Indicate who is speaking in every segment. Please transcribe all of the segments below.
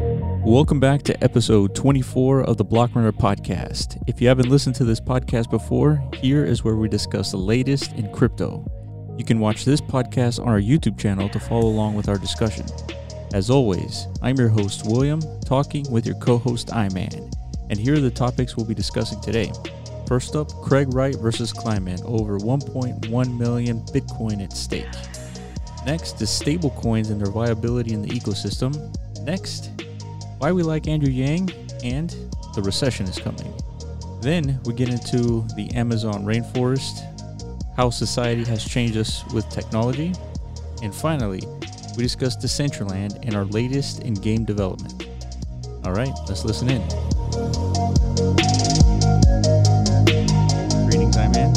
Speaker 1: Welcome back to episode 24 of the Block Runner podcast. If you haven't listened to this podcast before, here is where we discuss the latest in crypto. You can watch this podcast on our YouTube channel to follow along with our discussion. As always, I'm your host, William, talking with your co host, Iman. And here are the topics we'll be discussing today. First up, Craig Wright versus Kleinman, over 1.1 million Bitcoin at stake. Next is stablecoins and their viability in the ecosystem. Next, why we like Andrew Yang, and the recession is coming. Then we get into the Amazon rainforest, how society has changed us with technology, and finally, we discuss Decentraland and our latest in game development. All right, let's listen in. Greetings, I'm in.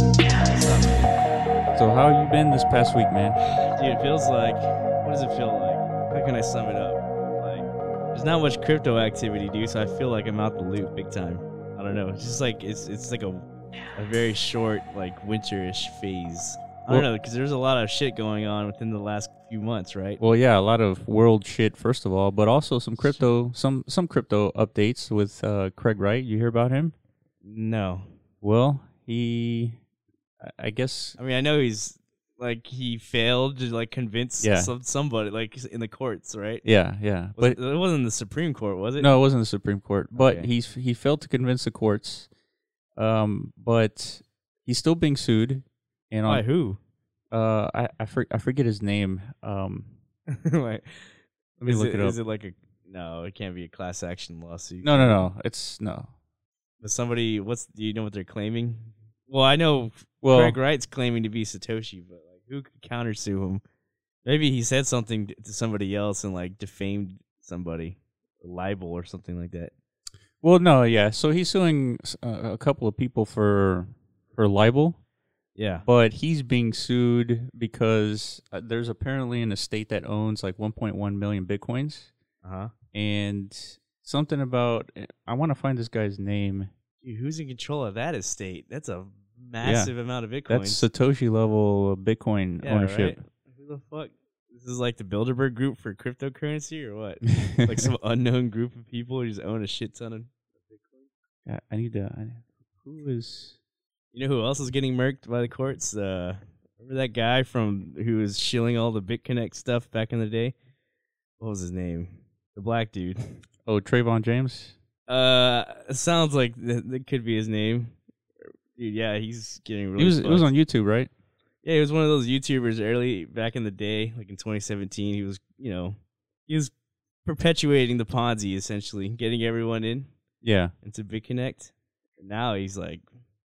Speaker 1: So, how you been this past week, man?
Speaker 2: Dude, it feels like. What does it feel like? How can I sum it up? Like, there's not much crypto activity, dude. So I feel like I'm out the loop big time. I don't know. It's just like it's it's like a a very short like winterish phase. I don't
Speaker 1: Well-
Speaker 2: know because there's a lot of shit going on within the last few months, right?
Speaker 1: Well, yeah, a lot of world shit first of all, but also some crypto, some some crypto updates with uh, Craig Wright. You hear about him?
Speaker 2: No,
Speaker 1: Well, he, I- I guess,
Speaker 2: I mean I know he's like he failed to like convince
Speaker 1: Yeah.
Speaker 2: some, somebody like in the courts, right?
Speaker 1: yeah, yeah,
Speaker 2: Was
Speaker 1: but
Speaker 2: it, it wasn't the Supreme Court, was it?
Speaker 1: no, it wasn't the Supreme Court. But
Speaker 2: Okay.
Speaker 1: he's he failed to convince the courts. Um, but he's still being sued, and
Speaker 2: By
Speaker 1: on,
Speaker 2: who?
Speaker 1: uh, I I, for, I forget his name. Um,
Speaker 2: like,
Speaker 1: let me
Speaker 2: is
Speaker 1: look
Speaker 2: it,
Speaker 1: it, up.
Speaker 2: Is it like a no? It can't be a class action lawsuit.
Speaker 1: no, no, no, it's no.
Speaker 2: But somebody, what's do you know what they're claiming? Well, I know
Speaker 1: Well,
Speaker 2: Craig Wright's claiming to be Satoshi, but like who could countersue him? Maybe he said something to somebody else and like defamed somebody, libel or something like that.
Speaker 1: Well, no, yeah. So he's suing s- uh, a couple of people for for libel,
Speaker 2: Yeah.
Speaker 1: but he's being sued because uh, there's apparently an estate that owns like 1.1 million bitcoins
Speaker 2: Uh huh.
Speaker 1: and something about I want to find this guy's name.
Speaker 2: Who's in control of that estate? That's a massive amount of bitcoins.
Speaker 1: That's Satoshi level Bitcoin
Speaker 2: Yeah,
Speaker 1: ownership.
Speaker 2: right? Who the fuck? This is like the Bilderberg Group for cryptocurrency or what? like some unknown group of people who just own a shit ton of.
Speaker 1: Yeah, I need to. I, who is?
Speaker 2: You know who else is getting murked by the courts? Uh, remember that guy from who was shilling all the BitConnect stuff back in the day? What was his name? The black dude.
Speaker 1: Oh, Trayvon James.
Speaker 2: Uh, it sounds like th- that could be his name. Dude, yeah, he's getting really.
Speaker 1: He was. It was
Speaker 2: fucked.
Speaker 1: on YouTube, right?
Speaker 2: Yeah, he was one of those YouTubers early back in the day, like in 2017. He was, you know, he was perpetuating the Ponzi essentially, getting everyone in
Speaker 1: Yeah.
Speaker 2: into BitConnect. And now he's like,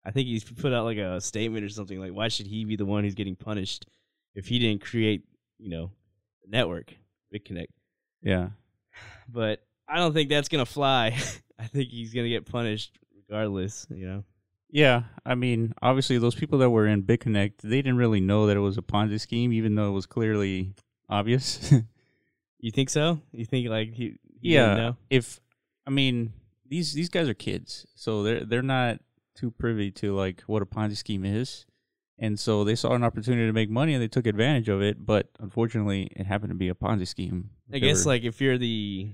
Speaker 2: I think he's put out like a statement or something like, why should he be the one who's getting punished if he didn't create, you know, the network, BitConnect?
Speaker 1: Yeah.
Speaker 2: But I don't think that's gonna fly. I think he's gonna get punished regardless, you know.
Speaker 1: Yeah, I mean, obviously those people that were in BitConnect, they didn't really know that it was a Ponzi scheme, even though it was clearly obvious.
Speaker 2: You think so? You think like he? he
Speaker 1: yeah,
Speaker 2: didn't know?
Speaker 1: if I mean these these guys are kids, so they're they're not too privy to like what a Ponzi scheme is, and so they saw an opportunity to make money and they took advantage of it. But unfortunately, it happened to be a Ponzi scheme.
Speaker 2: I
Speaker 1: They
Speaker 2: guess
Speaker 1: were
Speaker 2: like if you're the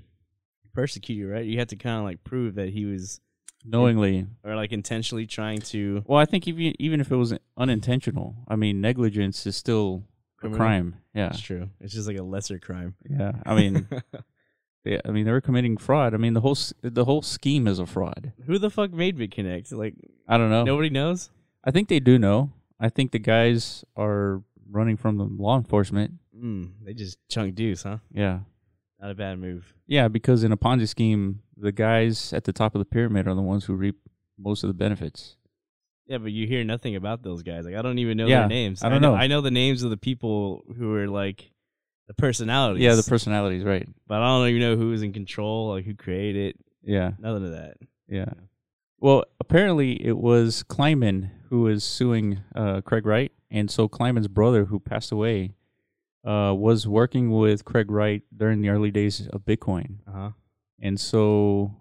Speaker 2: persecutor, right? You have to kind of like prove that he was
Speaker 1: knowingly.
Speaker 2: or like intentionally trying to
Speaker 1: Well, I think even even if it was unintentional, I mean negligence is still a
Speaker 2: Criminal?
Speaker 1: crime. Yeah,
Speaker 2: It's true. It's just like a lesser crime.
Speaker 1: yeah. I mean. Yeah, I mean they were committing fraud. I mean the whole s- the whole scheme is a fraud.
Speaker 2: Who the fuck made BitConnect? Like
Speaker 1: I don't know.
Speaker 2: nobody knows.
Speaker 1: I think they do know. I think the guys are running from the law enforcement.
Speaker 2: Mm, they just chunk deuce, huh?
Speaker 1: Yeah,
Speaker 2: Not a bad move.
Speaker 1: yeah. Because in a Ponzi scheme, the guys at the top of the pyramid are the ones who reap most of the benefits.
Speaker 2: Yeah, but you hear nothing about those guys. Like I don't even know
Speaker 1: Yeah,
Speaker 2: their names.
Speaker 1: I don't know.
Speaker 2: I know the names of the people who are like the personalities.
Speaker 1: Yeah, the personalities, right?
Speaker 2: but I don't even know who was in control, like who created it.
Speaker 1: Yeah,
Speaker 2: Nothing of that.
Speaker 1: yeah. Well, apparently it was Kleinman who was suing uh, Craig Wright, and so Kleinman's brother, who passed away, uh, was working with Craig Wright during the early days of Bitcoin.
Speaker 2: Uh huh.
Speaker 1: And so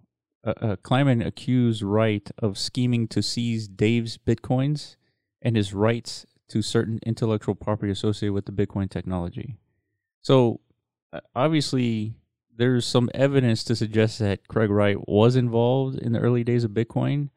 Speaker 1: uh, uh, Kleiman accused Wright of scheming to seize Dave's bitcoins and his rights to certain intellectual property associated with the Bitcoin technology. So uh, obviously, there's some evidence to suggest that Craig Wright was involved in the early days of Bitcoin,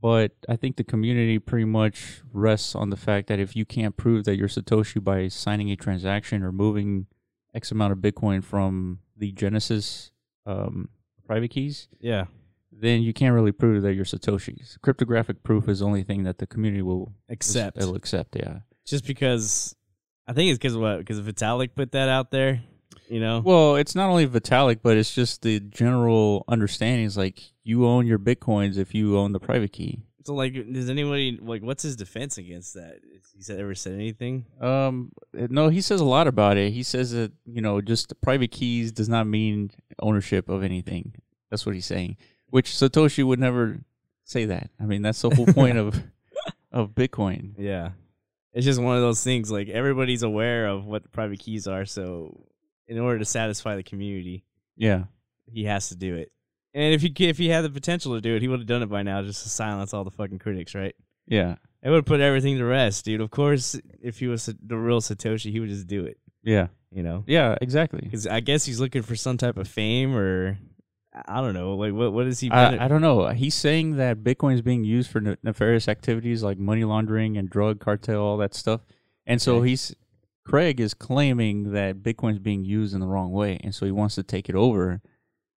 Speaker 1: but I think the community pretty much rests on the fact that if you can't prove that you're Satoshi by signing a transaction or moving X amount of Bitcoin from the Genesis um, private keys,
Speaker 2: Yeah.
Speaker 1: then you can't really prove that you're Satoshi's. Cryptographic proof is the only thing that the community will
Speaker 2: Except
Speaker 1: will accept. Yeah.
Speaker 2: just because I think it's because what because Vitalik put that out there, you know.
Speaker 1: Well, it's not only Vitalik, but it's just the general understanding is like you own your bitcoins if you own the private key.
Speaker 2: so like, does anybody like what's his defense against that? He's ever said anything?
Speaker 1: Um, no, he says a lot about it. He says that you know, just private keys does not mean ownership of anything. That's what he's saying. Which Satoshi would never say that. I mean, that's the whole point of of Bitcoin.
Speaker 2: Yeah, it's just one of those things. Like everybody's aware of what private keys are, so in order to satisfy the community,
Speaker 1: Yeah,
Speaker 2: he has to do it. And if he ca- if he had the potential to do it, he would have done it by now, just to silence all the fucking critics, right?
Speaker 1: yeah,
Speaker 2: It would have put everything to rest, dude. Of course, if he was the real Satoshi, he would just do it,
Speaker 1: yeah,
Speaker 2: you know.
Speaker 1: yeah. Exactly.
Speaker 2: Because I guess he's looking for some type of fame or I- I don't know. Like what? What is he?
Speaker 1: I, I don't know. He's saying that Bitcoin is being used for ne- nefarious activities like money laundering and drug cartel, all that stuff. And so
Speaker 2: Okay.
Speaker 1: he's Craig is claiming that Bitcoin is being used in the wrong way, and so he wants to take it over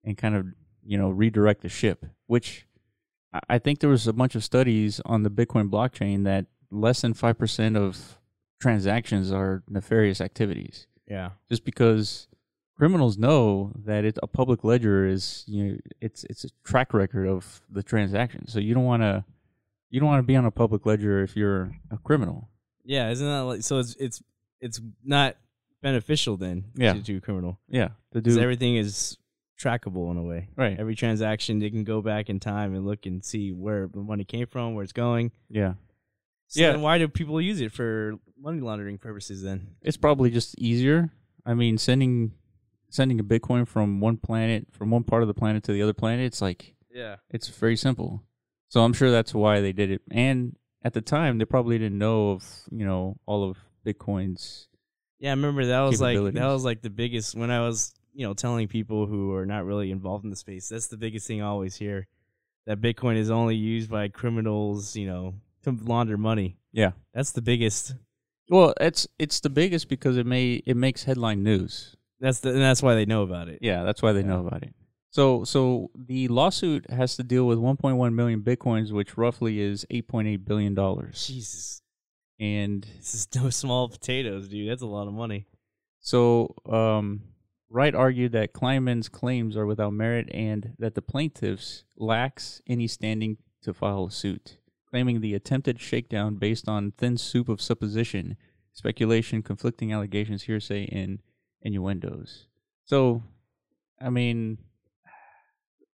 Speaker 1: and kind of you know redirect the ship. Which I- I think there was a bunch of studies on the Bitcoin blockchain that less than five percent of transactions are nefarious activities
Speaker 2: yeah.
Speaker 1: just because criminals know that it, a public ledger is you know it's it's a track record of the transaction. So you don't want to you don't want to be on a public ledger if you're a criminal.
Speaker 2: Yeah. Isn't that like so? It's it's it's not beneficial then.
Speaker 1: Yeah.
Speaker 2: To do criminal
Speaker 1: Yeah, to
Speaker 2: because
Speaker 1: do
Speaker 2: everything is trackable in a way.
Speaker 1: right.
Speaker 2: Every transaction they can go back in time and look and see where the money came from, where it's going.
Speaker 1: yeah,
Speaker 2: So
Speaker 1: Yeah.
Speaker 2: Then why do people use it for money laundering purposes then?
Speaker 1: it's probably just easier. I mean, sending sending a Bitcoin from one planet from one part of the planet to the other planet, it's like
Speaker 2: Yeah.
Speaker 1: It's very simple. So I'm sure that's why they did it. And at the time, they probably didn't know of you know all of Bitcoin's
Speaker 2: Yeah, I remember that was like that
Speaker 1: Capabilities.
Speaker 2: was like the biggest when I was, you know, telling people who are not really involved in the space. That's the biggest thing I always hear that Bitcoin is only used by criminals, you know, to launder money.
Speaker 1: yeah
Speaker 2: That's the biggest.
Speaker 1: Well, it's it's the biggest because it may it makes headline news.
Speaker 2: That's the and that's why they know about it.
Speaker 1: Yeah, that's why they know about it. So so the lawsuit has to deal with 1.1 million bitcoins, which roughly is 8.8 billion dollars.
Speaker 2: Jesus,
Speaker 1: And
Speaker 2: this is no small potatoes, dude. That's a lot of money.
Speaker 1: so um, Wright argued that Kleinman's claims are without merit and that the plaintiffs lacks any standing to file a suit, claiming the attempted shakedown based on thin soup of supposition, speculation, conflicting allegations, hearsay, and innuendos. So, I mean,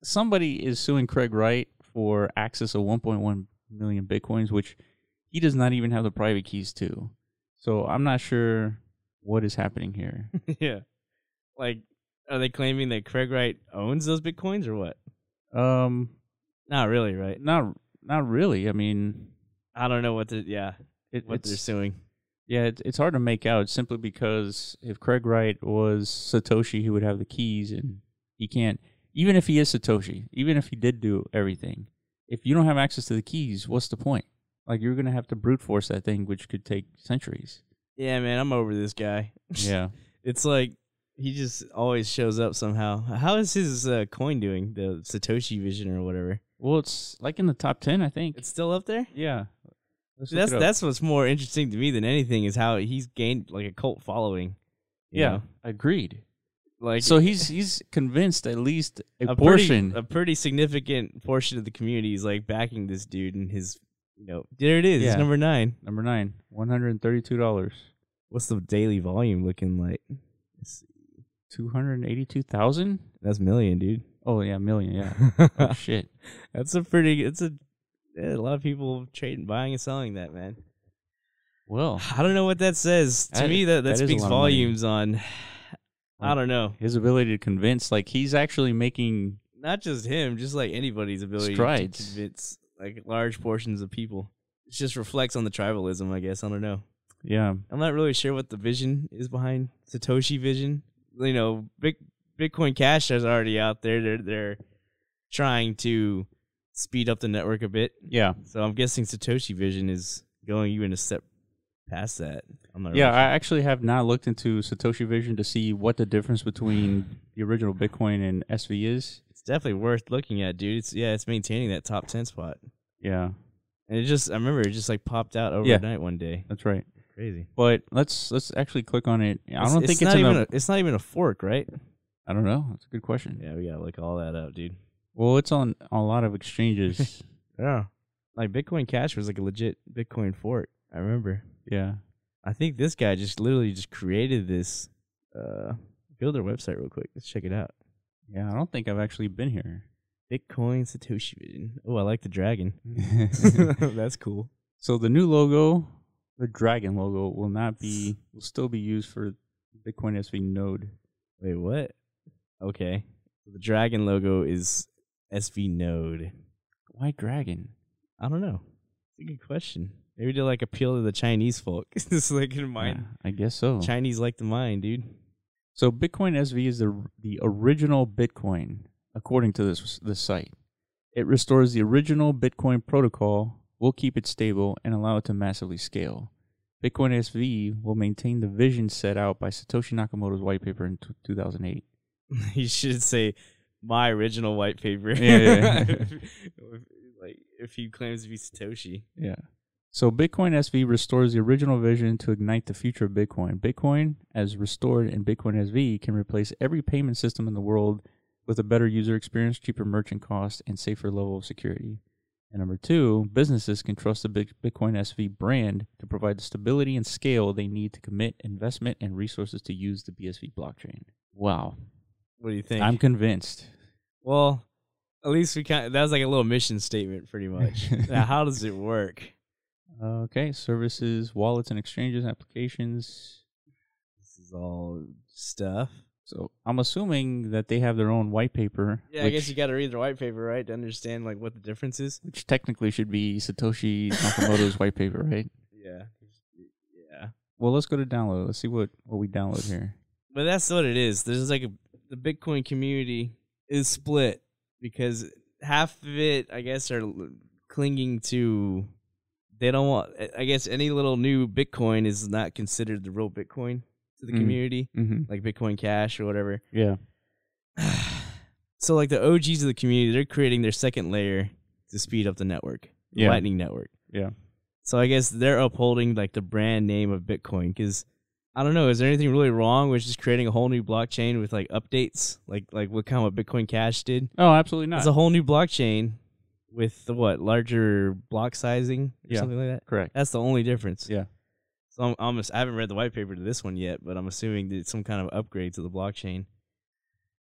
Speaker 1: somebody is suing Craig Wright for access of 1.1 million bitcoins, which he does not even have the private keys to. So I'm not sure what is happening here.
Speaker 2: yeah. Like are they claiming that Craig Wright owns those bitcoins or what?
Speaker 1: Um,
Speaker 2: Not really, right?
Speaker 1: not not really. I mean,
Speaker 2: I don't know what the yeah,
Speaker 1: it,
Speaker 2: what they're
Speaker 1: it's-
Speaker 2: suing.
Speaker 1: Yeah, it, it's hard to make out simply because if Craig Wright was Satoshi, he would have the keys, and he can't. Even if he is Satoshi, even if he did do everything, if you don't have access to the keys, what's the point? Like you're gonna have to brute force that thing, which could take centuries.
Speaker 2: Yeah, man, I'm over this guy.
Speaker 1: Yeah,
Speaker 2: It's like he just always shows up somehow. How is his uh, coin doing? The Satoshi Vision or whatever.
Speaker 1: well, it's like in the top ten, I think.
Speaker 2: It's still up there.
Speaker 1: yeah, Let's look
Speaker 2: That's
Speaker 1: it up.
Speaker 2: that's what's more interesting to me than anything is how he's gained like a cult following. you
Speaker 1: yeah,
Speaker 2: know?
Speaker 1: agreed.
Speaker 2: like
Speaker 1: So he's he's convinced at least a,
Speaker 2: a
Speaker 1: portion.
Speaker 2: pretty, a pretty significant portion of the community is like backing this dude and his. You know, there it is.
Speaker 1: Yeah.
Speaker 2: It's number nine.
Speaker 1: number nine, one hundred and thirty-two dollars,
Speaker 2: What's the daily volume looking like? It's-
Speaker 1: two hundred eighty-two thousand.
Speaker 2: that's million, dude.
Speaker 1: Oh yeah, million. Yeah. oh shit.
Speaker 2: that's a pretty. It's a. Yeah, a lot of people trading, buying, and selling that, man.
Speaker 1: Well,
Speaker 2: I don't know what that says. To
Speaker 1: That-
Speaker 2: me, that, that,
Speaker 1: that is a
Speaker 2: speaks
Speaker 1: lot of money.
Speaker 2: volumes on. I don't know.
Speaker 1: his ability to convince, like he's actually making.
Speaker 2: Not just him, just like anybody's ability
Speaker 1: Strides.
Speaker 2: to convince like large portions of people. It just reflects on the tribalism, I guess. I don't know.
Speaker 1: Yeah,
Speaker 2: I'm not really sure what the vision is behind Satoshi Vision. You know, Big Bitcoin Cash is already out there. They're they're trying to speed up the network a bit.
Speaker 1: Yeah.
Speaker 2: So I'm guessing Satoshi Vision is going even a step past that. I'm not
Speaker 1: Yeah,
Speaker 2: really
Speaker 1: I actually have not looked into Satoshi Vision to see what the difference between the original Bitcoin and SV is.
Speaker 2: It's definitely worth looking at, dude. It's yeah, it's maintaining that top ten spot.
Speaker 1: Yeah,
Speaker 2: And it just I remember it just like popped out
Speaker 1: Yeah.
Speaker 2: overnight one day.
Speaker 1: that's right.
Speaker 2: Crazy.
Speaker 1: But let's let's actually click on it. I don't think it's,
Speaker 2: not
Speaker 1: in
Speaker 2: even
Speaker 1: the-
Speaker 2: a, it's not even a fork, right?
Speaker 1: I don't know. That's a good question.
Speaker 2: Yeah, we gotta look all that up, dude.
Speaker 1: Well, it's on a lot of exchanges.
Speaker 2: Yeah. Like Bitcoin Cash was like a legit Bitcoin fork. I remember.
Speaker 1: yeah.
Speaker 2: I think this guy just literally just created this uh build their website real quick. Let's check it out.
Speaker 1: Yeah, I don't think I've actually been here.
Speaker 2: Bitcoin Satoshi Vision. Oh, I like the dragon. That's cool.
Speaker 1: so the new logo, the dragon logo, will not be will still be used for Bitcoin SV node.
Speaker 2: Wait, what? Okay. The dragon logo is SV Node.
Speaker 1: Why dragon?
Speaker 2: I don't know. It's a good question. Maybe to like appeal to the Chinese folk. Just like in mind.
Speaker 1: Yeah, I guess so.
Speaker 2: Chinese like the mind, dude.
Speaker 1: So Bitcoin SV is the the original Bitcoin, according to this this site. It restores the original Bitcoin protocol, will keep it stable, and allow it to massively scale. Bitcoin SV will maintain the vision set out by Satoshi Nakamoto's white paper in t- 2008.
Speaker 2: you should say my original white paper.
Speaker 1: Yeah, yeah, yeah.
Speaker 2: like if he claims to be Satoshi.
Speaker 1: Yeah. So Bitcoin SV restores the original vision to ignite the future of Bitcoin. Bitcoin, as restored in Bitcoin SV, can replace every payment system in the world with a better user experience, cheaper merchant cost, and safer level of security. And number two, businesses can trust the Bit- Bitcoin SV brand to provide the stability and scale they need to commit investment and resources to use the BSV blockchain. Wow.
Speaker 2: What do you think?
Speaker 1: I'm convinced.
Speaker 2: well, at least we kind that was like a little mission statement pretty much. now how does it work?
Speaker 1: Okay, services, wallets, and exchanges, applications,
Speaker 2: This is all stuff.
Speaker 1: So I'm assuming that they have their own white paper.
Speaker 2: Yeah, I
Speaker 1: which,
Speaker 2: guess you got to read the white paper, right, to understand like what the difference is.
Speaker 1: which technically should be Satoshi Nakamoto's white paper, right?
Speaker 2: Yeah. Yeah.
Speaker 1: Well, let's go to download. Let's see what what we download here.
Speaker 2: But that's what it is. There's like a, the Bitcoin community is split because half of it, I guess, are l- clinging to. They don't want. I- I guess any little new Bitcoin is not considered the real Bitcoin to the
Speaker 1: Mm.
Speaker 2: community,
Speaker 1: Mm-hmm.
Speaker 2: like Bitcoin Cash or whatever.
Speaker 1: Yeah.
Speaker 2: so like the OGs of the community, they're creating their second layer to speed up the network, the
Speaker 1: Yeah.
Speaker 2: Lightning Network.
Speaker 1: Yeah.
Speaker 2: So I guess they're upholding like the brand name of Bitcoin because I don't know, is there anything really wrong with just creating a whole new blockchain with like updates, like like what kind of what Bitcoin Cash did?
Speaker 1: Oh, absolutely
Speaker 2: It's
Speaker 1: not.
Speaker 2: a whole new blockchain with the what larger block sizing or
Speaker 1: Yeah.
Speaker 2: something like that.
Speaker 1: Correct.
Speaker 2: That's the only difference.
Speaker 1: Yeah.
Speaker 2: So I'm, I'm ass- I haven't read the white paper to this one yet, but I'm assuming that it's some kind of upgrade to the blockchain.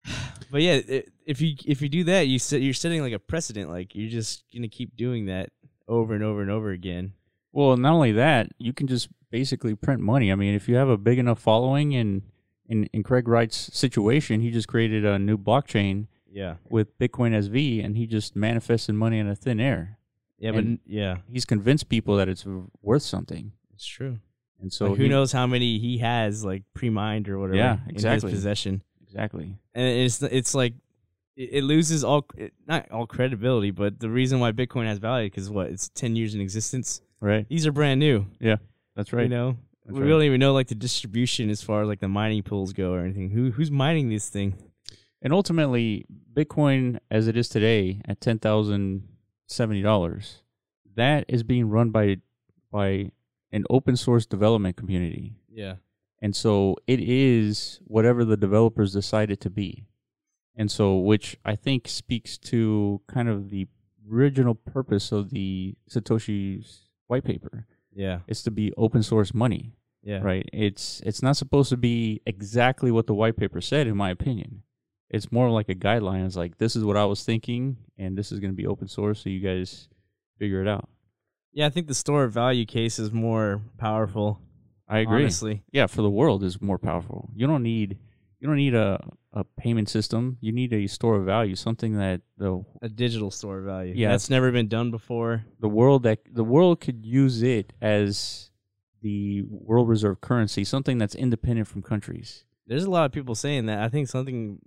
Speaker 2: But yeah, i if you if you do that, you set, you're setting like a precedent. Like you're just gonna keep doing that over and over and over again.
Speaker 1: Well, not only that, you can just basically print money. I mean, if you have a big enough following, and in in Craig Wright's situation, he just created a new blockchain
Speaker 2: Yeah.
Speaker 1: with Bitcoin SV, and he just manifested money in a thin air.
Speaker 2: Yeah,
Speaker 1: And-
Speaker 2: but yeah,
Speaker 1: He's convinced people that it's worth something,
Speaker 2: it's true.
Speaker 1: and so
Speaker 2: So who
Speaker 1: he-
Speaker 2: knows how many he has like pre-mined or whatever
Speaker 1: Yeah,
Speaker 2: in his
Speaker 1: exactly.
Speaker 2: possession.
Speaker 1: exactly?
Speaker 2: And it's it's like it, it loses all it, not all credibility, but the reason why Bitcoin has value because what it's ten years in existence.
Speaker 1: Right.
Speaker 2: These are brand new.
Speaker 1: That's
Speaker 2: You
Speaker 1: right.
Speaker 2: know,
Speaker 1: That's
Speaker 2: we
Speaker 1: right.
Speaker 2: don't even know like the distribution as far as like the mining pools go or anything. Who who's mining this thing?
Speaker 1: And ultimately, Bitcoin as it is today at ten thousand seventy dollars, that is being run by by an open source development community,
Speaker 2: Yeah.
Speaker 1: and so it is whatever the developers decide it to be, and so which I think speaks to kind of the original purpose of the Satoshi's white paper
Speaker 2: Yeah.
Speaker 1: is to be open source money,
Speaker 2: Yeah.
Speaker 1: right? It's it's not supposed to be exactly what the white paper said, in my opinion. It's more like a guideline. It's like this is what I was thinking, and this is going to be open source, so you guys figure it out.
Speaker 2: Yeah, I think the store of value case is more powerful.
Speaker 1: I agree.
Speaker 2: Honestly.
Speaker 1: Yeah, for the world is more powerful. You don't need you don't need a a payment system. You need a store of value, something that the
Speaker 2: A digital store of value.
Speaker 1: Yeah.
Speaker 2: That's never been done before.
Speaker 1: the world that the world could use it as the world reserve currency, something that's independent from countries.
Speaker 2: There's a lot of people saying that. I think something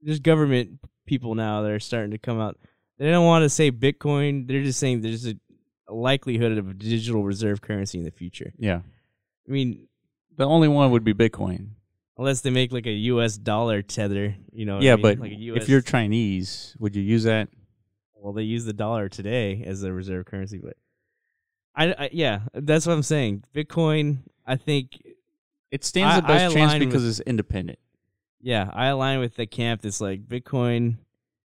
Speaker 2: there's government people now that are starting to come out. They don't want to say Bitcoin. They're just saying there's a likelihood of a digital reserve currency in the future.
Speaker 1: Yeah.
Speaker 2: I mean,
Speaker 1: The only one would be Bitcoin.
Speaker 2: unless they make like a U.S. dollar tether, you know. what I
Speaker 1: yeah,
Speaker 2: mean?
Speaker 1: but
Speaker 2: like a US,
Speaker 1: if you're Chinese, would you use that?
Speaker 2: well, they use the dollar today as the reserve currency, but I, I yeah, that's what I'm saying. Bitcoin, I think,
Speaker 1: It stands
Speaker 2: I-
Speaker 1: the best
Speaker 2: I
Speaker 1: chance
Speaker 2: align
Speaker 1: because it's independent.
Speaker 2: yeah, I align with the camp that's like Bitcoin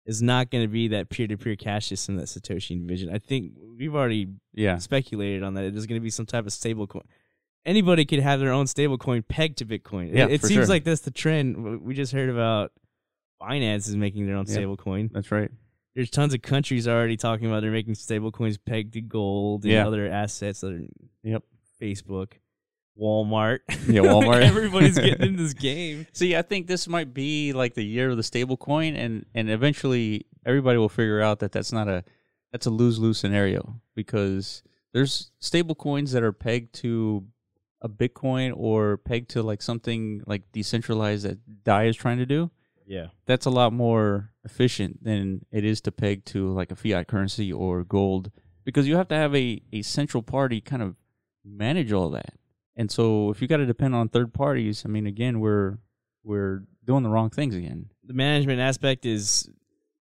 Speaker 2: is not going to be that peer-to-peer cash system that Satoshi envisioned. I think we've already
Speaker 1: Yeah.
Speaker 2: speculated on that. There's going to be some type of stable coin. Anybody could have their own stable coin pegged to Bitcoin. It-
Speaker 1: Yeah,
Speaker 2: it,
Speaker 1: for
Speaker 2: seems
Speaker 1: sure.
Speaker 2: like that's the trend. W- We just heard about Binance is making their own
Speaker 1: Yeah.
Speaker 2: stable coin.
Speaker 1: That's right.
Speaker 2: There's tons of countries already talking about they're making stable coins pegged to gold and
Speaker 1: Yeah.
Speaker 2: other assets. Other
Speaker 1: Yep.
Speaker 2: Facebook, Walmart.
Speaker 1: Yeah, Walmart.
Speaker 2: Everybody's getting in this game.
Speaker 1: See, I think this might be like the year of the stable coin, and and eventually everybody will figure out that that's not a that's a lose lose scenario because there's stable coins that are pegged to a Bitcoin or pegged to like something like decentralized that Dai is trying to do.
Speaker 2: Yeah.
Speaker 1: That's a lot more efficient than it is to peg to like a fiat currency or gold because you have to have a, a central party kind of manage all that. And so if you got to depend on third parties, I mean, again, we're we're doing the wrong things again.
Speaker 2: the management aspect is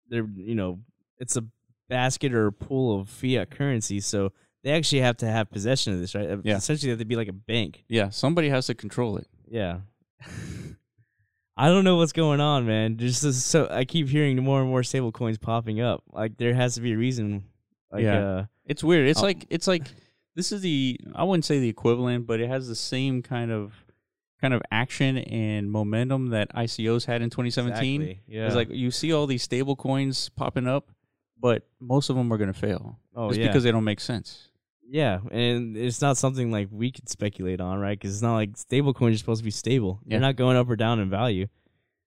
Speaker 2: they're you know it's a basket or a pool of fiat currency so they actually have to have possession of this right
Speaker 1: Yeah.
Speaker 2: essentially they have to be like a bank
Speaker 1: Yeah, somebody has to control it.
Speaker 2: yeah i don't know what's going on man there's just so i keep hearing more and more stable coins popping up like there has to be a reason like
Speaker 1: Yeah.
Speaker 2: uh
Speaker 1: It's weird. It's
Speaker 2: Oh.
Speaker 1: like it's like this is the I wouldn't say the equivalent, but it has the same kind of kind of action and momentum that ICOs had in 2017.
Speaker 2: exactly, yeah
Speaker 1: It's like you see all these stable coins popping up, but most of them are going to fail
Speaker 2: oh
Speaker 1: just
Speaker 2: yeah
Speaker 1: because they don't make sense.
Speaker 2: yeah and it's not something like we could speculate on right because it's not like stable coins are supposed to be stable
Speaker 1: Yeah.
Speaker 2: they're not going up or down in value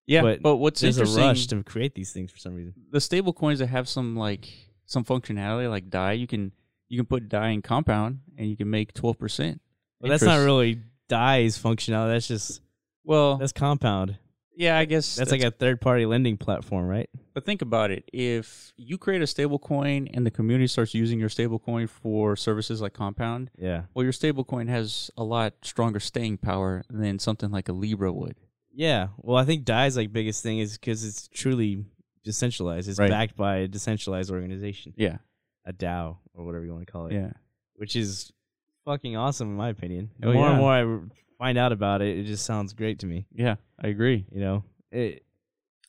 Speaker 1: Yeah, but,
Speaker 2: But
Speaker 1: what's
Speaker 2: there's a
Speaker 1: interesting,
Speaker 2: rush to create these things for some reason
Speaker 1: the stable coins that have some like some functionality, like Dai, you can you can put Dai in compound and you can make twelve percent.
Speaker 2: Well, that's not really Dai's functionality. That's just
Speaker 1: Well,
Speaker 2: that's compound.
Speaker 1: yeah, I guess
Speaker 2: That's like a third party lending platform, right?
Speaker 1: But think about it. If you create a stable coin and the community starts using your stable coin for services like Compound,
Speaker 2: Yeah.
Speaker 1: well, your stable coin has a lot stronger staying power than something like a Libra would.
Speaker 2: Yeah. Well, I think Dai's like biggest thing is because it's truly decentralized. It's
Speaker 1: Right.
Speaker 2: backed by a decentralized organization,
Speaker 1: Yeah.
Speaker 2: a DAO or whatever you want to call it,
Speaker 1: Yeah.
Speaker 2: which is fucking awesome in my opinion. The
Speaker 1: Oh,
Speaker 2: more
Speaker 1: yeah.
Speaker 2: and more I r- find out about it, it just sounds great to me.
Speaker 1: Yeah. I agree.
Speaker 2: You know, it,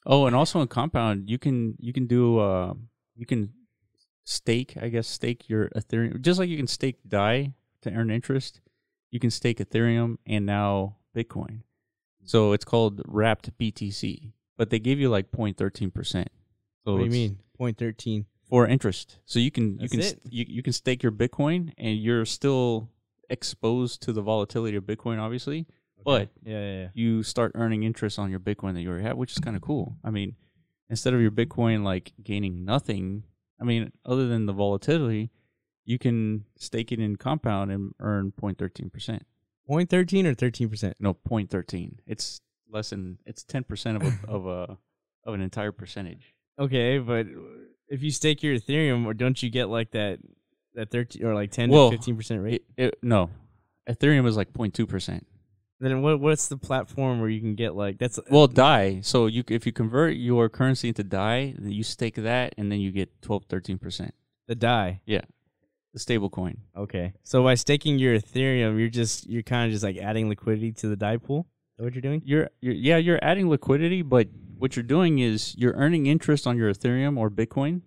Speaker 1: Oh, and also in Compound, you can you can do uh, you can stake, I guess, stake your Ethereum just like you can stake Dai to earn interest. You can stake Ethereum and now Bitcoin. So it's called wrapped BTC, but they give you like 0.13 percent. So
Speaker 2: what do you
Speaker 1: it's-
Speaker 2: mean? Point thirteen.
Speaker 1: for interest. So you can you
Speaker 2: That's
Speaker 1: can st-
Speaker 2: it.
Speaker 1: you, you can stake your Bitcoin and you're still exposed to the volatility of Bitcoin, obviously, but
Speaker 2: Yeah, yeah, yeah.
Speaker 1: you start earning interest on your Bitcoin that you already have, which is kind of cool. I mean, instead of your Bitcoin like gaining nothing, I mean, other than the volatility, you can stake it in compound and earn 0.13 percent.
Speaker 2: Point thirteen or thirteen percent.
Speaker 1: No, 0.13. It's less than it's 10 percent of a, of a of an entire percentage.
Speaker 2: Okay, but if you stake your Ethereum, or don't you get like that that thirteen or like ten
Speaker 1: Well,
Speaker 2: to fifteen percent rate?
Speaker 1: It, it, no, Ethereum is like 0.2 percent.
Speaker 2: then what what's the platform where you can get like that's
Speaker 1: Well, Dai. So you if you convert your currency into Dai, then you stake that, and then you get 12, 13 percent,
Speaker 2: the die?
Speaker 1: the stable coin.
Speaker 2: Okay, so by staking your Ethereum, you're just you're kind of just like adding liquidity to the die pool. Is that what you're doing?
Speaker 1: You're, you're yeah, you're adding liquidity, but what you're doing is you're earning interest on your Ethereum or Bitcoin.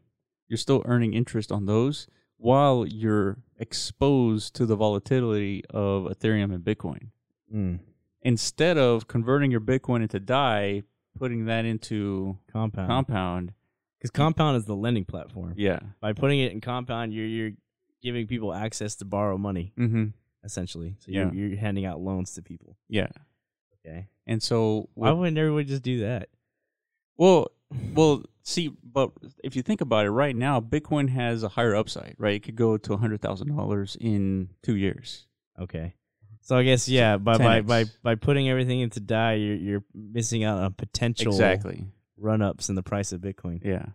Speaker 1: You're still earning interest on those while you're exposed to the volatility of Ethereum and Bitcoin.
Speaker 2: Mm.
Speaker 1: Instead of converting your Bitcoin into Dai, putting that into
Speaker 2: Compound,
Speaker 1: Compound.
Speaker 2: because Compound is the lending platform.
Speaker 1: Yeah.
Speaker 2: By putting it in Compound, you're you're giving people access to borrow money
Speaker 1: Mm-hmm.
Speaker 2: essentially. So
Speaker 1: Yeah.
Speaker 2: you're, you're handing out loans to people.
Speaker 1: Yeah.
Speaker 2: Okay,
Speaker 1: And so
Speaker 2: why wouldn't everyone just do that?
Speaker 1: Well, well, see, but if you think about it, right now Bitcoin has a higher upside, right? It could go to hundred thousand dollars in two years.
Speaker 2: Okay. So I guess yeah, by by, by
Speaker 1: 10x.
Speaker 2: by putting everything into die, you're you're missing out on potential run ups in the price of Bitcoin.
Speaker 1: Yeah.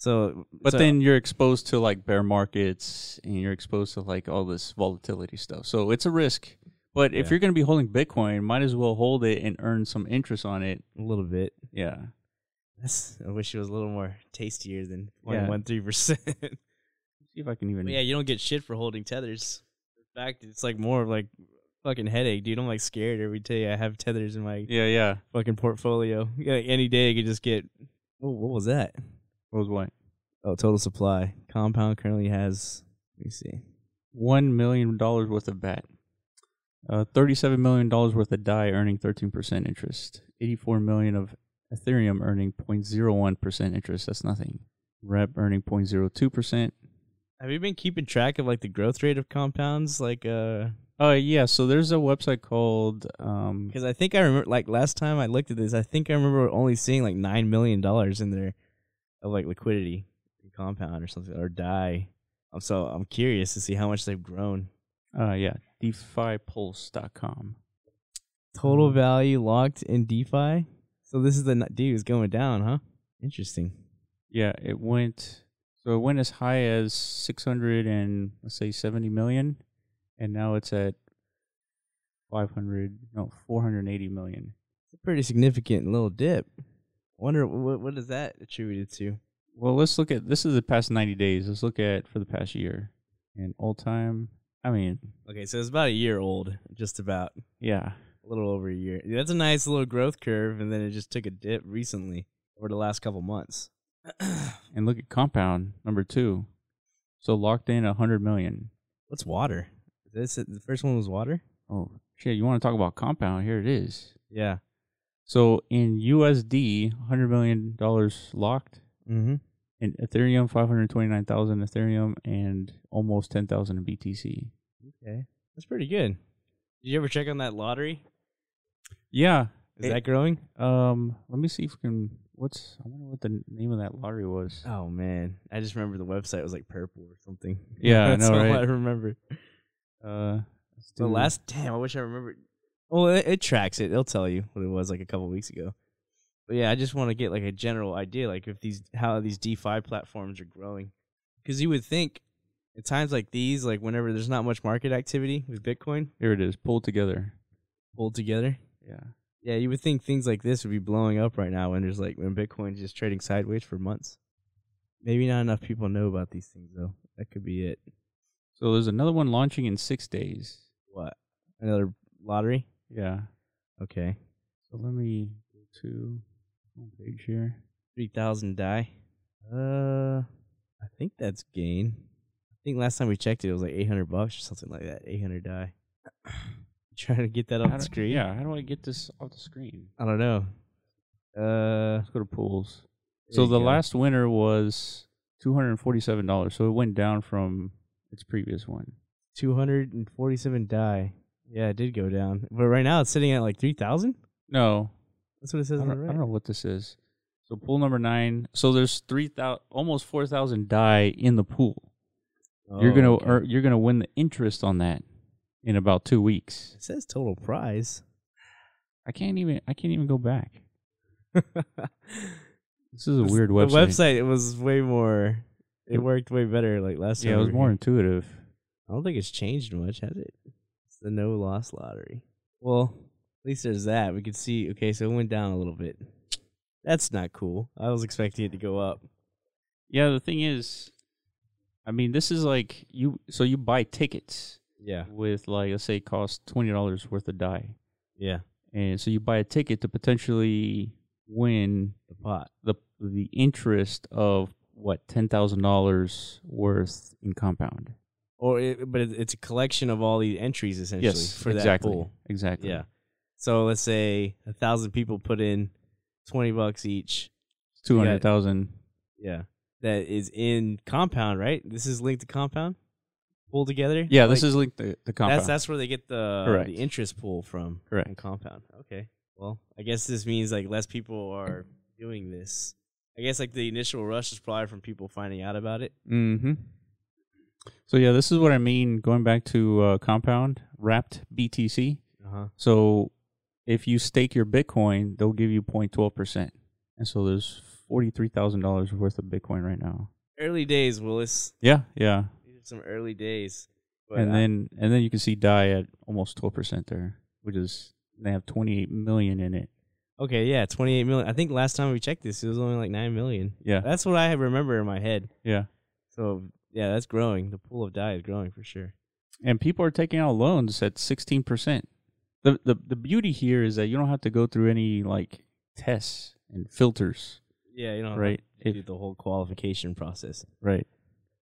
Speaker 2: So,
Speaker 1: But
Speaker 2: so-
Speaker 1: then you're exposed to like bear markets and you're exposed to like all this volatility stuff. So it's a risk. But if
Speaker 2: Yeah.
Speaker 1: you're going to be holding Bitcoin, might as well hold it and earn some interest on it.
Speaker 2: a little bit.
Speaker 1: Yeah.
Speaker 2: That's, I wish it was a little more tastier than
Speaker 1: Yeah.
Speaker 2: 0.13%.
Speaker 1: See if I can even.
Speaker 2: But yeah, you don't get shit for holding tethers. In fact, it's like more of like fucking headache, dude. I'm like scared every day I have tethers in my
Speaker 1: Yeah. Yeah.
Speaker 2: fucking portfolio. Yeah, Like any day I could just get. Whoa, what was that?
Speaker 1: What was what?
Speaker 2: Oh, total supply. Compound currently has. Let me see.
Speaker 1: $1 million worth of bat. Uh, $37 million worth of DAI earning 13% interest. $84 million of Ethereum earning 0.01% interest. That's nothing. Rep earning 0.02%.
Speaker 2: Have you been keeping track of like the growth rate of compounds? Like, uh,
Speaker 1: Uh, yeah, so there's a website called um,
Speaker 2: because I think I remember like last time I looked at this, I think I remember only seeing like nine million dollars in there of like liquidity in compound or something or die. I'm so I'm curious to see how much they've grown.
Speaker 1: uh, yeah, defipulse.com.
Speaker 2: Total value locked in DeFi. So this is the n- dude is going down, huh? Interesting.
Speaker 1: Yeah, it went so it went as high as 600 and let's say 70 million and now it's at 500 no, 480 million.
Speaker 2: It's a pretty significant little dip. Wonder what what is that attributed to?
Speaker 1: Well, let's look at this is the past 90 days. Let's look at for the past year. And all time, I mean,
Speaker 2: Okay, so it's about a year old, just about.
Speaker 1: yeah.
Speaker 2: a little over a year. Yeah, That's a nice little growth curve, and then it just took a dip recently over the last couple months.
Speaker 1: And look at compound number 2. So locked in 100 million.
Speaker 2: What's water? Is This the first one was water.
Speaker 1: Oh, shit, you want to talk about compound? Here it is.
Speaker 2: Yeah.
Speaker 1: So in USD, $100 million locked.
Speaker 2: Mm-hmm.
Speaker 1: in Ethereum, 529,000 Ethereum and almost 10,000 in BTC.
Speaker 2: Okay, that's pretty good. Did you ever check on that lottery?
Speaker 1: Yeah.
Speaker 2: Is
Speaker 1: It-
Speaker 2: that growing?
Speaker 1: Um, let me see if we can. What's I wonder what the name of that lottery was.
Speaker 2: Oh man, I just remember the website was like purple or something.
Speaker 1: Yeah, I
Speaker 2: that's
Speaker 1: know,
Speaker 2: all
Speaker 1: right?
Speaker 2: I remember.
Speaker 1: Uh, let's
Speaker 2: Oh. The
Speaker 1: do-
Speaker 2: last damn, I wish I remembered. Well, it, it tracks it. It'll tell you what it was like a couple weeks ago. But yeah, I just want to get like a general idea, like if these how these DeFi platforms are growing, because you would think at times like these, like whenever there's not much market activity with Bitcoin
Speaker 1: Here it is, pulled together.
Speaker 2: pulled together,
Speaker 1: Yeah.
Speaker 2: yeah, you would think things like this would be blowing up right now when there's like when Bitcoin's just trading sideways for months. Maybe not enough people know about these things though. That could be it.
Speaker 1: So there's another one launching in six days.
Speaker 2: What another lottery?
Speaker 1: Yeah.
Speaker 2: Okay,
Speaker 1: So let me go to homepage here.
Speaker 2: Three thousand die. Uh, I think that's gain. I think last time we checked it, it was like eight hundred bucks or something like that. Eight hundred die. Trying to get that
Speaker 1: How
Speaker 2: on the
Speaker 1: do-
Speaker 2: screen.
Speaker 1: Yeah. How do I get this off the screen?
Speaker 2: I don't know. Uh,
Speaker 1: Let's go to pools.
Speaker 2: there
Speaker 1: So
Speaker 2: you
Speaker 1: the
Speaker 2: go.
Speaker 1: last winner was two hundred and forty-seven dollars. So it went down from its previous one.
Speaker 2: two hundred and forty-seven die. Yeah, it did go down, but right now it's sitting at like three thousand.
Speaker 1: No,
Speaker 2: That's what
Speaker 1: I
Speaker 2: it says
Speaker 1: don't, I
Speaker 2: on the
Speaker 1: don't
Speaker 2: right.
Speaker 1: know what this is. So pool number nine. So there's three thousand, almost four thousand die in the pool. you're
Speaker 2: Oh,
Speaker 1: gonna
Speaker 2: okay.
Speaker 1: earn, you're gonna win the interest on that in about two weeks.
Speaker 2: It says total prize.
Speaker 1: I can't even I can't even go back.
Speaker 2: This
Speaker 1: This is a weird website.
Speaker 2: The website it was way more. It worked way better like last time.
Speaker 1: Yeah, it
Speaker 2: we
Speaker 1: was
Speaker 2: were
Speaker 1: more
Speaker 2: here.
Speaker 1: intuitive.
Speaker 2: I don't think it's changed much, has it? It's the no loss lottery. Well, at least there's that. We could see. Okay, so it went down a little bit. That's not cool. I was expecting it to go up.
Speaker 1: Yeah, the thing is, I mean, this is like you. So you buy tickets
Speaker 2: Yeah.
Speaker 1: with like let's say it costs twenty dollars worth of die,
Speaker 2: Yeah.
Speaker 1: and so you buy a ticket to potentially win
Speaker 2: The pot.
Speaker 1: the the interest of what ten thousand dollars worth in compound.
Speaker 2: Or it, but it, it's a collection of all the entries essentially for
Speaker 1: exactly,
Speaker 2: that pool.
Speaker 1: exactly.
Speaker 2: Yeah. So let's say a thousand people put in twenty bucks each.
Speaker 1: two hundred thousand.
Speaker 2: Yeah. That is in compound, right? This is linked to compound. Pool together.
Speaker 1: Yeah, this
Speaker 2: Like-
Speaker 1: is linked to the compound.
Speaker 2: That's that's where they get the
Speaker 1: Correct.
Speaker 2: the interest pool from.
Speaker 1: Correct.
Speaker 2: on compound. Okay. Well, I guess this means like less people are doing this. I guess like the initial rush is probably from people finding out about it.
Speaker 1: mm-hmm. So yeah, this is what I mean. Going back to uh, compound wrapped BTC.
Speaker 2: Uh huh.
Speaker 1: Uh-huh. So if you stake your Bitcoin, they'll give you 0.12 percent And so there's $43,000 worth of Bitcoin right now.
Speaker 2: Early days, Willis.
Speaker 1: Yeah, yeah.
Speaker 2: These are some early days. But
Speaker 1: and
Speaker 2: I-
Speaker 1: then and then you can see Dai at almost 12% there, which is they have 28 million in it.
Speaker 2: okay, yeah, twenty eight million. I think last time we checked this, it was only like nine million.
Speaker 1: Yeah.
Speaker 2: That's what I remember in my head.
Speaker 1: Yeah.
Speaker 2: So yeah, that's growing. The pool of dye is growing for sure.
Speaker 1: and people are taking out loans at 16%. The, the the beauty here is that you don't have to go through any like tests and filters,
Speaker 2: Yeah, you know,
Speaker 1: right?
Speaker 2: Do
Speaker 1: If-
Speaker 2: the whole qualification process.
Speaker 1: right.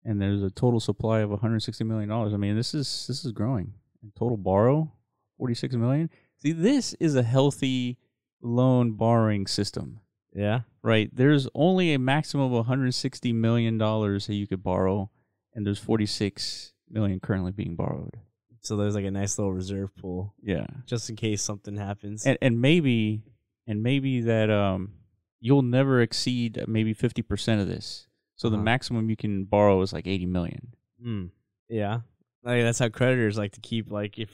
Speaker 1: And there's a total supply of 160 million dollars. I mean, this is this is growing. And total borrow 46 million. See, this is a healthy loan borrowing system,
Speaker 2: Yeah.
Speaker 1: right? There's only a maximum of 160 million dollars that you could borrow, and there's 46 million currently being borrowed.
Speaker 2: So there's like a nice little reserve pool
Speaker 1: Yeah.
Speaker 2: just in case something happens.
Speaker 1: and and maybe and maybe that um you'll never exceed maybe 50% of this so the
Speaker 2: Uh-huh.
Speaker 1: maximum you can borrow is like 80 million
Speaker 2: Mm. Yeah. Like that's how creditors like to keep like if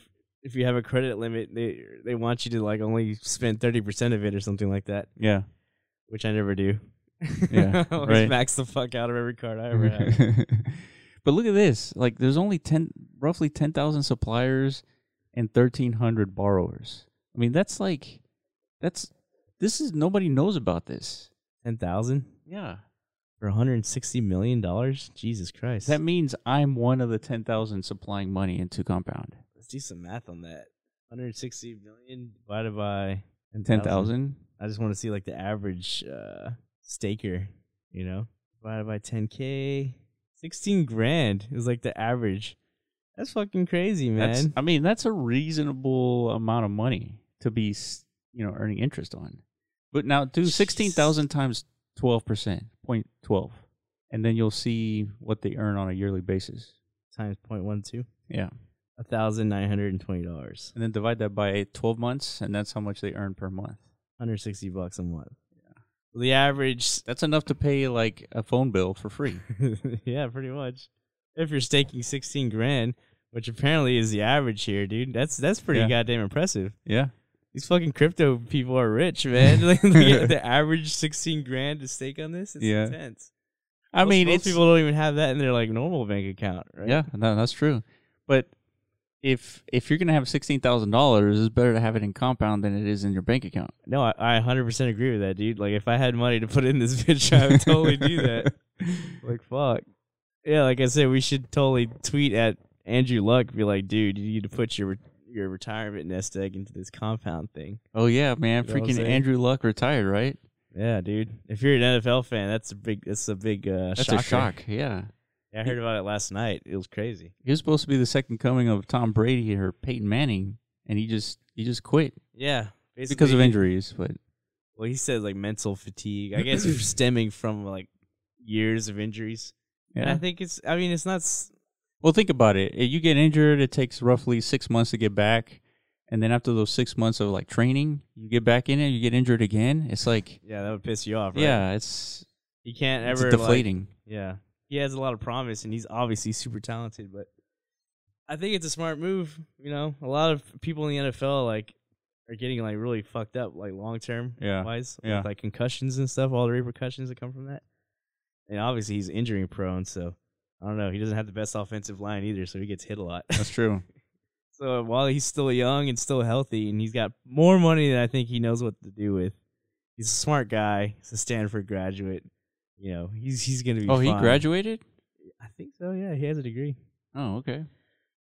Speaker 2: if you have a credit limit, they they want you to like only spend thirty percent of it or something like that,
Speaker 1: yeah
Speaker 2: which I never do.
Speaker 1: Yeah,
Speaker 2: Always
Speaker 1: right.
Speaker 2: max the fuck out of every card I ever have.
Speaker 1: but look at this like there's only 10 roughly 10,000 suppliers and 1300 borrowers i mean that's like that's this is nobody knows about this
Speaker 2: Ten thousand
Speaker 1: yeah
Speaker 2: for one hundred and sixty million dollars. Jesus Christ!
Speaker 1: that means i'm one of the 10,000 supplying money into compound
Speaker 2: Let's do some math on that. One hundred sixty million divided by
Speaker 1: 10,000
Speaker 2: I just want to see like the average uh staker, you know? Divided by 10k, 16 grand is like the average. That's fucking crazy,
Speaker 1: That's,
Speaker 2: man.
Speaker 1: I mean, that's a reasonable amount of money to be, s- you know, earning interest on. But now do
Speaker 2: Jeez.
Speaker 1: sixteen thousand times twelve percent, point twelve, and then you'll see what they earn on a yearly basis.
Speaker 2: Times 0.12,
Speaker 1: Yeah,
Speaker 2: $1,920. 160
Speaker 1: and then divide that by twelve months, and that's how much they earn per month.
Speaker 2: bucks a month. Yeah. The average
Speaker 1: That's enough to pay like a phone bill for free.
Speaker 2: yeah, pretty much. If you're staking 16 grand, which apparently is the average here, dude. That's that's pretty
Speaker 1: Yeah.
Speaker 2: goddamn impressive.
Speaker 1: Yeah,
Speaker 2: These fucking crypto people are rich, man. like, the, the average 16 grand to stake on this is
Speaker 1: Yeah.
Speaker 2: intense.
Speaker 1: I
Speaker 2: Most-
Speaker 1: mean,
Speaker 2: most
Speaker 1: it's
Speaker 2: people don't even have that in their like normal bank account, right?
Speaker 1: yeah, no, that's true. But if if you're gonna have sixteen thousand dollars, it's better to have it in compound than it is in your bank account.
Speaker 2: No, I, I 100% agree with that, dude. Like, if I had money to put in this bitch, I would totally do that. Like, fuck. Yeah, like I said, we should totally tweet at Andrew Luck, be like, dude, you need to put your your retirement nest egg into this compound thing.
Speaker 1: Oh yeah, man!
Speaker 2: You know what I'm
Speaker 1: Freaking
Speaker 2: saying?
Speaker 1: Andrew Luck retired, right?
Speaker 2: Yeah, dude. If you're an NFL fan, that's a big that's a big uh,
Speaker 1: That's
Speaker 2: shocker.
Speaker 1: a shock. Yeah,
Speaker 2: Yeah, I heard about it last night. It was crazy.
Speaker 1: he was supposed to be the second coming of Tom Brady or Peyton Manning, and he just he just quit
Speaker 2: Yeah,
Speaker 1: because of
Speaker 2: basically-
Speaker 1: injuries. But
Speaker 2: Well, he says like mental fatigue. I guess stemming from like years of injuries. And I
Speaker 1: yeah,
Speaker 2: think it's. I mean, it's not. s-
Speaker 1: well, think about it. If you get injured, it takes roughly six months to get back, and then after those six months of like training, you get back in it, you get injured again. It's like
Speaker 2: Yeah, that would piss you off. Right?
Speaker 1: yeah, it's
Speaker 2: you can't
Speaker 1: it's
Speaker 2: ever like-
Speaker 1: deflating.
Speaker 2: yeah, he has a lot of promise, and he's obviously super talented. But I think it's a smart move. You know, a lot of people in the NFL like are getting like really fucked up, like long term
Speaker 1: Yeah,
Speaker 2: wise,
Speaker 1: yeah.
Speaker 2: with like concussions and stuff. All the repercussions that come from that. And obviously, he's injury prone, so I don't know. He doesn't have the best offensive line either, so he gets hit a lot.
Speaker 1: that's true.
Speaker 2: So while he's still young and still healthy, and he's got more money than I think he knows what to do with, he's a smart guy. He's a Stanford graduate. You know, he's he's gonna be.
Speaker 1: oh, he
Speaker 2: fine.
Speaker 1: graduated.
Speaker 2: I think so. Yeah, he has a degree.
Speaker 1: Oh, okay.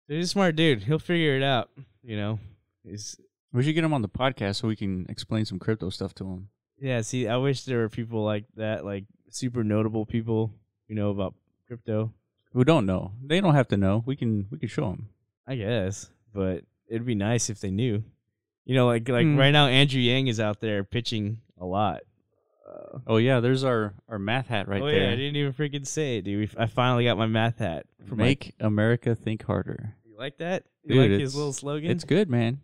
Speaker 2: So he's a smart dude. He'll figure it out. You know, he's
Speaker 1: We should get him on the podcast so we can explain some crypto stuff to him.
Speaker 2: yeah. See, I wish there were people like that, like super notable people who know about crypto.
Speaker 1: Who don't know? They don't have to know. We can we can show them.
Speaker 2: I guess, but it'd be nice if they knew. You know, like like
Speaker 1: Hmm.
Speaker 2: right now, Andrew Yang is out there pitching a lot. Uh,
Speaker 1: Oh yeah, there's our our math hat right
Speaker 2: oh
Speaker 1: there.
Speaker 2: yeah, I didn't even freaking say it, dude. We- I finally got my math hat. From Mike.
Speaker 1: Make America think harder.
Speaker 2: you like that? You
Speaker 1: Dude,
Speaker 2: like
Speaker 1: it's-
Speaker 2: his little slogan?
Speaker 1: It's good, man.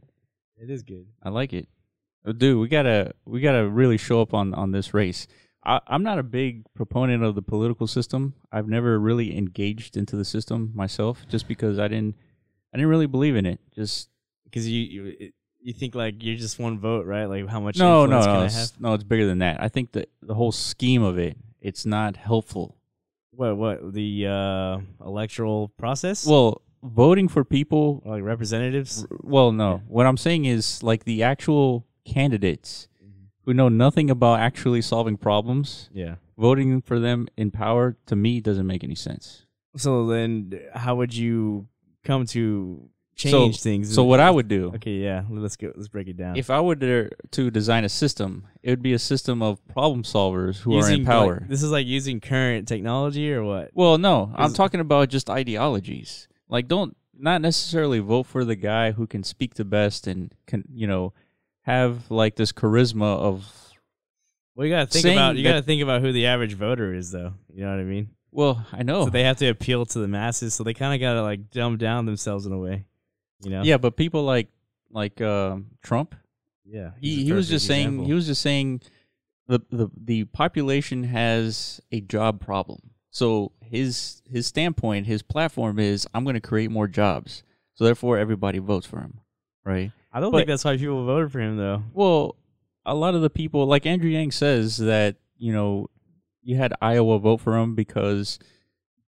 Speaker 2: it is good.
Speaker 1: I like it. Uh, Dude, we gotta we gotta really show up on on this race. I, I'm not a big proponent of the political system. I've never really engaged into the system myself, just because I didn't I didn't really believe in it. Just
Speaker 2: Because you, you it, you think like you're just one vote, right? Like how much
Speaker 1: No, no,
Speaker 2: influence can
Speaker 1: no,
Speaker 2: I have?
Speaker 1: it's, no. It's bigger than that. I think the the whole scheme of it, it's not helpful.
Speaker 2: What what the uh, electoral process?
Speaker 1: Well, voting for people.
Speaker 2: Or, like representatives.
Speaker 1: Well, no. What I'm saying is like the actual candidates
Speaker 2: Mm-hmm.
Speaker 1: who know nothing about actually solving problems.
Speaker 2: Yeah.
Speaker 1: Voting for them in power to me doesn't make any sense.
Speaker 2: So then, how would you come to change things?
Speaker 1: So what I would do
Speaker 2: Okay, yeah. Let's go. Let's break it down.
Speaker 1: if I were to, to design a system, it would be a system of problem solvers who are in
Speaker 2: Using, like-
Speaker 1: power.
Speaker 2: this is like using current technology or what?
Speaker 1: Well, no, I'm
Speaker 2: Is-
Speaker 1: talking about just ideologies. Like, don't not necessarily vote for the guy who can speak the best and can you know have like this charisma of
Speaker 2: Well, you gotta think
Speaker 1: Saying
Speaker 2: about you
Speaker 1: that-
Speaker 2: gotta think about who the average voter is, though. You know what I mean?
Speaker 1: well, I know.
Speaker 2: So they have to appeal to the masses. So they kind of gotta like dumb down themselves in a way. You know?
Speaker 1: yeah, but people like like um, Trump,
Speaker 2: Yeah. he's
Speaker 1: he,
Speaker 2: a
Speaker 1: he was
Speaker 2: perfect
Speaker 1: just saying
Speaker 2: example.
Speaker 1: he was just saying the, the the population has a job problem. So his his standpoint, his platform is I'm going to create more jobs. So therefore, everybody votes for him, right?
Speaker 2: I don't
Speaker 1: but-
Speaker 2: think that's why people voted for him, though.
Speaker 1: Well, a lot of the people, like Andrew Yang says that, you know, you had Iowa vote for him because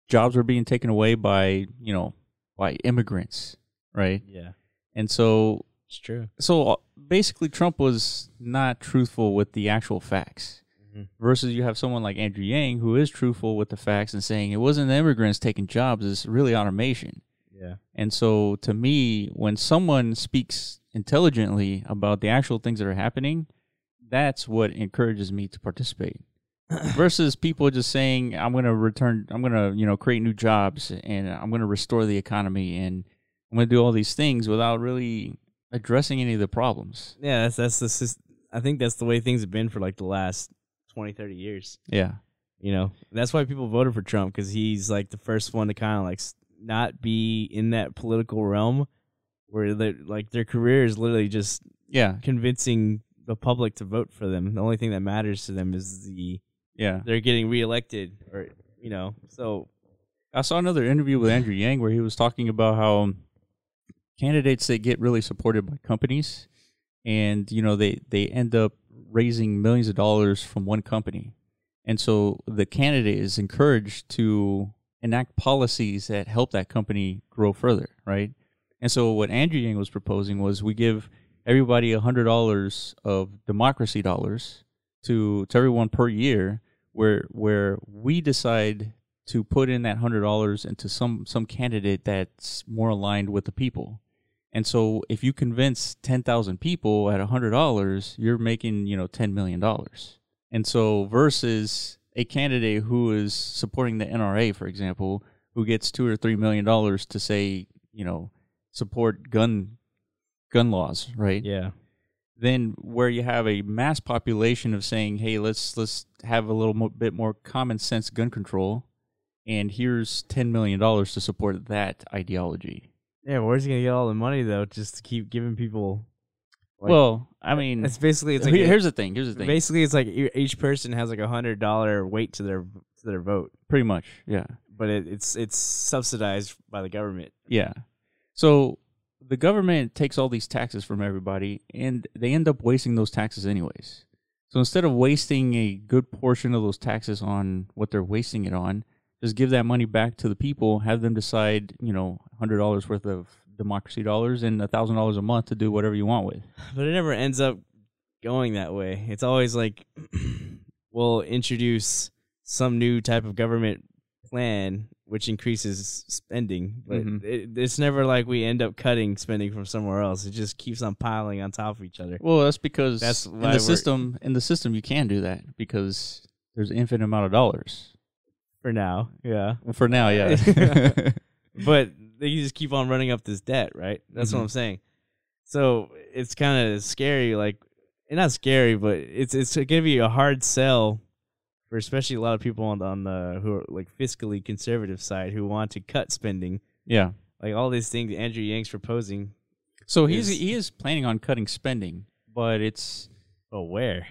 Speaker 1: jobs were being taken away by, you know, by immigrants, right?
Speaker 2: Yeah,
Speaker 1: And so,
Speaker 2: it's true.
Speaker 1: so uh, basically Trump was not truthful with the actual facts.
Speaker 2: Mhm.
Speaker 1: Versus you have someone like Andrew Yang who is truthful with the facts and saying it wasn't the immigrants taking jobs, it's really automation.
Speaker 2: Yeah.
Speaker 1: And so to me, when someone speaks intelligently about the actual things that are happening, that's what encourages me to participate. Versus people just saying, I'm gonna return I'm gonna, you know, create new jobs and I'm gonna restore the economy and I'm gonna do all these things without really addressing any of the problems.
Speaker 2: Yeah, that's that's the. sys- I think that's the way things have been for like the last 20, 30 years.
Speaker 1: Yeah.
Speaker 2: You know, that's why people voted for Trump because he's like the first one to kind of like s- not be in that political realm where they like their career is literally just
Speaker 1: Yeah.
Speaker 2: convincing the public to vote for them. The only thing that matters to them is the
Speaker 1: Yeah.
Speaker 2: they're getting reelected or you know. So
Speaker 1: I saw another interview with Andrew Yang where he was talking about how um, candidates that get really supported by companies and you know they they end up raising millions of dollars from one company. And so the candidate is encouraged to enact policies that help that company grow further, right? And so what Andrew Yang was proposing was we give everybody $100 of democracy dollars to to everyone per year where where we decide to put in that hundred dollars into some some candidate that's more aligned with the people. And so if you convince ten thousand people at hundred dollars, you're making, you know, ten million dollars. And so versus a candidate who is supporting the NRA, for example, who gets two or three million dollars to say, you know, support gun gun laws, right?
Speaker 2: yeah,
Speaker 1: Then where you have a mass population of saying, "Hey, let's let's have a little mo- bit more common sense gun control," and here's ten million dollars to support that ideology.
Speaker 2: yeah. Where's he gonna get all the money though? Just to keep giving people. Like-
Speaker 1: well, I mean,
Speaker 2: It's basically it's like
Speaker 1: here-
Speaker 2: a-
Speaker 1: here's the thing. Here's the thing.
Speaker 2: Basically, it's like e- each person has like a hundred dollar weight to their to their vote,
Speaker 1: Pretty much, yeah,
Speaker 2: but it, it's it's subsidized by the government.
Speaker 1: yeah. So the government takes all these taxes from everybody, and they end up wasting those taxes anyways. So instead of wasting a good portion of those taxes on what they're wasting it on, just give that money back to the people, have them decide, you know, hundred dollars worth of democracy dollars and a thousand dollars a month to do whatever you want with.
Speaker 2: But it never ends up going that way. It's always like we'll introduce some new type of government plan which increases spending, but
Speaker 1: Mhm.
Speaker 2: it, it's never like we end up cutting spending from somewhere else. It just keeps on piling on top of each other.
Speaker 1: Well, that's because
Speaker 2: That's
Speaker 1: in the
Speaker 2: why we're-
Speaker 1: system in the system you can do that because there's an infinite amount of dollars.
Speaker 2: For now, yeah.
Speaker 1: For now, yeah.
Speaker 2: but they just keep on running up this debt, right? That's
Speaker 1: Mhm.
Speaker 2: what I'm saying. So it's kind of scary, like and not scary, but it's it's gonna be a hard sell for especially a lot of people on on the who are like fiscally conservative side who want to cut spending,
Speaker 1: yeah.
Speaker 2: like all these things Andrew Yang's proposing.
Speaker 1: So he's
Speaker 2: Is-
Speaker 1: he is planning on cutting spending, but it's
Speaker 2: But where?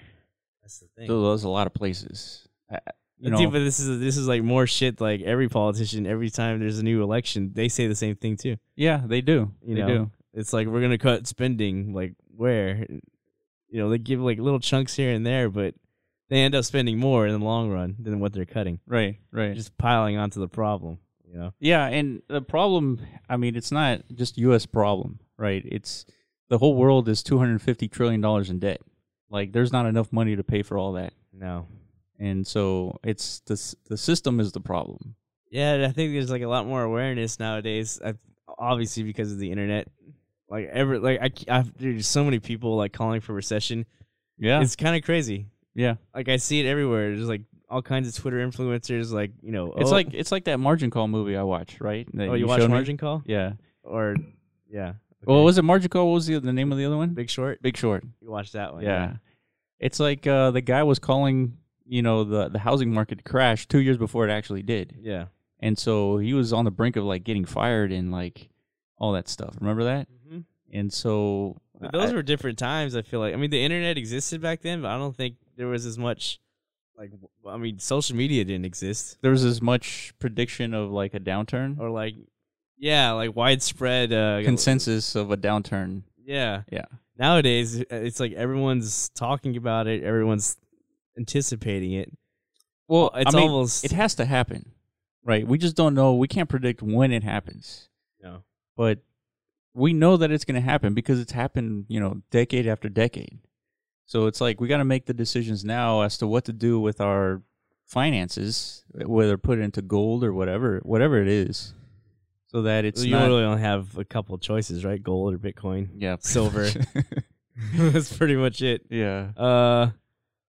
Speaker 2: That's the
Speaker 1: th-
Speaker 2: thing.
Speaker 1: there's a lot of places. Uh, You
Speaker 2: See,
Speaker 1: know,
Speaker 2: but this is this is like more shit. Like every politician, every time there's a new election, they say the same thing too.
Speaker 1: yeah, they do.
Speaker 2: You
Speaker 1: they
Speaker 2: know,
Speaker 1: do.
Speaker 2: It's like we're gonna cut spending. Like where. You know, they give like little chunks here and there, but they end up spending more in the long run than what they're cutting.
Speaker 1: Right, right.
Speaker 2: Just piling onto the problem, you know.
Speaker 1: Yeah, and the problem, I mean, it's not just US problem, right? It's the whole world is 250 trillion dollars in debt. Like there's not enough money to pay for all that.
Speaker 2: No.
Speaker 1: And so it's the s- the system is the problem.
Speaker 2: Yeah, and I think there's like a lot more awareness nowadays. I, obviously, because of the internet, like ever, like I, c- I've, there's so many people like calling for recession.
Speaker 1: Yeah.
Speaker 2: It's kind of crazy.
Speaker 1: yeah.
Speaker 2: Like I see it everywhere. There's like all kinds of Twitter influencers, like you know,
Speaker 1: It's
Speaker 2: oh-
Speaker 1: like it's like that margin call movie I watched, right? That
Speaker 2: oh, you, watch
Speaker 1: showed me.
Speaker 2: Margin Call
Speaker 1: Yeah.
Speaker 2: or yeah.
Speaker 1: Well,
Speaker 2: okay.
Speaker 1: was it margin call? What was the, the name of the other one?
Speaker 2: Big Short?
Speaker 1: Big Short.
Speaker 2: You watched that one?
Speaker 1: yeah. It's like uh, the guy was calling, you know, the the housing market to crash 2 years before it actually did.
Speaker 2: Yeah.
Speaker 1: And so he was on the brink of like getting fired and like all that stuff. Remember that?
Speaker 2: hmm
Speaker 1: And so
Speaker 2: But those
Speaker 1: I-
Speaker 2: were different times. I feel like. I mean, the internet existed back then, but I don't think there was as much. Like, w- I mean, social media didn't exist.
Speaker 1: there was as much prediction of like a downturn,
Speaker 2: or Oh, like yeah like widespread uh
Speaker 1: consensus of a downturn.
Speaker 2: yeah
Speaker 1: Yeah.
Speaker 2: nowadays uh, it's like everyone's talking about it everyone's anticipating it
Speaker 1: Well,
Speaker 2: it's
Speaker 1: I mean,
Speaker 2: almost
Speaker 1: it has to happen, right? We just don't know. We can't predict when it happens,
Speaker 2: no.
Speaker 1: but we know that it's going to happen because it's happened, you know, decade after decade. So it's like we got to make the decisions now as to what to do with our finances, eh, whether put it into gold or whatever, whatever it is, so that it's
Speaker 2: you
Speaker 1: not.
Speaker 2: really only have a couple of choices right gold or bitcoin
Speaker 1: Yeah.
Speaker 2: silver that's pretty much it
Speaker 1: yeah.
Speaker 2: uh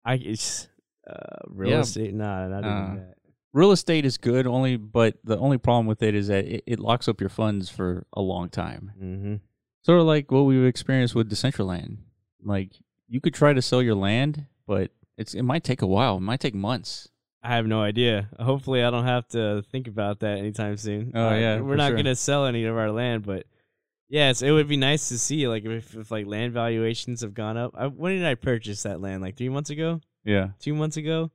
Speaker 2: i it's uh real
Speaker 1: Yeah.
Speaker 2: estate nah not
Speaker 1: Uh,
Speaker 2: even that
Speaker 1: Real estate is good only but the only problem with it is that it, it locks up your funds for a long time.
Speaker 2: mm-hmm.
Speaker 1: Sort of like what we've experienced with Decentraland. Like you could try to sell your land, but it's it might take a while. It might take months.
Speaker 2: I have no idea. Hopefully, I don't have to think about that anytime soon.
Speaker 1: Oh, yeah,
Speaker 2: we're
Speaker 1: for
Speaker 2: not
Speaker 1: sure.
Speaker 2: gonna sell any of our land, but yes, it would be nice to see like if, if like land valuations have gone up. I, when did I purchase that land? Like three months ago,
Speaker 1: Yeah.
Speaker 2: two months ago.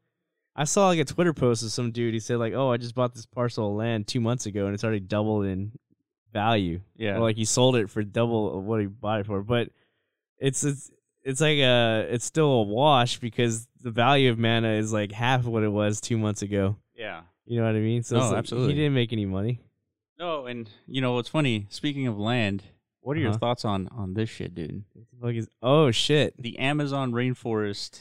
Speaker 2: I saw like a Twitter post of some dude. He said like, "Oh, I just bought this parcel of land two months ago, and it's already doubled in value."
Speaker 1: Yeah.
Speaker 2: Or like he sold it for double of what he bought it for. But it's it's it's like a it's still a wash because the value of mana is like half of what it was two months ago.
Speaker 1: yeah.
Speaker 2: You know what I mean? So
Speaker 1: No,
Speaker 2: it's like,
Speaker 1: absolutely.
Speaker 2: He didn't make any money.
Speaker 1: No, and you know what's funny, speaking of land, what are your
Speaker 2: Uh-huh.
Speaker 1: thoughts on on this shit, dude?
Speaker 2: What the fuck is- oh shit!
Speaker 1: The Amazon rainforest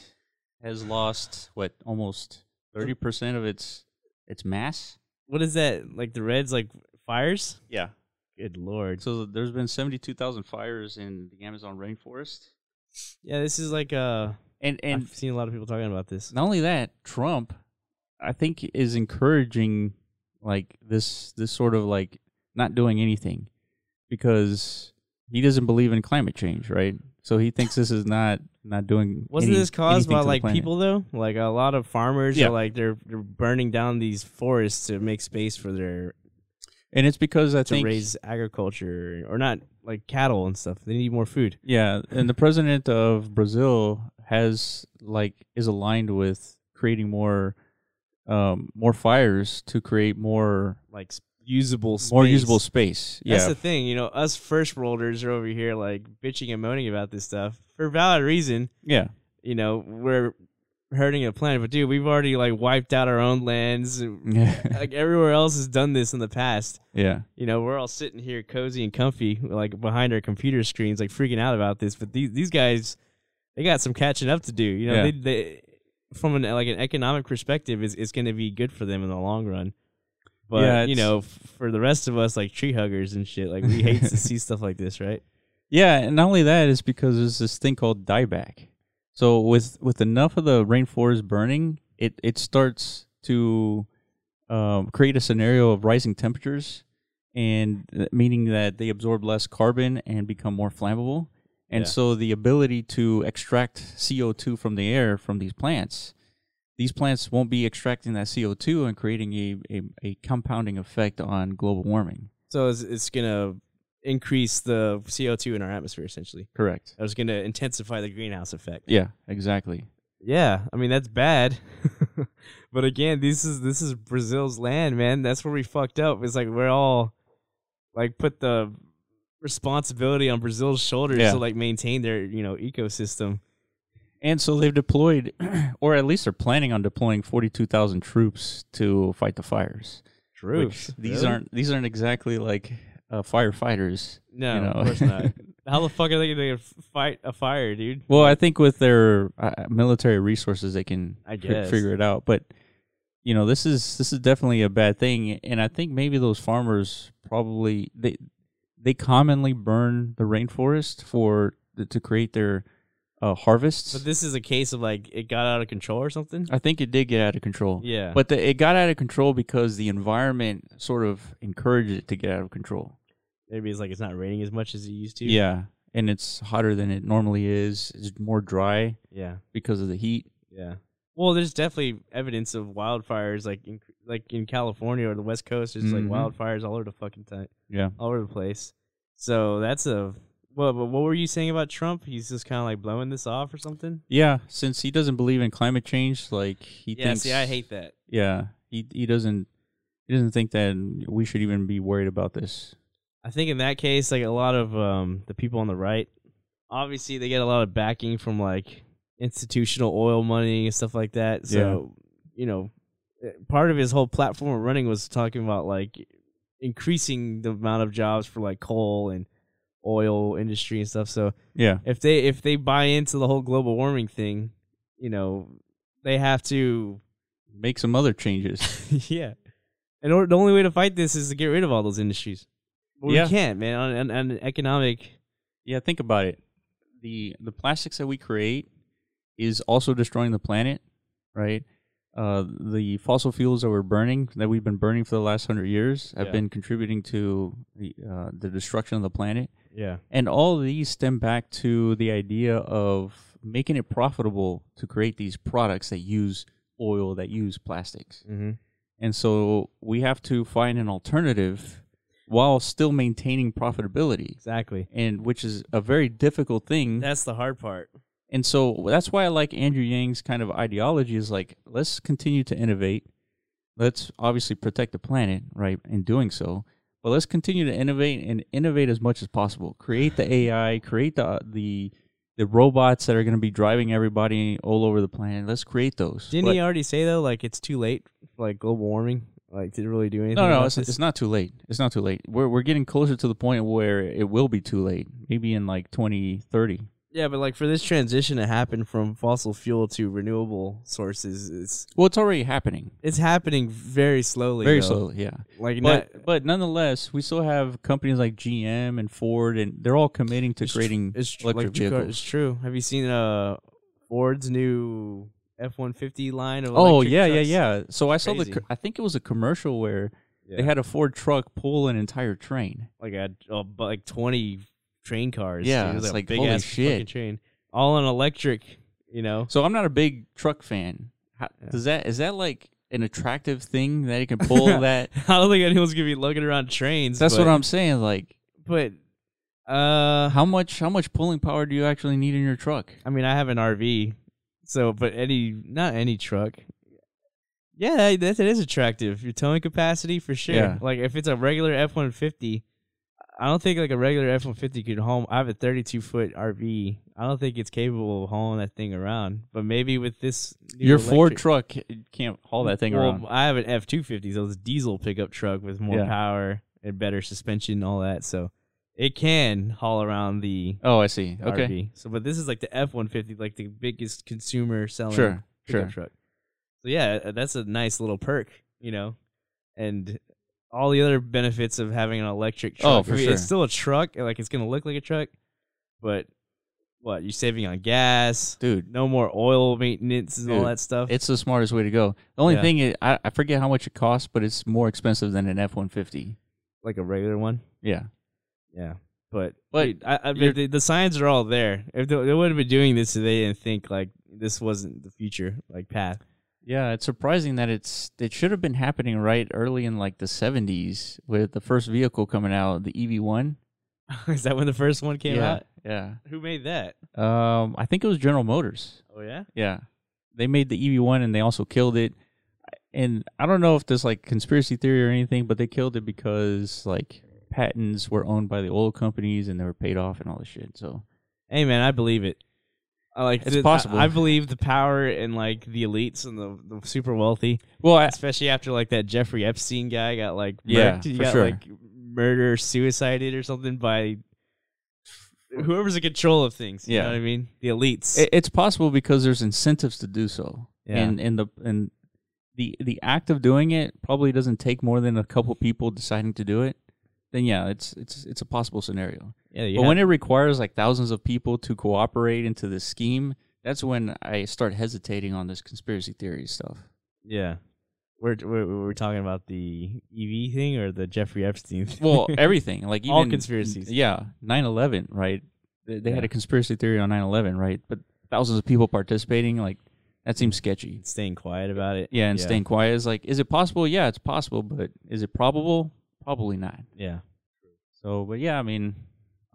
Speaker 1: has lost what almost 30% of its its mass?
Speaker 2: What is that? Like the Reds like fires?
Speaker 1: Yeah.
Speaker 2: Good lord!
Speaker 1: So there's been 72,000 fires in the Amazon rainforest.
Speaker 2: Yeah, this is like uh,
Speaker 1: And and
Speaker 2: I've seen a lot of people talking about this.
Speaker 1: not only that, Trump I think is encouraging like this this sort of like not doing anything because he doesn't believe in climate change, right? So he thinks this is not not doing
Speaker 2: Wasn't
Speaker 1: any-
Speaker 2: this caused
Speaker 1: anything
Speaker 2: by
Speaker 1: to the
Speaker 2: like
Speaker 1: planet.
Speaker 2: people though? Like a lot of farmers
Speaker 1: Yeah.
Speaker 2: are like they're they're burning down these forests to make space for their
Speaker 1: And it's because I
Speaker 2: to
Speaker 1: think
Speaker 2: raise agriculture or not like cattle and stuff. They need more food.
Speaker 1: Yeah, and the president of Brazil has like is aligned with creating more um more fires to create more
Speaker 2: Like s- usable, space.
Speaker 1: more usable space.
Speaker 2: That's
Speaker 1: yeah.
Speaker 2: the thing, you know, us first worlders are over here like bitching and moaning about this stuff for valid reason.
Speaker 1: yeah.
Speaker 2: You know, we're hurting the planet, but dude, we've already like wiped out our own lands.
Speaker 1: Yeah.
Speaker 2: like everywhere else has done this in the past.
Speaker 1: yeah.
Speaker 2: You know, we're all sitting here cozy and comfy, like behind our computer screens, like freaking out about this. But these these guys, they got some catching up to do. You know,
Speaker 1: Yeah.
Speaker 2: they, they from an like an economic perspective, is it's going to be good for them in the long run. But
Speaker 1: Yeah,
Speaker 2: you
Speaker 1: it's-
Speaker 2: know, f- for the rest of us, like tree huggers and shit, like we hate to see stuff like this, right?
Speaker 1: and not only that is because there's this thing called dieback. So with with enough of the rainforest burning, it it starts to um, create a scenario of rising temperatures, and th- meaning that they absorb less carbon and become more flammable. And
Speaker 2: Yeah.
Speaker 1: so the ability to extract CO two from the air from these plants, these plants won't be extracting that CO two and creating a, a a compounding effect on global warming.
Speaker 2: So it's, it's going to increase the CO two in our atmosphere, essentially.
Speaker 1: Correct.
Speaker 2: It's going to intensify the greenhouse effect.
Speaker 1: Yeah. Exactly.
Speaker 2: Yeah, I mean that's bad. but again, this is this is Brazil's land, man. That's where we fucked up. It's like we're all like put the responsibility on Brazil's shoulders
Speaker 1: Yeah.
Speaker 2: to like maintain their you know ecosystem.
Speaker 1: And so they've deployed, or at least they're planning on deploying forty-two thousand troops to fight the fires.
Speaker 2: True.
Speaker 1: Which these aren't these aren't exactly like uh, firefighters.
Speaker 2: No,
Speaker 1: you know.
Speaker 2: of course not. How the fuck are they gonna fight a fire, dude?
Speaker 1: Well, I think with their uh, military resources, they can
Speaker 2: I
Speaker 1: fi-
Speaker 2: guess.
Speaker 1: figure it out. But you know, this is this is definitely a bad thing, and I think maybe those farmers probably they they commonly burn the rainforest for to create their uh, harvests.
Speaker 2: But this is a case of like it got out of control or something.
Speaker 1: I think it did get out of control.
Speaker 2: Yeah.
Speaker 1: Oh. But the, it got out of control because the environment sort of encouraged it to get out of control.
Speaker 2: Maybe it's like it's not raining as much as it used to.
Speaker 1: Yeah. And it's hotter than it normally is. It's more dry
Speaker 2: Yeah.
Speaker 1: because of the heat.
Speaker 2: Yeah. Well, there's definitely evidence of wildfires, like in, like in California or the West Coast. There's
Speaker 1: Mhm.
Speaker 2: like wildfires all over the fucking time,
Speaker 1: Yeah.
Speaker 2: all over the place. So that's a well. But what were you saying about Trump? He's just kind of like blowing this off or something.
Speaker 1: Yeah. Since he doesn't believe in climate change, like he
Speaker 2: yeah.
Speaker 1: thinks
Speaker 2: See, I hate that.
Speaker 1: Yeah. He he doesn't he doesn't think that we should even be worried about this.
Speaker 2: I think in that case, like a lot of um, the people on the right, obviously they get a lot of backing from like institutional oil money and stuff like that. So, you know, eh, part of his whole platform of running was talking about like increasing the amount of jobs for like coal and oil industry and stuff. So
Speaker 1: Yeah.
Speaker 2: if they if they buy into the whole global warming thing, you know, they have to
Speaker 1: Make some other changes.
Speaker 2: yeah. In order, the only way to fight this is to get rid of all those industries. But
Speaker 1: Yeah.
Speaker 2: We can't, man. On, on, on an economic,
Speaker 1: yeah, think about it. The the plastics that we create is also destroying the planet, right? Uh, the fossil fuels that we're burning, that we've been burning for the last hundred years, have
Speaker 2: Yeah.
Speaker 1: been contributing to the uh, the destruction of the planet.
Speaker 2: yeah,
Speaker 1: And all of these stem back to the idea of making it profitable to create these products that use oil, that use plastics.
Speaker 2: mm-hmm.
Speaker 1: And so we have to find an alternative while still maintaining profitability,
Speaker 2: exactly.
Speaker 1: and which is a very difficult thing.
Speaker 2: That's the hard part.
Speaker 1: And so that's why I like Andrew Yang's kind of ideology is like, let's continue to innovate. Let's obviously protect the planet, right, in doing so. But let's continue to innovate and innovate as much as possible. Create the AI, create the the the robots that are going to be driving everybody all over the planet. Let's create those.
Speaker 2: Didn't
Speaker 1: But-
Speaker 2: he already say though, like it's too late, for, like global warming, like didn't really do anything?
Speaker 1: no, no,
Speaker 2: about
Speaker 1: it's,
Speaker 2: this?
Speaker 1: it's not too late. It's not too late. We're we're getting closer to the point where it will be too late. Maybe in like twenty thirty.
Speaker 2: yeah, but like for this transition to happen from fossil fuel to renewable sources, it's
Speaker 1: Well, it's already happening.
Speaker 2: it's happening very slowly.
Speaker 1: Very
Speaker 2: though.
Speaker 1: slowly, yeah.
Speaker 2: Like
Speaker 1: But
Speaker 2: not,
Speaker 1: but nonetheless, we still have companies like GM and Ford, and they're all committing to
Speaker 2: It's tr-
Speaker 1: creating
Speaker 2: it's tr-
Speaker 1: electric
Speaker 2: like, tr-
Speaker 1: vehicles.
Speaker 2: It's true. Have you seen uh Ford's new F one fifty line of?
Speaker 1: oh
Speaker 2: electric
Speaker 1: yeah, yeah,
Speaker 2: trucks?
Speaker 1: yeah. So I saw the.
Speaker 2: Crazy.
Speaker 1: co- I think it was a commercial where
Speaker 2: Yeah.
Speaker 1: they had a Ford truck pull an entire train.
Speaker 2: like a, a bu- like twenty train cars.
Speaker 1: Yeah,
Speaker 2: dude. It was
Speaker 1: it's
Speaker 2: a
Speaker 1: like,
Speaker 2: big
Speaker 1: holy
Speaker 2: ass
Speaker 1: shit.
Speaker 2: fucking train, all on electric. You know,
Speaker 1: So I'm not a big truck fan. How,
Speaker 2: Yeah.
Speaker 1: Does that is that like an attractive thing that it can pull that?
Speaker 2: I don't think anyone's gonna be lugging around trains.
Speaker 1: That's
Speaker 2: but,
Speaker 1: what I'm saying. Like
Speaker 2: But uh,
Speaker 1: how much how much pulling power do you actually need in your truck?
Speaker 2: I mean, I have an RV, so but any not any truck. Yeah, that, that is attractive. Your towing capacity for sure.
Speaker 1: Yeah.
Speaker 2: Like if it's a regular F one fifty, I don't think like a regular F one fifty could haul. I have a thirty two foot RV. I don't think it's capable of hauling that thing around. But maybe with this, new
Speaker 1: Your Ford
Speaker 2: electric-
Speaker 1: truck can't haul that thing
Speaker 2: well,
Speaker 1: around.
Speaker 2: I have an F two fifty, so it's a diesel pickup truck with more
Speaker 1: Yeah.
Speaker 2: power and better suspension and all that. So it can haul around the
Speaker 1: Oh, I see.
Speaker 2: the
Speaker 1: Okay,
Speaker 2: RV. So, but this is like the F one fifty, like the biggest consumer selling
Speaker 1: sure, sure.
Speaker 2: pickup truck. So yeah, uh, that's a nice little perk, you know, and all the other benefits of having an electric truck.
Speaker 1: Oh, for
Speaker 2: I mean,
Speaker 1: sure.
Speaker 2: It's still a truck, and, like it's gonna look like a truck, but what you're saving on gas,
Speaker 1: Dude,
Speaker 2: no more oil maintenance and all
Speaker 1: Dude,
Speaker 2: that stuff.
Speaker 1: It's the smartest way to go. The only
Speaker 2: Yeah.
Speaker 1: thing is, I, I forget how much it costs, but it's more expensive than an F one fifty.
Speaker 2: like a regular one.
Speaker 1: Yeah.
Speaker 2: Yeah, but
Speaker 1: But
Speaker 2: dude, I, I
Speaker 1: you're-
Speaker 2: mean, the, the signs are all there. If they, they would have been doing this, if they didn't think like this wasn't the future, like path.
Speaker 1: Yeah, it's surprising that it's it should have been happening right early in like the seventies with the first vehicle coming out, the EV one.
Speaker 2: Is that when the first one came
Speaker 1: yeah.
Speaker 2: out?
Speaker 1: Yeah.
Speaker 2: Who made that?
Speaker 1: Um I think it was General Motors.
Speaker 2: Oh yeah.
Speaker 1: Yeah. They made the EV one and they also killed it. And I don't know if there's like conspiracy theory or anything, but they killed it because like patents were owned by the oil companies and they were paid off and all this shit. So
Speaker 2: Hey man, I believe it. I like
Speaker 1: It's
Speaker 2: th- I-
Speaker 1: possible.
Speaker 2: I, believe the power and like the elites and the, the super wealthy,
Speaker 1: well, I,
Speaker 2: especially after like that Jeffrey Epstein guy got like
Speaker 1: Yeah,
Speaker 2: murked. He
Speaker 1: for
Speaker 2: got
Speaker 1: sure.
Speaker 2: like murder suicided or something by whoever's in control of things. You
Speaker 1: Yeah.
Speaker 2: know what I mean? The elites.
Speaker 1: it- it's possible because there's incentives to do so.
Speaker 2: Yeah.
Speaker 1: And and the and the the act of doing it probably doesn't take more than a couple people deciding to do it. Then yeah, it's it's it's a possible scenario.
Speaker 2: yeah, you
Speaker 1: But
Speaker 2: have-
Speaker 1: when it requires like thousands of people to cooperate into this scheme, that's when I start hesitating on this conspiracy theory stuff.
Speaker 2: yeah. We're, we're we're talking about the EV thing or the Jeffrey Epstein. Thing?
Speaker 1: Well, everything like even,
Speaker 2: All conspiracies.
Speaker 1: Yeah, 9/11, right? They, they had
Speaker 2: Yeah.
Speaker 1: a conspiracy theory on 9/11, right? But thousands of people participating, like that seems sketchy.
Speaker 2: staying quiet about it.
Speaker 1: Yeah, and staying quiet is like, is it possible? Yeah, it's possible, but is it probable? Probably not.
Speaker 2: Yeah.
Speaker 1: So, but yeah, I mean,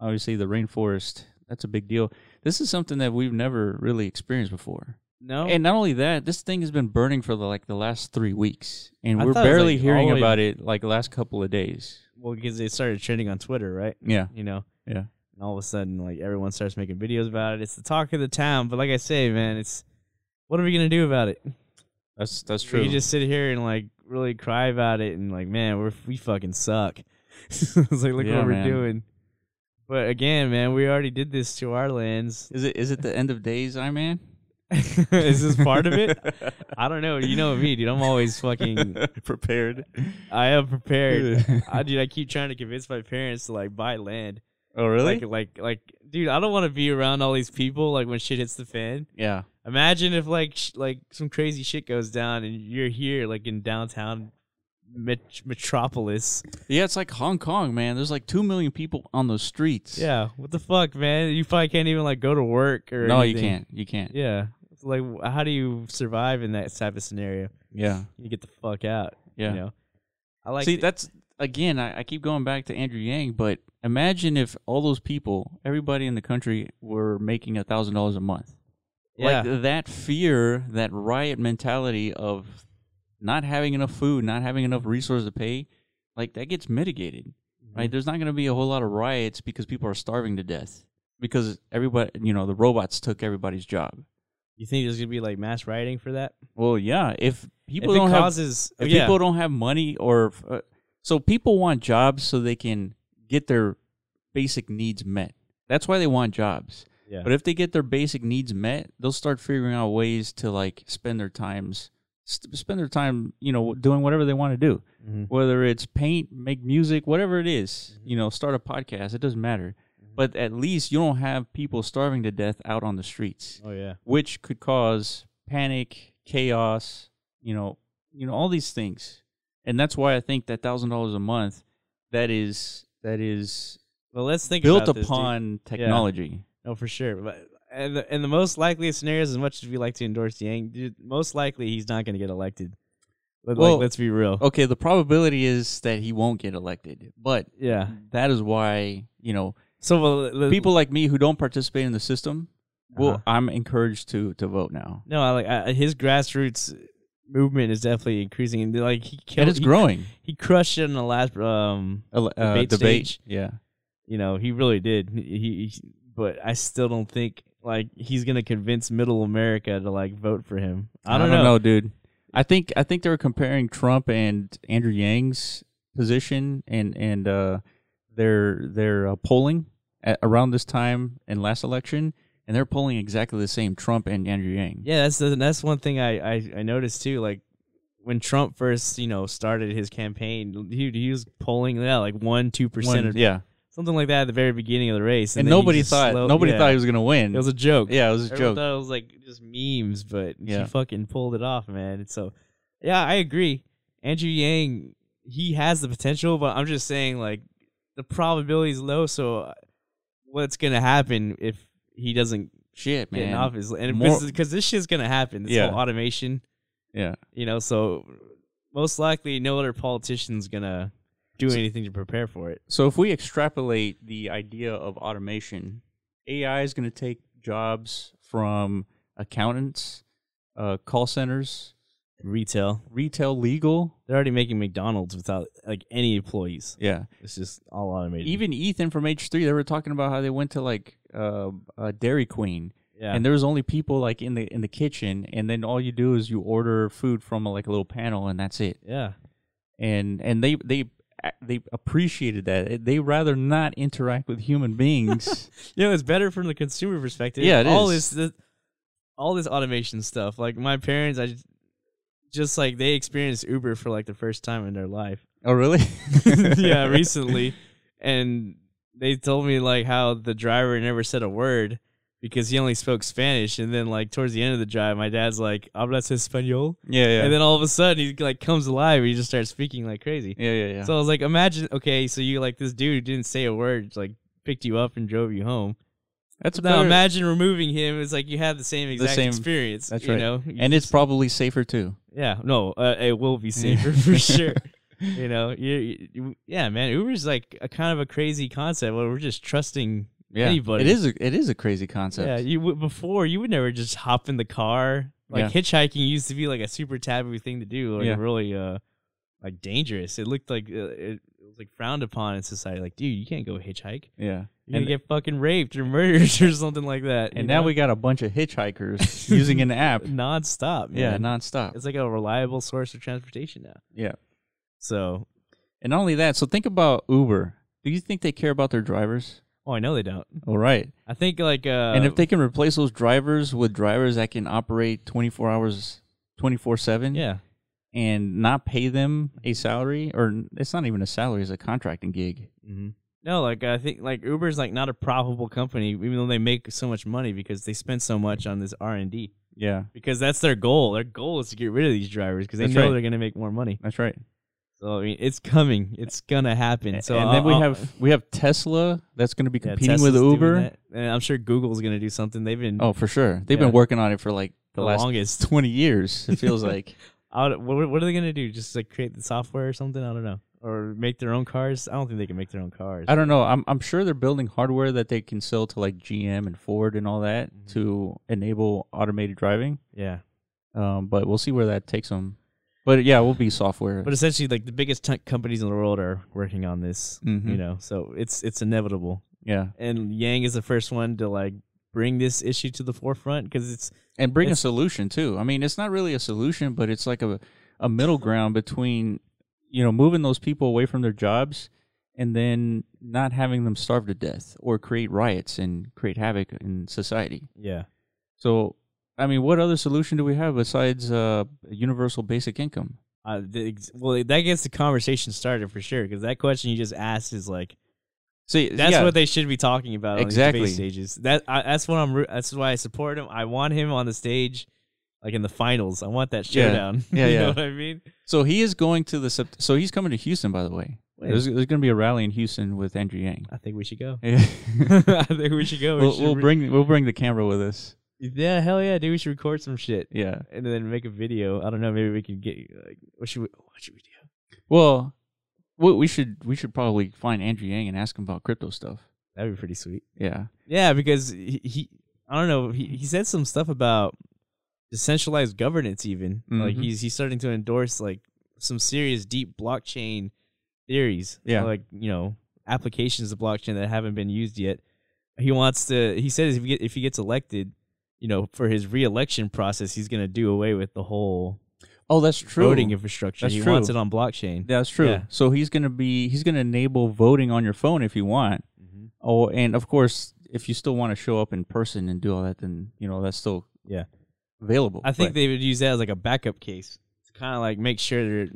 Speaker 1: obviously the rainforest, that's a big deal. This is something that we've never really experienced before.
Speaker 2: No.
Speaker 1: And not only that, this thing has been burning for the, like the last three weeks, and
Speaker 2: I
Speaker 1: we're
Speaker 2: thought it was,
Speaker 1: barely
Speaker 2: like, all
Speaker 1: hearing
Speaker 2: the way-
Speaker 1: about it like the last couple of days.
Speaker 2: well, because it started trending on Twitter, right?
Speaker 1: Yeah,
Speaker 2: You know.
Speaker 1: yeah,
Speaker 2: and all of a sudden like everyone starts making videos about it it's the talk of the town but like i say man it's what are we gonna do about it
Speaker 1: that's that's
Speaker 2: we can just sit here and like really cry about it and like man we're we fucking suck it's like look
Speaker 1: Yeah,
Speaker 2: what we're
Speaker 1: man.
Speaker 2: doing but again man we already did this to our lands
Speaker 1: Is it is it the end of days, I man?
Speaker 2: is this part of it i don't know you know me dude i'm always fucking
Speaker 1: prepared.
Speaker 2: i am prepared i dude i keep trying to convince my parents to like buy land
Speaker 1: oh really?
Speaker 2: like like like dude i don't want to be around all these people like when shit hits the fan
Speaker 1: yeah.
Speaker 2: Imagine if like sh- like some crazy shit goes down and you're here like in downtown met- metropolis.
Speaker 1: Yeah, it's like Hong Kong, man. There's like two million people on those streets.
Speaker 2: Yeah, what the fuck, man? You probably can't even like go to work or
Speaker 1: No, you
Speaker 2: anything.
Speaker 1: can't. You can't.
Speaker 2: Yeah, It's like w- how do you survive in that type of scenario?
Speaker 1: Yeah.
Speaker 2: You get the fuck out.
Speaker 1: Yeah.
Speaker 2: You know, I like
Speaker 1: See,
Speaker 2: the-
Speaker 1: that's again. I, I keep going back to Andrew Yang, but imagine if all those people, everybody in the country, were making a thousand dollars a month.
Speaker 2: yeah.
Speaker 1: Like that fear, that riot mentality of not having enough food, not having enough resources to pay, like that gets mitigated.
Speaker 2: Mm-hmm.
Speaker 1: Right? There's not going to be a whole lot of riots because people are starving to death because everybody, you know, the robots took everybody's job.
Speaker 2: you think there's gonna be like mass rioting for that?
Speaker 1: Well, yeah, if people
Speaker 2: if it
Speaker 1: don't have
Speaker 2: causes,
Speaker 1: if
Speaker 2: Oh, yeah,
Speaker 1: people don't have money or uh, so people want jobs so they can get their basic needs met that's why they want jobs
Speaker 2: Yeah.
Speaker 1: but if they get their basic needs met they'll start figuring out ways to like spend their times st- spend their time you know doing whatever they want to do
Speaker 2: Mhm.
Speaker 1: whether it's paint make music whatever it is,
Speaker 2: Mm-hmm.
Speaker 1: you know start a podcast it doesn't matter but at least you don't have people starving to death out on the streets
Speaker 2: oh yeah,
Speaker 1: which could cause panic, chaos, you know, you know all these things. And that's why I think that $1000 a month that is that is
Speaker 2: well let's think
Speaker 1: built
Speaker 2: about this, dude.
Speaker 1: upon technology.
Speaker 2: No, for sure. But and the, and the most likely scenarios, as much as we like to endorse Yang, dude, most likely he's not going to get elected. Let,
Speaker 1: Well-
Speaker 2: like, let's be real.
Speaker 1: Okay, the probability is that he won't get elected, but
Speaker 2: Yeah.
Speaker 1: that is why, you know,
Speaker 2: So well, the-
Speaker 1: people like me who don't participate in the system, well,
Speaker 2: Uh-huh.
Speaker 1: I'm encouraged to to vote now.
Speaker 2: No, I like I, his grassroots movement is definitely increasing. And they're like he killed,
Speaker 1: And it's
Speaker 2: he,
Speaker 1: growing.
Speaker 2: he crushed it in the last um.
Speaker 1: Ele- uh,
Speaker 2: Debate stage.
Speaker 1: Yeah.
Speaker 2: You know he really did. He, he- he- but I still don't think like he's going to convince Middle America to like vote for him. I don't, know.
Speaker 1: dude. I think I think they were comparing Trump and Andrew Yang's position and and uh, their their uh, polling at, around this time and last election, and they're polling exactly the same. Trump and Andrew Yang.
Speaker 2: Yeah, that's the, that's one thing I, I I noticed too. Like when Trump first you know started his campaign, he he was polling yeah like one two percent
Speaker 1: One-
Speaker 2: or
Speaker 1: yeah.
Speaker 2: something like that at the very beginning of the race,
Speaker 1: And,
Speaker 2: then he
Speaker 1: nobody
Speaker 2: just
Speaker 1: thought
Speaker 2: slow-
Speaker 1: nobody
Speaker 2: yeah.
Speaker 1: thought he was gonna
Speaker 2: it
Speaker 1: win.
Speaker 2: was a joke.
Speaker 1: yeah, it was a joke.
Speaker 2: Everyone thought it was like just memes, but
Speaker 1: Yeah.
Speaker 2: he fucking pulled it off, man. And so yeah, I agree. Andrew Yang he has the potential, but I'm just saying like the probability is low. So uh, what's gonna happen if he doesn't
Speaker 1: Shit,
Speaker 2: get in
Speaker 1: man.
Speaker 2: office. And
Speaker 1: More-
Speaker 2: because this shit's gonna happen, this
Speaker 1: Yeah.
Speaker 2: whole automation,
Speaker 1: Yeah.
Speaker 2: you know. So most likely, no other politician's gonna do
Speaker 1: So-
Speaker 2: anything to prepare for it.
Speaker 1: So if we extrapolate the idea of automation, AI is going to take jobs from accountants, uh, call centers,
Speaker 2: Retail.
Speaker 1: Retail legal.
Speaker 2: They're already making McDonald's without like any employees.
Speaker 1: Yeah.
Speaker 2: It's just all automated.
Speaker 1: Even Ethan from H3, they were talking about how they went to like uh, uh, Dairy Queen
Speaker 2: yeah,
Speaker 1: and there was only people like in the in the kitchen and then all you do is you order food from a, like a little panel and that's it
Speaker 2: yeah,
Speaker 1: and and they they uh, they appreciated that they rather not interact with human beings
Speaker 2: you know it's better from the consumer perspective.
Speaker 1: Yeah, it
Speaker 2: all
Speaker 1: is.
Speaker 2: this the, all this automation stuff. Like my parents, I just, just like they experienced Uber for like the first time in their life.
Speaker 1: oh really
Speaker 2: yeah, recently, and they told me like how the driver never said a word because he only spoke Spanish, and then like towards the end of the drive, my dad's like "hablas español,"
Speaker 1: yeah yeah
Speaker 2: and then all of a sudden he like comes alive, and he just starts speaking like crazy.
Speaker 1: yeah yeah yeah
Speaker 2: So I was like, imagine, okay, so you like this dude who didn't say a word, like picked you up and drove you home.
Speaker 1: that's
Speaker 2: Now
Speaker 1: better-
Speaker 2: imagine removing him. It's like you had the same exact
Speaker 1: same-
Speaker 2: experience.
Speaker 1: that's
Speaker 2: you
Speaker 1: right.
Speaker 2: Know?
Speaker 1: and it's probably safer too
Speaker 2: Yeah, no, uh, it will be safer for sure. You know, you, you, yeah, man, Uber's like a kind of a crazy concept where we're just trusting
Speaker 1: yeah
Speaker 2: anybody.
Speaker 1: it is a, it is a crazy concept
Speaker 2: Yeah, you would before you would never just hop in the car. Like hitchhiking used to be like a super taboo thing to do, like
Speaker 1: Yeah.
Speaker 2: really uh like dangerous. It looked like uh, it, it was like frowned upon in society. Like, dude, you can't go hitchhike.
Speaker 1: yeah.
Speaker 2: You're
Speaker 1: And-
Speaker 2: gonna get fucking raped or murdered or something like that.
Speaker 1: and now we got a bunch of hitchhikers using an app
Speaker 2: nonstop. Man.
Speaker 1: yeah nonstop
Speaker 2: it's like a reliable source of transportation now.
Speaker 1: yeah
Speaker 2: So,
Speaker 1: and not only that so think about uber do you think they care about their drivers
Speaker 2: oh, I know they don't.
Speaker 1: all right
Speaker 2: I think like uh,
Speaker 1: and if they can replace those drivers with drivers that can operate 24 hours 24/7
Speaker 2: yeah,
Speaker 1: and not pay them a salary or n- it's not even a salary it's a contracting gig
Speaker 2: Mm-hmm. No, like I think like Uber's like not a profitable company, even though they make so much money because they spend so much on this R and D.
Speaker 1: yeah
Speaker 2: Because that's their goal. Their goal is to get rid of these drivers because they
Speaker 1: That's
Speaker 2: know
Speaker 1: right.
Speaker 2: they're gonna make more money.
Speaker 1: that's right
Speaker 2: So I mean, it's coming. It's gonna happen. So
Speaker 1: and then
Speaker 2: I'll-
Speaker 1: we
Speaker 2: I'll-
Speaker 1: have we have Tesla that's going to be
Speaker 2: yeah,
Speaker 1: competing with
Speaker 2: Tesla's doing
Speaker 1: Uber
Speaker 2: that. and I'm sure Google's gonna do something. They've been
Speaker 1: oh for sure they've
Speaker 2: Yeah.
Speaker 1: been working on it for like the,
Speaker 2: the
Speaker 1: last
Speaker 2: longest.
Speaker 1: 20 years it feels like
Speaker 2: I would- what, what are they gonna do? Just like create the software or something? I don't know. Or make their own cars? I don't think they can make their own cars.
Speaker 1: I don't know I'm I'm sure they're building hardware that they can sell to like GM and Ford and all that
Speaker 2: Mhm.
Speaker 1: to enable automated driving
Speaker 2: yeah.
Speaker 1: um, but we'll see where that takes them but yeah we'll be software
Speaker 2: But essentially, like the biggest tech companies in the world are working on this.
Speaker 1: Mhm.
Speaker 2: You know, so it's it's inevitable.
Speaker 1: yeah
Speaker 2: And Yang is the first one to like bring this issue to the forefront because it's
Speaker 1: and bring a
Speaker 2: It's-
Speaker 1: solution too. I mean, it's not really a solution, but it's like a a middle ground between you know moving those people away from their jobs and then not having them starve to death or create riots and create havoc in society.
Speaker 2: yeah
Speaker 1: So, I mean, what other solution do we have besides uh, universal basic income?
Speaker 2: uh, the, ex- well that gets the conversation started for sure because that question you just asked is like
Speaker 1: See,
Speaker 2: that's
Speaker 1: yeah,
Speaker 2: what they should be talking about on
Speaker 1: Exactly.
Speaker 2: these debate stages. That I, that's what I'm roo- that's why I support him. I want him on the stage. Like in the finals, I want that
Speaker 1: Yeah.
Speaker 2: showdown.
Speaker 1: Yeah,
Speaker 2: you
Speaker 1: yeah.
Speaker 2: know what I mean.
Speaker 1: so he is going to the Sept- so he's coming to Houston by the way.
Speaker 2: Wait.
Speaker 1: There's, there's going to be a rally in Houston with Andrew Yang.
Speaker 2: I think we should go.
Speaker 1: Yeah.
Speaker 2: I think we should go. We
Speaker 1: we'll,
Speaker 2: should
Speaker 1: we'll
Speaker 2: re-
Speaker 1: bring we'll bring the camera with us.
Speaker 2: yeah, hell yeah, dude. We should record some shit.
Speaker 1: Yeah.
Speaker 2: and then make a video. I don't know. Maybe we could get like what should we what should we do?
Speaker 1: Well, we, we should we should probably find Andrew Yang and ask him about crypto stuff.
Speaker 2: That'd be pretty sweet.
Speaker 1: Yeah,
Speaker 2: Yeah, because he, he I don't know. He he said some stuff about decentralized governance. Even like
Speaker 1: Mhm.
Speaker 2: he's he's starting to endorse like some serious deep blockchain theories.
Speaker 1: Yeah.
Speaker 2: like you know applications of blockchain that haven't been used yet. He wants to. He says if he, get, if he gets elected, you know, for his reelection process, he's gonna do away with the whole
Speaker 1: Oh, that's true.
Speaker 2: voting infrastructure.
Speaker 1: That's
Speaker 2: he
Speaker 1: true.
Speaker 2: wants it on blockchain.
Speaker 1: that's true.
Speaker 2: Yeah.
Speaker 1: So he's gonna be he's gonna enable voting on your phone if you want.
Speaker 2: Mhm.
Speaker 1: Oh, and of course, if you still want to show up in person and do all that, then you know that's still
Speaker 2: Yeah.
Speaker 1: available.
Speaker 2: I think
Speaker 1: But-
Speaker 2: they would use that as like a backup case to kind of like make sure they're,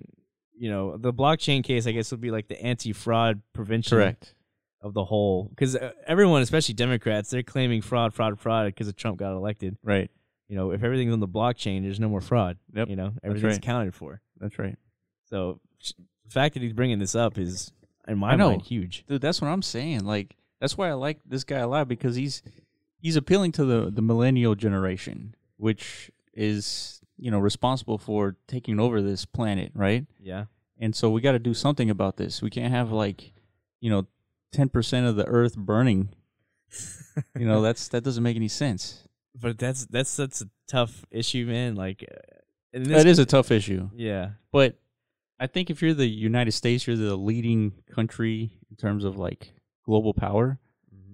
Speaker 2: you know, the blockchain case, I guess, would be like the anti fraud prevention
Speaker 1: correct.
Speaker 2: of the whole. Because everyone, especially Democrats, they're claiming fraud, fraud, fraud because Trump got elected.
Speaker 1: Right.
Speaker 2: You know, if everything's on the blockchain, there's no more fraud.
Speaker 1: Yep,
Speaker 2: You know, everything's
Speaker 1: right.
Speaker 2: accounted for.
Speaker 1: That's right,
Speaker 2: So sh- the fact that he's bringing this up is, in my
Speaker 1: I know.
Speaker 2: mind, huge.
Speaker 1: dude. That's what I'm saying. Like that's why I like this guy a lot because he's he's appealing to the the millennial generation, which is you know responsible for taking over this planet, right?
Speaker 2: Yeah.
Speaker 1: and so we got to do something about this. We can't have like, you know, ten percent of the Earth burning. you know, that's that doesn't make any sense.
Speaker 2: But that's that's that's a tough issue, man. Like, uh, and this-
Speaker 1: That is a tough issue.
Speaker 2: yeah.
Speaker 1: But I think if you're the United States, you're the leading country in terms of like global power.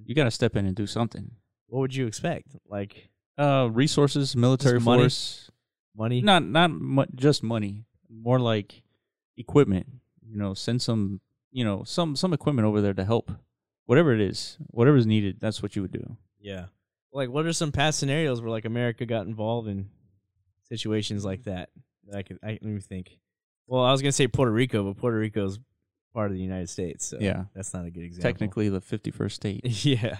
Speaker 1: You got to step in and do something.
Speaker 2: What would you expect? Like
Speaker 1: Uh, resources, military
Speaker 2: money?
Speaker 1: force,
Speaker 2: money?
Speaker 1: not not mu- just money, more like equipment. You know, send some you know some some equipment over there to help. Whatever it is, whatever's needed, that's what you would do.
Speaker 2: Yeah. Like, what are some past scenarios where like America got involved in situations like that? that I could. I, let me think. Well, I was gonna say Puerto Rico, but Puerto Rico's part of the United States, so
Speaker 1: yeah,
Speaker 2: that's not a good example.
Speaker 1: technically the 51st state.
Speaker 2: yeah.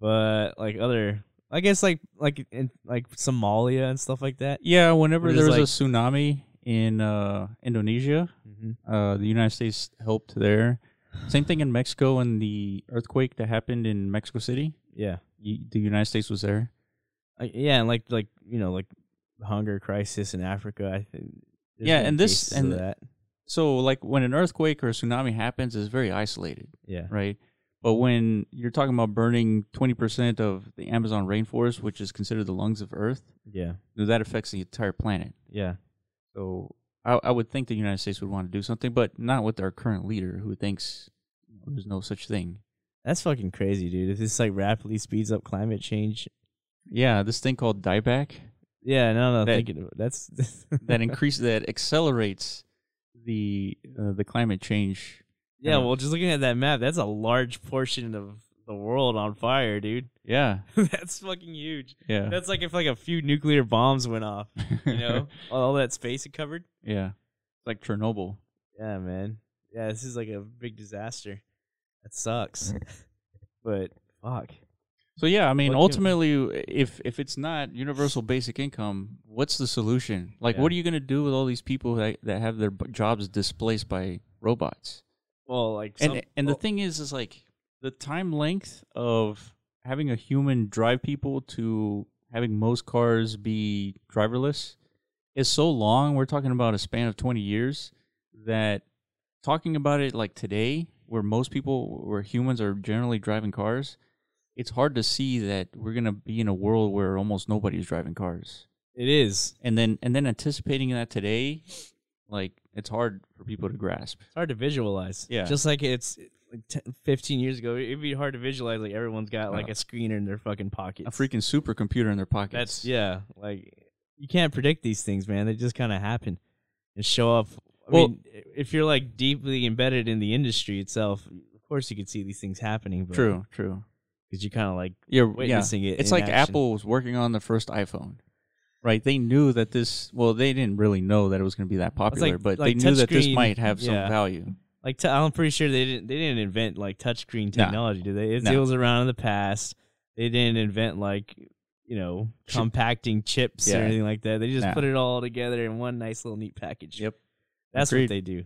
Speaker 2: But like other, I guess like like in, like Somalia and stuff like that.
Speaker 1: Yeah, whenever
Speaker 2: Which
Speaker 1: there
Speaker 2: is
Speaker 1: was a tsunami in uh, Indonesia,
Speaker 2: Mm-hmm.
Speaker 1: Uh, the United States helped there. Same thing in Mexico and the earthquake that happened in Mexico City.
Speaker 2: Yeah.
Speaker 1: Y the United States was there.
Speaker 2: Like, yeah, and like like you know like hunger crisis in Africa. I think. there's
Speaker 1: Yeah,
Speaker 2: been
Speaker 1: and this-
Speaker 2: cases of
Speaker 1: and-
Speaker 2: that.
Speaker 1: So, like when an earthquake or a tsunami happens, it's very isolated,
Speaker 2: Yeah.
Speaker 1: right? But when you're talking about burning 20% of the Amazon rainforest, which is considered the lungs of Earth,
Speaker 2: Yeah.
Speaker 1: that affects the entire planet.
Speaker 2: Yeah.
Speaker 1: So, I, I would think the United States would want to do something, but not with our current leader who thinks there's no such thing.
Speaker 2: That's fucking crazy, dude. If this like rapidly speeds up climate change,
Speaker 1: Yeah, this thing called dieback.
Speaker 2: yeah, no, no,
Speaker 1: That-
Speaker 2: thinking about that's
Speaker 1: that increases that accelerates the uh, the climate change.
Speaker 2: yeah. Well, just looking at that map, that's a large portion of the world on fire, dude.
Speaker 1: Yeah,
Speaker 2: that's fucking huge.
Speaker 1: yeah,
Speaker 2: That's like if like a few nuclear bombs went off, you know, all that space it covered.
Speaker 1: yeah. It's like Chernobyl.
Speaker 2: Yeah, man. Yeah, this is like a big disaster. That sucks. but fuck.
Speaker 1: So yeah, I mean,
Speaker 2: What can-
Speaker 1: ultimately, if if it's not universal basic income, what's the solution? Like,
Speaker 2: Yeah.
Speaker 1: what are you gonna do with all these people that that have their b- jobs displaced by robots?
Speaker 2: Well, like
Speaker 1: And
Speaker 2: some, oh.
Speaker 1: and
Speaker 2: well,
Speaker 1: the thing is, is like the time length of having a human drive people to having most cars be driverless is so long. We're talking about a span of twenty years. That talking about it like today, where most people, where humans are generally driving cars, it's hard to see that we're gonna be in a world where almost nobody's driving cars.
Speaker 2: it is.
Speaker 1: And then and then anticipating that today, like it's hard for people to grasp.
Speaker 2: It's hard to visualize.
Speaker 1: Yeah.
Speaker 2: Just like it's like 10, 15 years ago, it'd be hard to visualize. Like everyone's got like
Speaker 1: Uh,
Speaker 2: a screener in their fucking pocket.
Speaker 1: A freaking supercomputer in their pockets.
Speaker 2: That's yeah. Like you can't predict these things, man. They just kind of happen and show up. I
Speaker 1: Well-
Speaker 2: mean, if you're like deeply embedded in the industry itself, of course you could see these things happening. But
Speaker 1: True, true.
Speaker 2: Because you kind of like
Speaker 1: You're yeah.
Speaker 2: witnessing it.
Speaker 1: It's
Speaker 2: in
Speaker 1: like
Speaker 2: action.
Speaker 1: Apple was working on the first iPhone, right? They knew that this. Well, they didn't really know that it was going to be that popular,
Speaker 2: like-
Speaker 1: but
Speaker 2: like
Speaker 1: they knew that this
Speaker 2: touchscreen,
Speaker 1: might have some
Speaker 2: yeah.
Speaker 1: value.
Speaker 2: Like t- I'm pretty sure they didn't. They didn't invent like touchscreen
Speaker 1: No.
Speaker 2: technology, did they? It,
Speaker 1: No.
Speaker 2: it was around in the past. They didn't invent like you know
Speaker 1: Chip-
Speaker 2: compacting chips
Speaker 1: Yeah.
Speaker 2: or anything like that. They just
Speaker 1: No.
Speaker 2: put it all together in one nice little neat package.
Speaker 1: Yep.
Speaker 2: that's
Speaker 1: Agreed.
Speaker 2: what they do.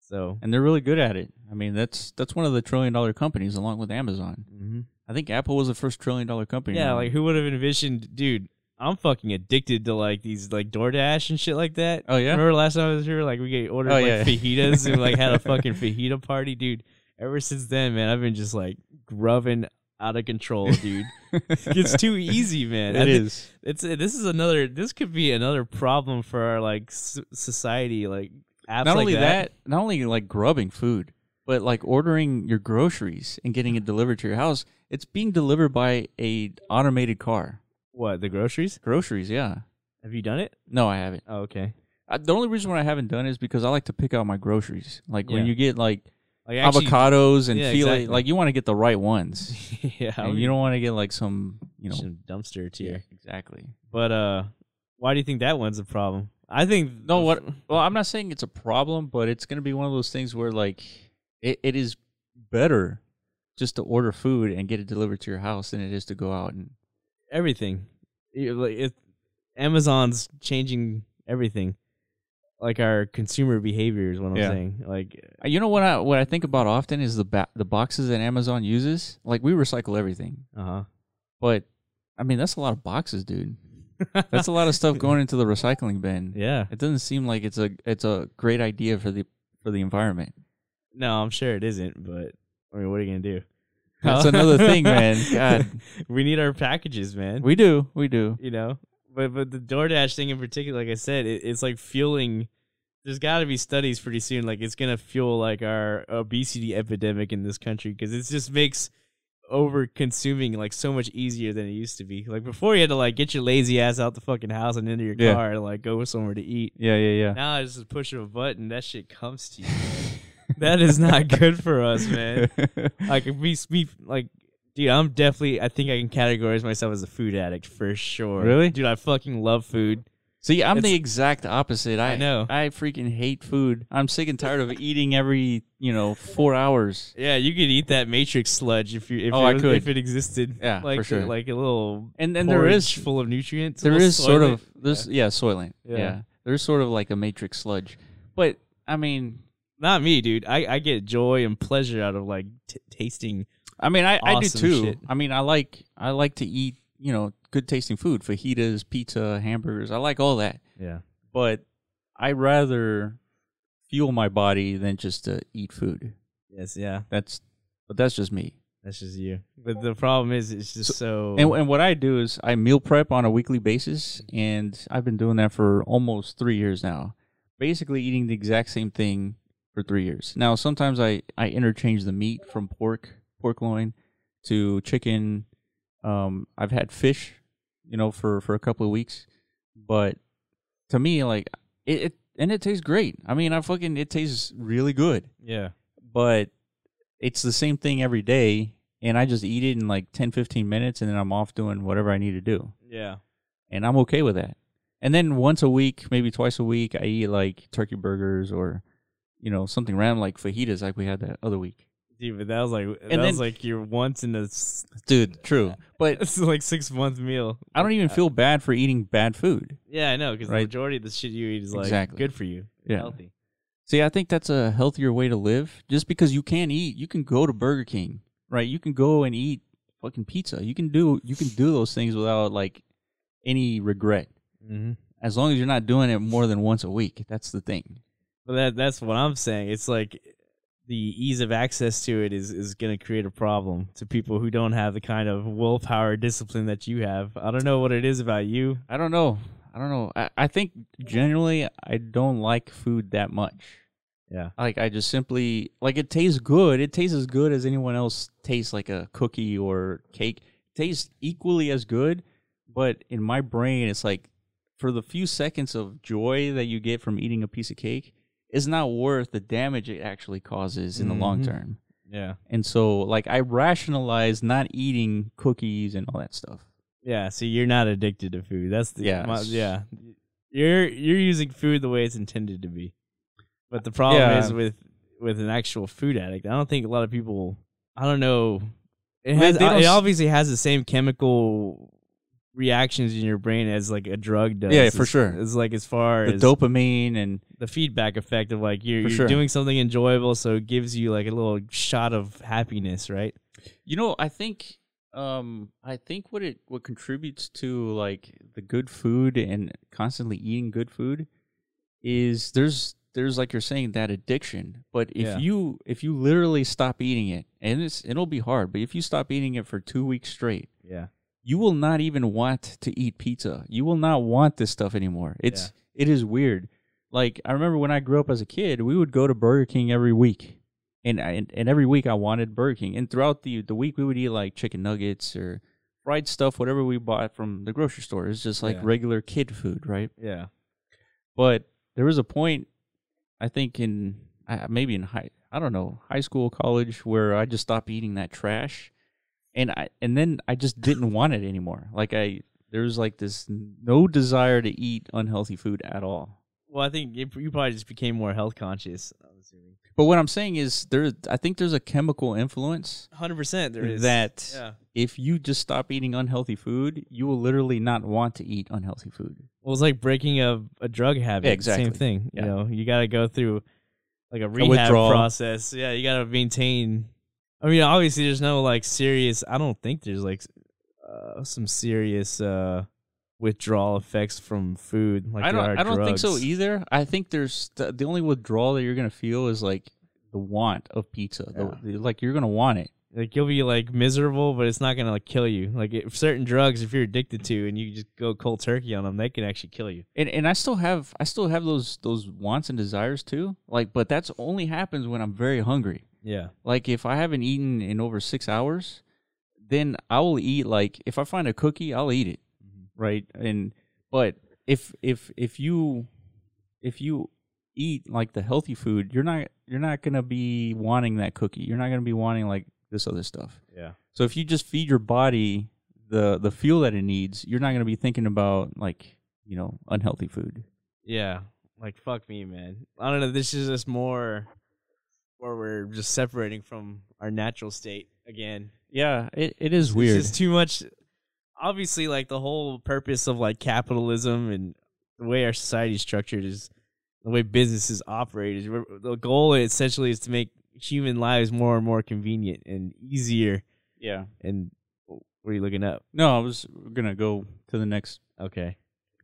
Speaker 2: So
Speaker 1: And they're really good at it. I mean, that's that's one of the trillion dollar companies, along with Amazon. I think Apple was the first trillion dollar company.
Speaker 2: yeah, like who would have envisioned, dude? I'm fucking addicted to like these like DoorDash and shit like that.
Speaker 1: oh yeah,
Speaker 2: Remember last time I was here, like we get ordered
Speaker 1: Oh,
Speaker 2: like
Speaker 1: yeah.
Speaker 2: fajitas and like had a fucking fajita party, dude. Ever since then, man, I've been just like grubbing out of control, dude. it's too easy, man. I
Speaker 1: it
Speaker 2: think
Speaker 1: is.
Speaker 2: It's this is another. This could be another problem for our like s- society, like apps
Speaker 1: Not
Speaker 2: like
Speaker 1: only
Speaker 2: that.
Speaker 1: that, not only like grubbing food, but like ordering your groceries and getting it delivered to your house. It's being delivered by a automated car.
Speaker 2: What the groceries?
Speaker 1: Groceries, yeah.
Speaker 2: Have you done it?
Speaker 1: No, I haven't.
Speaker 2: Oh, okay.
Speaker 1: I, the only reason why I haven't done it is because I like to pick out my groceries. Like when
Speaker 2: Yeah.
Speaker 1: you get like
Speaker 2: Like actually,
Speaker 1: avocados and
Speaker 2: yeah,
Speaker 1: filet,
Speaker 2: exactly.
Speaker 1: like you want to get the right ones.
Speaker 2: yeah, I
Speaker 1: and
Speaker 2: would
Speaker 1: you don't want to get like some, you know,
Speaker 2: some dumpster tier.
Speaker 1: yeah, exactly.
Speaker 2: But uh, why do you think that one's a problem? I think
Speaker 1: No, what? Well, I'm not saying it's a problem, but it's going to be one of those things where like it, it is better just to order food and get it delivered to your house than it is to go out and
Speaker 2: everything. You- Like it, Amazon's changing everything, like our consumer behavior is what I'm
Speaker 1: Yeah.
Speaker 2: saying. Like
Speaker 1: Uh, you know what I what I think about often is the ba- the boxes that Amazon uses. Like we recycle everything,
Speaker 2: uh
Speaker 1: but I mean that's a lot of boxes, dude.
Speaker 2: huh.
Speaker 1: That's a lot of stuff going into the recycling bin.
Speaker 2: yeah.
Speaker 1: It doesn't seem like it's a it's a great idea for the for the environment.
Speaker 2: No, I'm sure it isn't, but I mean, what are you gonna do?
Speaker 1: That's another thing, man. God.
Speaker 2: we need our packages, man.
Speaker 1: We do, we do.
Speaker 2: you know, but but the DoorDash thing in particular, like I said, it, it's like fueling. There's got to be studies pretty soon. Like it's gonna fuel like our obesity epidemic in this country because it just makes over consuming like so much easier than it used to be. Like before, you had to like get your lazy ass out the fucking house and into your
Speaker 1: Yeah.
Speaker 2: car and like go somewhere to eat.
Speaker 1: Yeah, yeah, yeah.
Speaker 2: Now it's just a push of a button. That shit comes to you. that is not good for us, man. Like if we, we like, dude, I'm definitely. I think I can categorize myself as a food addict for sure.
Speaker 1: Really?
Speaker 2: dude, I fucking love food.
Speaker 1: See, I'm
Speaker 2: It's-
Speaker 1: the exact opposite. I,
Speaker 2: I know.
Speaker 1: I freaking hate food. I'm sick and tired of eating every, you know, four hours.
Speaker 2: Yeah, you could eat that Matrix sludge if you if,
Speaker 1: Oh,
Speaker 2: it,
Speaker 1: I
Speaker 2: was-
Speaker 1: could.
Speaker 2: if it existed.
Speaker 1: Yeah,
Speaker 2: like
Speaker 1: for sure.
Speaker 2: like a little
Speaker 1: And and there is
Speaker 2: porridge full of nutrients. a
Speaker 1: there
Speaker 2: little
Speaker 1: is sort
Speaker 2: soylent.
Speaker 1: of this yeah, soylent. Yeah.
Speaker 2: Yeah.
Speaker 1: There's sort of like a matrix sludge. But I mean
Speaker 2: not me, dude. I I get joy and pleasure out of like t- tasting.
Speaker 1: I mean I, I do
Speaker 2: Awesome
Speaker 1: too.
Speaker 2: shit.
Speaker 1: I mean I like I like to eat, you know, good tasting food, fajitas, pizza, hamburgers. I like all that.
Speaker 2: Yeah,
Speaker 1: But I rather fuel my body than just to eat food.
Speaker 2: yes, yeah.
Speaker 1: That's but that's just me.
Speaker 2: That's just you. But the problem is, it's just so.
Speaker 1: And, and what I do is I meal prep on a weekly basis, and I've been doing that for almost three years now. Basically, eating the exact same thing for three years. Now, sometimes I, I interchange the meat from pork, pork loin, to chicken. Um, I've had fish, you know, for, for a couple of weeks, but to me, like it, it and it tastes great. I mean, I fucking it tastes really good
Speaker 2: yeah.
Speaker 1: but it's the same thing every day and i just eat it in like 10 15 minutes and then i'm off doing whatever i need to do
Speaker 2: Yeah.
Speaker 1: and i'm okay with that and then once a week maybe twice a week i eat like turkey burgers or you know something random like fajitas like we had that other week
Speaker 2: Dude, but that was like that
Speaker 1: And
Speaker 2: was
Speaker 1: then-
Speaker 2: like your once in a s-
Speaker 1: dude true Uh, but
Speaker 2: it's like six month meal.
Speaker 1: i don't even feel bad for eating bad food
Speaker 2: Uh, Yeah, I know because
Speaker 1: Right.
Speaker 2: the majority of the shit you eat is like
Speaker 1: Exactly.
Speaker 2: good for you,
Speaker 1: Yeah.
Speaker 2: healthy.
Speaker 1: see i think that's a healthier way to live just because you can eat you can go to burger king right you can go and eat fucking pizza you can do you can do those things without like any regret
Speaker 2: Mm-hmm.
Speaker 1: as long as you're not doing it more than once a week. That's the thing.
Speaker 2: But that that's what I'm saying. It's like the ease of access to it is is going to create a problem to people who don't have the kind of willpower discipline that you have. I don't know what it is about you.
Speaker 1: I don't know. I don't know. I, I think generally I don't like food that much.
Speaker 2: Yeah.
Speaker 1: Like I just simply like it tastes good. It tastes as good as anyone else tastes like a cookie or cake. It tastes equally as good, but in my brain it's like for the few seconds of joy that you get from eating a piece of cake, it's not worth the damage it actually causes in the long
Speaker 2: Mhm.
Speaker 1: term.
Speaker 2: Yeah.
Speaker 1: And so like I rationalize not eating cookies and all that stuff.
Speaker 2: Yeah, so you're not addicted to food. That's the
Speaker 1: Yeah.
Speaker 2: my- yeah. You're you're using food the way it's intended to be. But the problem
Speaker 1: Yeah.
Speaker 2: is with with an actual food addict. I don't think a lot of people I don't know. It
Speaker 1: They-
Speaker 2: has
Speaker 1: they don't
Speaker 2: it
Speaker 1: s-
Speaker 2: obviously has the same chemical reactions in your brain as like a drug does.
Speaker 1: Yeah,
Speaker 2: It's-
Speaker 1: for sure.
Speaker 2: It's like as far
Speaker 1: the
Speaker 2: as
Speaker 1: dopamine and
Speaker 2: the feedback effect of like you're,
Speaker 1: For
Speaker 2: you're
Speaker 1: sure.
Speaker 2: doing something enjoyable so it gives you like a little shot of happiness, right?
Speaker 1: you know i think um i think what it what contributes to like the good food and constantly eating good food is there's there's like you're saying that addiction but if
Speaker 2: Yeah.
Speaker 1: you if you literally stop eating it and it's it'll be hard but if you stop eating it for 2 weeks straight
Speaker 2: Yeah.
Speaker 1: you will not even want to eat pizza. You will not want this stuff anymore. It's it is weird. Like I remember when I grew up as a kid, we would go to Burger King every week. And I, and- and every week I wanted Burger King. And throughout the the week we would eat like chicken nuggets or fried stuff, whatever we bought from the grocery store. It's just like
Speaker 2: Yeah.
Speaker 1: regular kid food, right?
Speaker 2: Yeah.
Speaker 1: But there was a point, I think in I- maybe in high, I don't know, high school, college, where I just stopped eating that trash, and I and then I just didn't want it anymore. Like I, there was like this no desire to eat unhealthy food at all.
Speaker 2: Well, I think you you probably just became more health conscious. I'm assuming.
Speaker 1: But what I'm saying is, there, I think there's a chemical influence
Speaker 2: Hundred percent, there is
Speaker 1: that
Speaker 2: Yeah.
Speaker 1: if you just stop eating unhealthy food, you will literally not want to eat unhealthy food.
Speaker 2: Well, it's like breaking a, a drug habit.
Speaker 1: Yeah, exactly.
Speaker 2: Same thing.
Speaker 1: Yeah.
Speaker 2: You know, you got to go through like a rehab
Speaker 1: withdrawal.
Speaker 2: process. Yeah, you got to maintain. I mean, obviously, there's no like serious. I don't think there's like uh, some serious uh, withdrawal effects from food. Like
Speaker 1: I
Speaker 2: there
Speaker 1: don't.
Speaker 2: are
Speaker 1: I don't think so e-,
Speaker 2: drugs.
Speaker 1: either. I think there's the, the only withdrawal that you're gonna feel is like the want of pizza. The, the- like you're gonna want it,
Speaker 2: Like you'll be like miserable, but it's not gonna like kill you. Like if certain drugs, if you're addicted to, and you just go cold turkey on them, they can actually kill you.
Speaker 1: and and I still have I still have those those wants and desires too. Like, but that's only happens when I'm very hungry.
Speaker 2: Yeah.
Speaker 1: Like if I haven't eaten in over six hours, then I will eat. Like if I find a cookie, I'll eat it, right? And but if if if you if you eat like the healthy food, you're not you're not gonna be wanting that cookie. You're not gonna be wanting like this other stuff.
Speaker 2: Yeah.
Speaker 1: So if you just feed your body the the fuel that it needs, you're not gonna be thinking about like you know unhealthy food.
Speaker 2: Yeah. Like fuck me, man. I don't know. This is just more where we're just separating from our natural state again.
Speaker 1: Yeah, it, it is
Speaker 2: It's just too much. Obviously, like the whole purpose of like capitalism and the way our society's structured is the way businesses operate is we're- the goal essentially is to make human lives more and more convenient and easier.
Speaker 1: yeah.
Speaker 2: And what are you looking up?
Speaker 1: No, I was gonna go to the next
Speaker 2: Okay.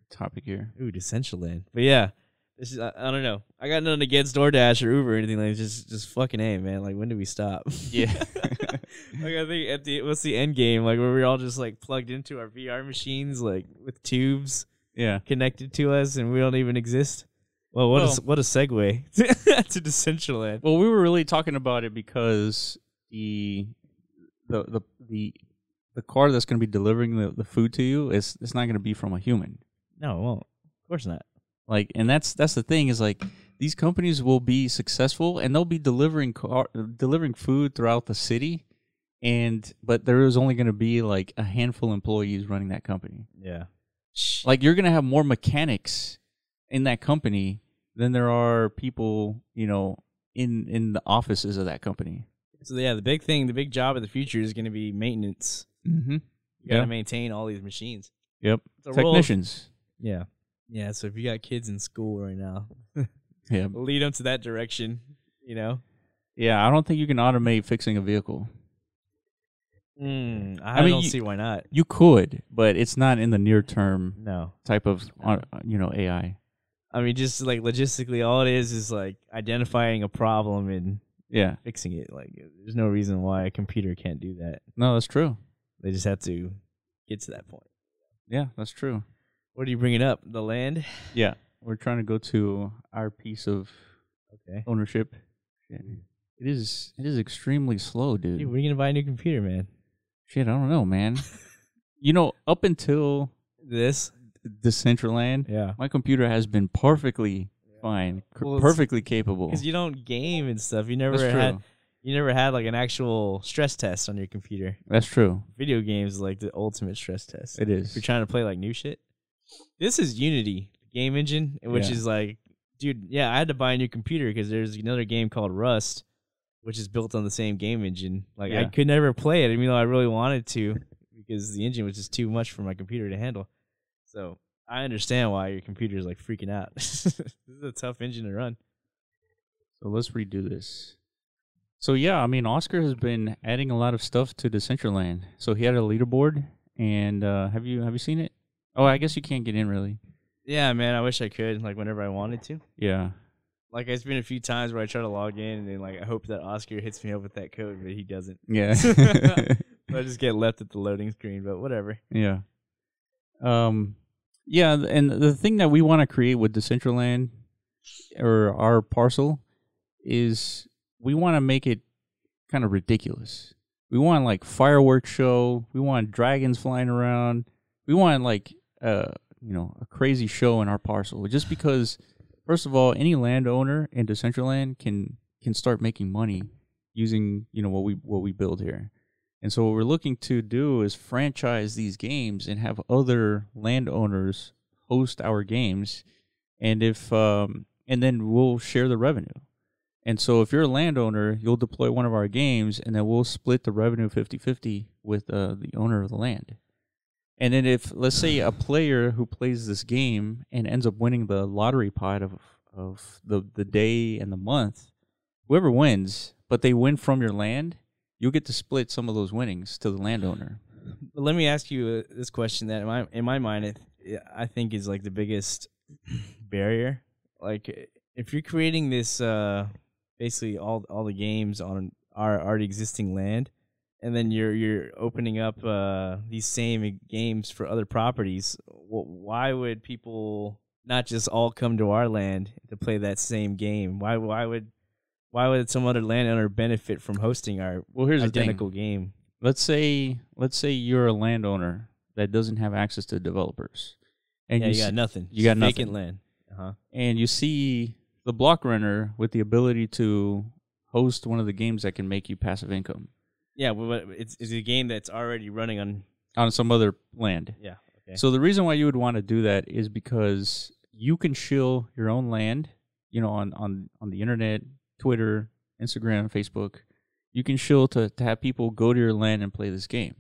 Speaker 1: topic here.
Speaker 2: Ooh, Essential Land. But yeah, this is I, I don't know. I got nothing against DoorDash or Uber or anything like. That. Just just fucking a man. Like when do we stop?
Speaker 1: Yeah.
Speaker 2: like I think at the what's the end game? Like where we're all just like plugged into our VR machines, like with tubes
Speaker 1: Yeah.
Speaker 2: connected to us, and we don't even exist. Well, what a s- what a segue to Decentraland.
Speaker 1: Well, we were really talking about it because the the the the, the car that's going to be delivering the, the food to you is it's not going to be from a human.
Speaker 2: No, it won't. Of course not.
Speaker 1: Like, and that's that's the thing is like these companies will be successful and they'll be delivering car delivering food throughout the city, and but there is only going to be like a handful of employees running that company.
Speaker 2: Yeah.
Speaker 1: Like, you're going to have more mechanics in that company than there are people, you know, in in the offices of that company.
Speaker 2: So yeah, the big thing, the big job of the future is going to be maintenance.
Speaker 1: Mm-hmm.
Speaker 2: You got to
Speaker 1: Yeah.
Speaker 2: maintain all these machines.
Speaker 1: Yep.
Speaker 2: It's a role-
Speaker 1: Technicians.
Speaker 2: Yeah. Yeah. So if you got kids in school right now,
Speaker 1: Yeah.
Speaker 2: lead them to that direction, you know?
Speaker 1: Yeah. I don't think you can automate fixing a vehicle.
Speaker 2: Hmm, I,
Speaker 1: I mean,
Speaker 2: don't
Speaker 1: you-
Speaker 2: see why not.
Speaker 1: You could, but it's not in the near term
Speaker 2: No.
Speaker 1: type of uh, you know AI.
Speaker 2: I mean, just like logistically, all it is is like identifying a problem and
Speaker 1: Yeah.
Speaker 2: fixing it. Like, there's no reason why a computer can't do that.
Speaker 1: No, that's true.
Speaker 2: They just have to get to that point.
Speaker 1: Yeah, that's true.
Speaker 2: What are you bringing up? The land?
Speaker 1: Yeah. We're trying to go to our piece of
Speaker 2: Okay.
Speaker 1: ownership. And It is it is extremely slow, dude.
Speaker 2: Dude, when are you going to buy a new computer, man?
Speaker 1: Shit, I don't know, man. you know, up until
Speaker 2: This?
Speaker 1: Decentraland,
Speaker 2: Yeah.
Speaker 1: my computer has been perfectly fine, c-
Speaker 2: Well, it's-
Speaker 1: perfectly capable.
Speaker 2: Because you don't game and stuff. You never
Speaker 1: That's
Speaker 2: had.
Speaker 1: true.
Speaker 2: You never had like an actual stress test on your computer.
Speaker 1: That's true.
Speaker 2: Video games is, like the ultimate stress test.
Speaker 1: It
Speaker 2: If
Speaker 1: is.
Speaker 2: you're trying to play like new shit. This is Unity game engine, which
Speaker 1: Yeah.
Speaker 2: is like, dude, yeah, I had to buy a new computer because there's another game called Rust, which is built on the same game engine. Like I
Speaker 1: Yeah.
Speaker 2: could never play it, even though I really wanted to, because the engine was just too much for my computer to handle. So I understand why your computer is like freaking out. this is a tough engine to run.
Speaker 1: So let's redo this. So yeah, I mean Oscar has been adding a lot of stuff to Decentraland. So he had a leaderboard, and uh, have you have you seen it? Oh, I guess you can't get in really.
Speaker 2: Yeah, man, I wish I could. Like whenever I wanted to.
Speaker 1: Yeah,
Speaker 2: Like it's been a few times where I try to log in and then like I hope that Oscar hits me up with that code, but he doesn't.
Speaker 1: yeah,
Speaker 2: I just get left at the loading screen, but whatever.
Speaker 1: yeah. Um, yeah, th- and the thing that we want to create with Decentraland or our parcel is we want to make it kind of ridiculous. We want like fireworks show. We want dragons flying around. We want like uh you know a crazy show in our parcel. Just because, first of all, any landowner in Decentraland can can start making money using you know what we what we build here. And so what we're looking to do is franchise these games and have other landowners host our games, and if um and then we'll share the revenue. And so if you're a landowner, you'll deploy one of our games and then we'll split the revenue 50-50 with uh, the owner of the land. And then if let's say a player who plays this game and ends up winning the lottery pot of of the the day and the month, whoever wins, but they win from your land, you'll get to split some of those winnings to the landowner.
Speaker 2: But let me ask you uh, this question that in my in my mind it, it- I think is like the biggest barrier. Like if you're creating this uh basically all all the games on our already existing land, and then you're you're opening up uh, these same games for other properties. wh- Why would people not just all come to our land to play that same game? Why why would why would some other landowner benefit from hosting our
Speaker 1: Well, here's
Speaker 2: identical game?
Speaker 1: the thing. Let's say let's say you're a landowner that doesn't have access to developers, and
Speaker 2: yeah,
Speaker 1: you,
Speaker 2: you
Speaker 1: s-
Speaker 2: got nothing.
Speaker 1: you got
Speaker 2: Vacant
Speaker 1: nothing.
Speaker 2: land. Uh-huh.
Speaker 1: and you see the block runner with the ability to host one of the games that can make you passive income
Speaker 2: Yeah, well, but it's it's a game that's already running on.
Speaker 1: on some other land.
Speaker 2: Yeah. Okay.
Speaker 1: So the reason why you would want to do that is because you can shill your own land, you know, on on on the internet, Twitter, Instagram, Facebook. You can shill to to have people go to your land and play this game.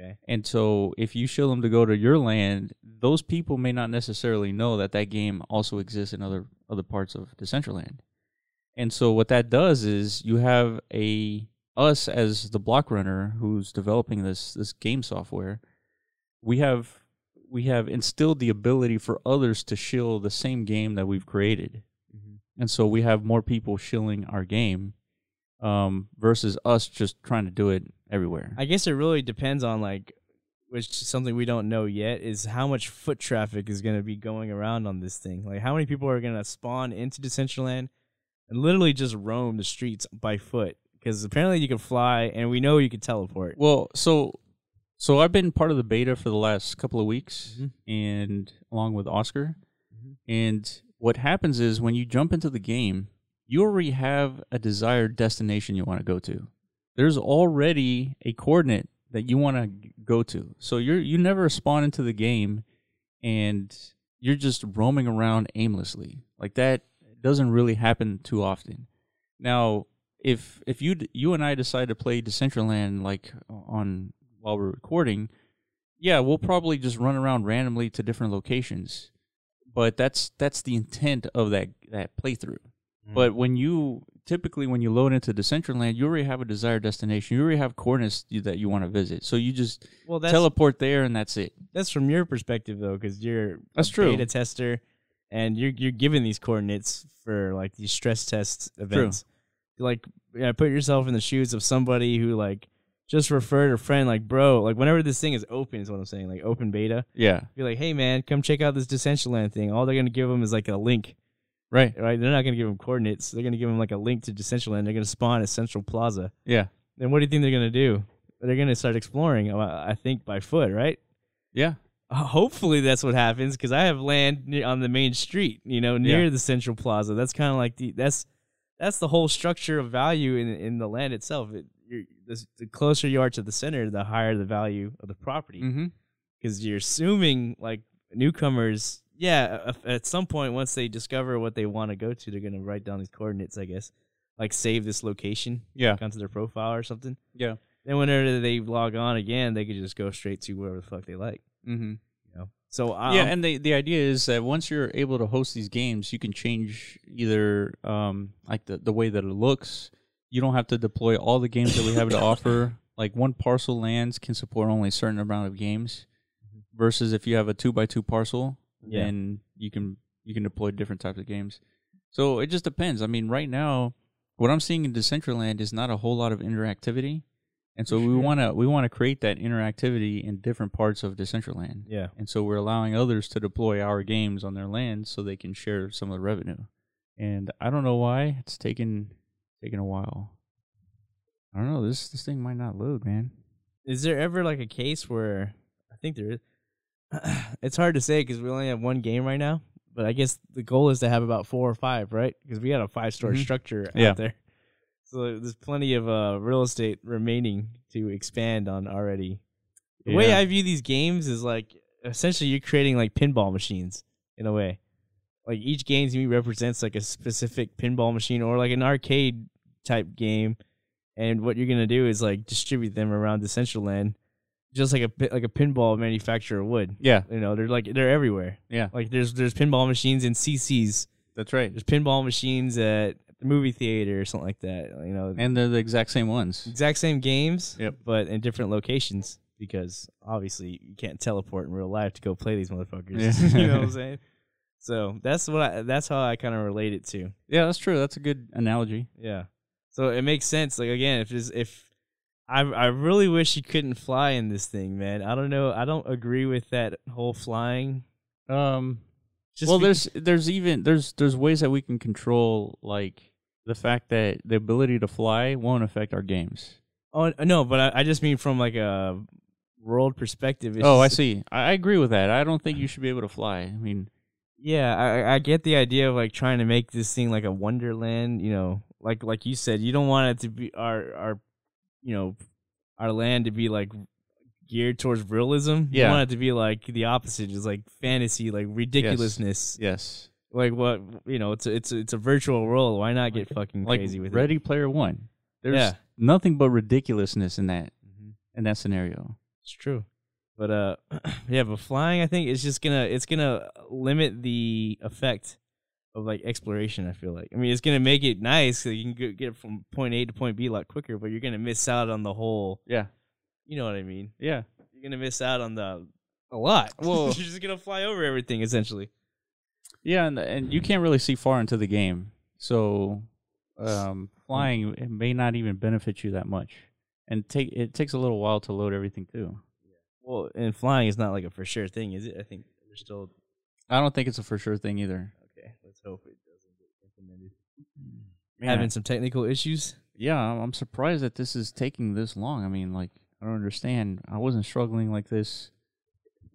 Speaker 2: Okay.
Speaker 1: And so if you shill them to go to your land, those people may not necessarily know that that game also exists in other other parts of Decentraland. And so what that does is you have a us as the block runner who's developing this this game software, we have we have instilled the ability for others to shill the same game that we've created. And so we have more people shilling our game um, versus us just trying to do it everywhere.
Speaker 2: I guess it really depends on like, which is something we don't know yet is how much foot traffic is going to be going around on this thing. Like, how many people are going to spawn into Decentraland and literally just roam the streets by foot? Because apparently you can fly, and we know you can teleport.
Speaker 1: Well, so so I've been part of the beta for the last couple of weeks, and along with Oscar. And what happens is when you jump into the game, you already have a desired destination you want to go to. There's already a coordinate that you want to go to, so you're you never spawn into the game, and you're just roaming around aimlessly like that. Doesn't really happen too often. Now, if if you d- you and I decide to play Decentraland like on while we're recording, yeah, we'll probably just run around randomly to different locations. But that's that's the intent of that that playthrough. But when you typically when you load into Decentraland, you already have a desired destination. You already have coordinates you- that you want to visit. So you just
Speaker 2: Well, that's
Speaker 1: teleport there and that's it.
Speaker 2: that's from your perspective though, because you're
Speaker 1: That's
Speaker 2: a
Speaker 1: true.
Speaker 2: beta tester, and you're you're given these coordinates for like these stress test events. Like, yeah, put yourself in the shoes of somebody who like just referred a friend, like, bro, like whenever this thing is open, is what I'm saying, like open beta.
Speaker 1: Yeah.
Speaker 2: Be like, hey man, come check out this Decentraland thing. All they're gonna give them is like a link,
Speaker 1: Right.
Speaker 2: right? They're not gonna give them coordinates. They're gonna give them like a link to Decentraland. They're gonna spawn at Central Plaza.
Speaker 1: Yeah.
Speaker 2: Then what do you think they're gonna do? They're gonna start exploring. uh, I I think by foot, right?
Speaker 1: Yeah.
Speaker 2: Uh, hopefully that's what happens because I have land near, on the main street, you know, near
Speaker 1: Yeah.
Speaker 2: the central plaza. That's kind of like the that's that's the whole structure of value in in the land itself. It, you're, the, the closer you are to the center, the higher the value of the property
Speaker 1: Mhm.
Speaker 2: because you're assuming like newcomers. Yeah, a- a- at some point once they discover what they want to go to, they're gonna write down these coordinates, I guess, like save this location
Speaker 1: Yeah.
Speaker 2: onto their profile or something.
Speaker 1: Yeah.
Speaker 2: Then whenever they log on again, they could just go straight to wherever the fuck they like.
Speaker 1: Mhm.
Speaker 2: You know? So I,
Speaker 1: yeah, and the the idea is that once you're able to host these games, you can change either um, like the the way that it looks. You don't have to deploy all the games that we have to offer. Like one parcel lands can support only a certain amount of games, versus if you have a two by two parcel,
Speaker 2: Mm-hmm. Yeah.
Speaker 1: then you can you can deploy different types of games. So it just depends. I mean, right now, what I'm seeing in Decentraland is not a whole lot of interactivity, and so we
Speaker 2: Sure.
Speaker 1: want to we want to create that interactivity in different parts of Decentraland.
Speaker 2: Yeah.
Speaker 1: And so we're allowing others to deploy our games on their land so they can share some of the revenue. And I don't know why it's taken taken a while. I don't know. This this thing might not load, man.
Speaker 2: Is there ever like a case where I think there is? it's hard to say because we only have one game right now. But I guess the goal is to have about four or five, right? Because we got a five store
Speaker 1: Mhm.
Speaker 2: structure
Speaker 1: Yeah.
Speaker 2: out there, so there's plenty of uh, real estate remaining to expand on already. The way I view these games is like essentially you're creating like pinball machines in a way. Like each game to me represents like a specific pinball machine or like an arcade type game, and what you're gonna do is like distribute them around the central land, just like a pi- like a pinball manufacturer would.
Speaker 1: yeah,
Speaker 2: You know, they're like they're everywhere.
Speaker 1: Yeah.
Speaker 2: like there's there's pinball machines in CC's.
Speaker 1: that's right.
Speaker 2: There's pinball machines at the movie theater or something like that. You know,
Speaker 1: And they're the exact same ones.
Speaker 2: exact same games,
Speaker 1: Yep.
Speaker 2: but in different locations because obviously you can't teleport in real life to go play these motherfuckers.
Speaker 1: Yeah.
Speaker 2: you know what I'm saying? So that's what I, that's how I kind of relate it to.
Speaker 1: Yeah, that's true. That's a good analogy.
Speaker 2: Yeah. So it makes sense. Like again, if it's, if I I really wish you couldn't fly in this thing, man. I don't know. I don't agree with that whole flying.
Speaker 1: Um,
Speaker 2: Just
Speaker 1: well,
Speaker 2: be-
Speaker 1: there's there's even there's there's ways that we can control like the fact that the ability to fly won't affect our games.
Speaker 2: oh no, but I, I just mean from like a world perspective. It's
Speaker 1: oh, I
Speaker 2: just-
Speaker 1: see. I, I agree with that. I don't think you should be able to fly. I mean,
Speaker 2: Yeah, I- I, I get the idea of like trying to make this thing like a wonderland. You know, like like you said, you don't want it to be our our, you know, our land to be like geared towards realism.
Speaker 1: Yeah.
Speaker 2: you want it to be like the opposite, just like fantasy, like ridiculousness.
Speaker 1: yes,
Speaker 2: Like what you know, it's a, it's a, it's a virtual world. Why not get fucking
Speaker 1: like
Speaker 2: crazy with
Speaker 1: Ready
Speaker 2: it?
Speaker 1: Player One. There's
Speaker 2: Yeah.
Speaker 1: nothing but ridiculousness in that
Speaker 2: Mhm.
Speaker 1: in that scenario.
Speaker 2: It's true. But uh yeah, but flying I think it's just gonna it's gonna limit the effect of like exploration, I feel like. I mean it's gonna make it nice so you can go- get from point A to point B a lot quicker, but you're gonna miss out on the whole
Speaker 1: Yeah.
Speaker 2: you know what I mean.
Speaker 1: Yeah.
Speaker 2: You're gonna miss out on the a lot.
Speaker 1: Well-
Speaker 2: you're just gonna fly over everything essentially.
Speaker 1: Yeah, and and you can't really see far into the game, so um, flying it may not even benefit you that much, and take it takes a little while to load everything too.
Speaker 2: Well and flying is not like a for sure thing, is it? I think we're still
Speaker 1: I don't think it's a for sure thing either.
Speaker 2: okay, let's hope it doesn't get implemented. Mm.
Speaker 1: Man,
Speaker 2: Having some technical issues.
Speaker 1: yeah, I'm I'm surprised that this is taking this long. I mean, like I don't understand. I wasn't struggling like this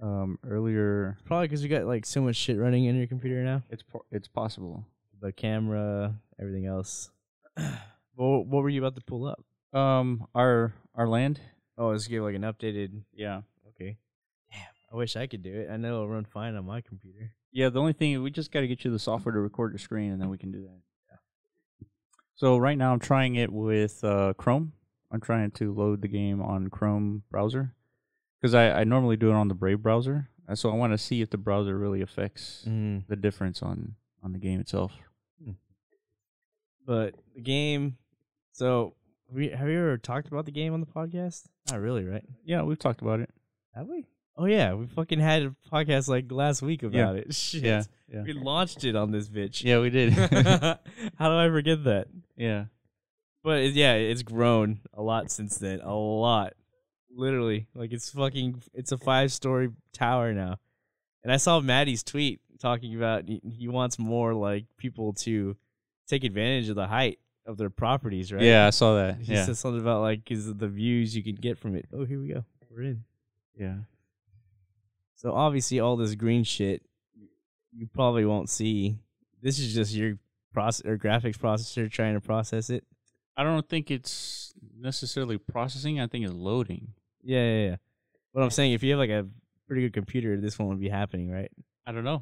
Speaker 1: um, earlier.
Speaker 2: Probably because we got like so much shit running in your computer now.
Speaker 1: It's po- it's possible.
Speaker 2: the camera, everything else. what, what were you about to pull up?
Speaker 1: Um, our our land.
Speaker 2: Oh, it's give like an updated.
Speaker 1: Yeah,
Speaker 2: Okay. Damn, I wish I could do it. I know it'll run fine on my computer.
Speaker 1: yeah. The only thing we just got to get you the software to record your screen, and then we can do that. Yeah. So right now I'm trying it with uh, Chrome. I'm trying to load the game on Chrome browser because I, I normally do it on the Brave browser, and so I want to see if the browser really affects
Speaker 2: Mm.
Speaker 1: the difference on on the game itself.
Speaker 2: But the game. So, we, have you ever talked about the game on the podcast? Not really, right?
Speaker 1: Yeah, we've talked about it.
Speaker 2: Have we? Oh yeah, we fucking had a podcast like last week about it. Shit.
Speaker 1: Yeah, yeah,
Speaker 2: We launched it on this bitch.
Speaker 1: yeah. We did.
Speaker 2: How do I forget that?
Speaker 1: yeah,
Speaker 2: But it, yeah, it's grown a lot since then. A lot. Literally. Like it's fucking it's a five-story tower now. And I saw Maddie's tweet talking about he he wants more like people to take advantage of the height of their properties, right?
Speaker 1: yeah. I saw that.
Speaker 2: He
Speaker 1: yeah,
Speaker 2: said something about like cuz of the views you can get from it. Oh, here we go. We're in.
Speaker 1: yeah.
Speaker 2: So obviously all this green shit you probably won't see. This is just your process or graphics processor trying to process it.
Speaker 1: I don't think it's necessarily processing. I think it's loading.
Speaker 2: Yeah, yeah, yeah. But I'm saying if you have like a pretty good computer, this one would be happening, right?
Speaker 1: I don't know.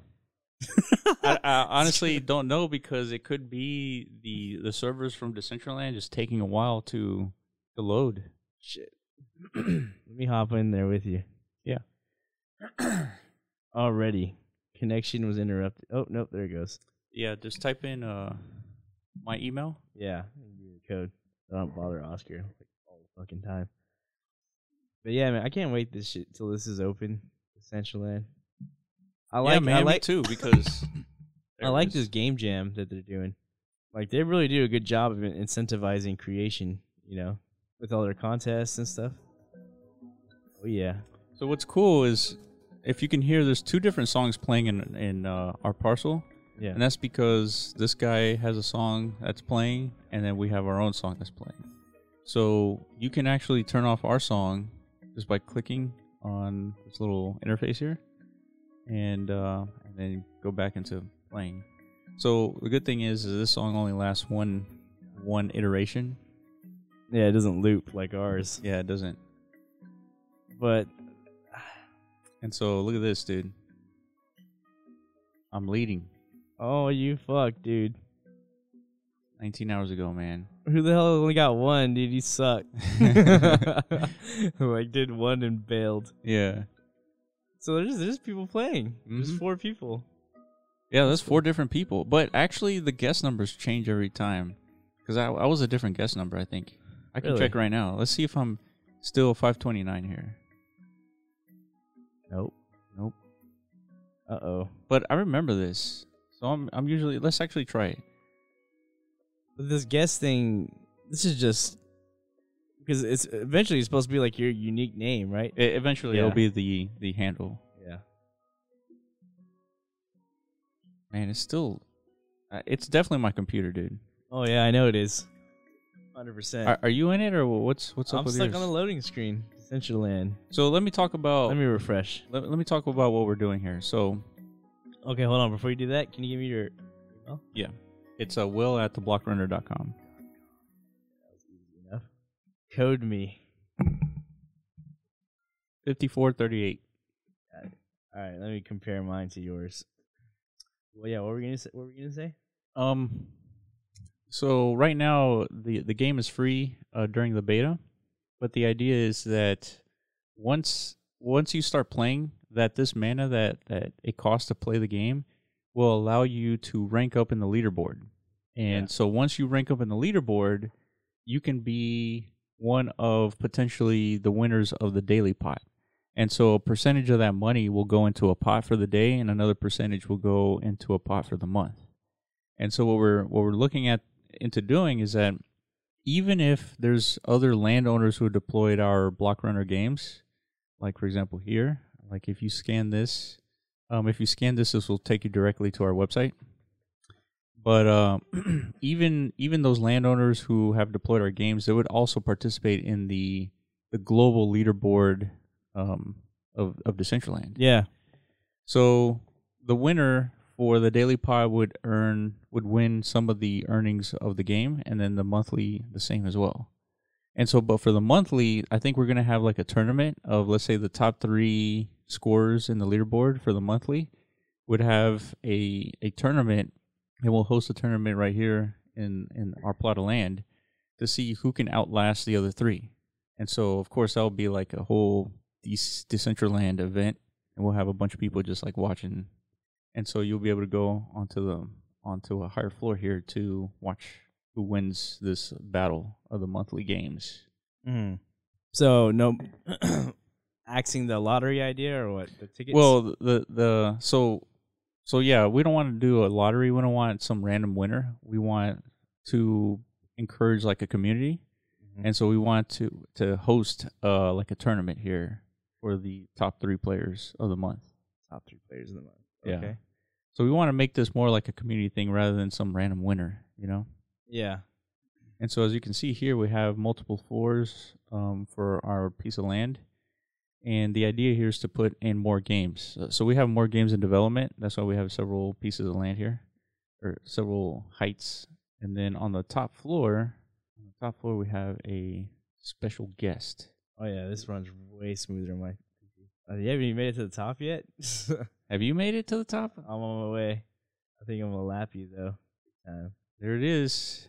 Speaker 1: I, uh, I honestly don't know because it could be the the servers from Decentraland just taking a while to to load.
Speaker 2: Shit. Let me hop in there with you.
Speaker 1: Yeah.
Speaker 2: Already. Connection was interrupted. Oh, nope, there it goes.
Speaker 1: Yeah, just type in uh my email.
Speaker 2: Yeah. I can give you the Code. I don't bother Oscar like, all the fucking time. But yeah, man, I can't wait this shit till this is open. Essential land. I like
Speaker 1: yeah, man,
Speaker 2: I
Speaker 1: me
Speaker 2: like
Speaker 1: too because
Speaker 2: I like
Speaker 1: there's-
Speaker 2: this game jam that they're doing. Like they really do a good job of incentivizing creation, you know, with all their contests and stuff. Oh yeah.
Speaker 1: So what's cool is if you can hear there's two different songs playing in in uh, our parcel.
Speaker 2: Yeah.
Speaker 1: And that's because this guy has a song that's playing, and then we have our own song that's playing. So you can actually turn off our song just by clicking on this little interface here, and uh, and then go back into playing. So the good thing is, is this song only lasts one one iteration.
Speaker 2: yeah, it doesn't loop like ours.
Speaker 1: Yeah, it doesn't.
Speaker 2: But
Speaker 1: And so look at this, dude. I'm leading.
Speaker 2: oh you fuck, dude.
Speaker 1: 19 hours ago, man.
Speaker 2: Who the hell only got one, dude? You suck. like did one and bailed.
Speaker 1: Yeah.
Speaker 2: So there's there's people playing. There's
Speaker 1: Mhm.
Speaker 2: four people.
Speaker 1: Yeah, that's four different people. But actually, the guest numbers change every time. Because I, I was a different guest number, I think. I can
Speaker 2: Really?
Speaker 1: check right now. Let's see if I'm still 529 here.
Speaker 2: Nope.
Speaker 1: Nope.
Speaker 2: Uh oh.
Speaker 1: But I remember this. So I'm, I'm usually. Let's actually try it.
Speaker 2: But this guest thing, this is just because it's eventually it's supposed to be like your unique name, right?
Speaker 1: E- eventually,
Speaker 2: Yeah.
Speaker 1: it'll be the the handle.
Speaker 2: Yeah.
Speaker 1: Man, it's still, uh, it's definitely my computer, dude.
Speaker 2: Oh yeah, I know it is. Hundred percent.
Speaker 1: Are, are you in it or what's what's up
Speaker 2: I'm
Speaker 1: with
Speaker 2: stuck
Speaker 1: yours? Oh.
Speaker 2: on the loading screen. Central Land.
Speaker 1: so let me talk about
Speaker 2: Let
Speaker 1: let
Speaker 2: me
Speaker 1: me,
Speaker 2: refresh.
Speaker 1: let, me talk about what we're doing here. So
Speaker 2: Okay, hold on. Before you do that, can you give me your? oh,
Speaker 1: it's a will at the blockrunner.com.
Speaker 2: Easy enough. Code me.
Speaker 1: Fifty four thirty eight.
Speaker 2: All right, let me compare mine to yours. Well, yeah. What were we gonna say? What were we gonna say?
Speaker 1: Um, so right now the the game is free uh, during the beta, but the idea is that once once you start playing, that this mana that that it costs to play the game will allow you to rank up in the leaderboard, and
Speaker 2: Yeah.
Speaker 1: so once you rank up in the leaderboard, you can be one of potentially the winners of the daily pot. And so a percentage of that money will go into a pot for the day and another percentage will go into a pot for the month. And so what we're what we're looking at into doing is that even if there's other landowners who deployed our block runner games, like for example here, like if you scan this, um, if you scan this, this will take you directly to our website. But uh, even even those landowners who have deployed our games, they would also participate in the the global leaderboard um, of of Decentraland.
Speaker 2: Yeah.
Speaker 1: So the winner for the daily pod would earn would win some of the earnings of the game, and then the monthly the same as well. And so, but for the monthly, I think we're gonna have like a tournament of let's say the top three scorers in the leaderboard for the monthly would have a a tournament, and we'll host a tournament right here in in our plot of land to see who can outlast the other three. And so, of course, that'll be like a whole Dec- Decentraland event and we'll have a bunch of people just like watching and so you'll be able to go onto the onto a higher floor here to watch who wins this battle of the monthly games Mm-hmm.
Speaker 2: Mm. So no, axing the lottery idea or what? The tickets.
Speaker 1: well the the so so yeah we don't want to do a lottery we don't want some random winner we want to encourage like a community
Speaker 2: Mhm.
Speaker 1: and so we want to to host uh like a tournament here for the top three players of the month
Speaker 2: top three players in the month.
Speaker 1: Yeah.
Speaker 2: Okay.
Speaker 1: so we want to make this more like a community thing rather than some random winner you know
Speaker 2: Yeah.
Speaker 1: And so, as you can see here, we have multiple floors um, for our piece of land. And the idea here is to put in more games. Uh, So, we have more games in development. That's why we have several pieces of land here, or several heights. And then on the top floor, on the top floor, we have a special guest.
Speaker 2: Oh yeah, this runs way smoother than my. Uh, you haven't even made it to the top yet.
Speaker 1: Have you made it to the top?
Speaker 2: I'm on my way. I think I'm gonna lap you though. Uh,
Speaker 1: There it is.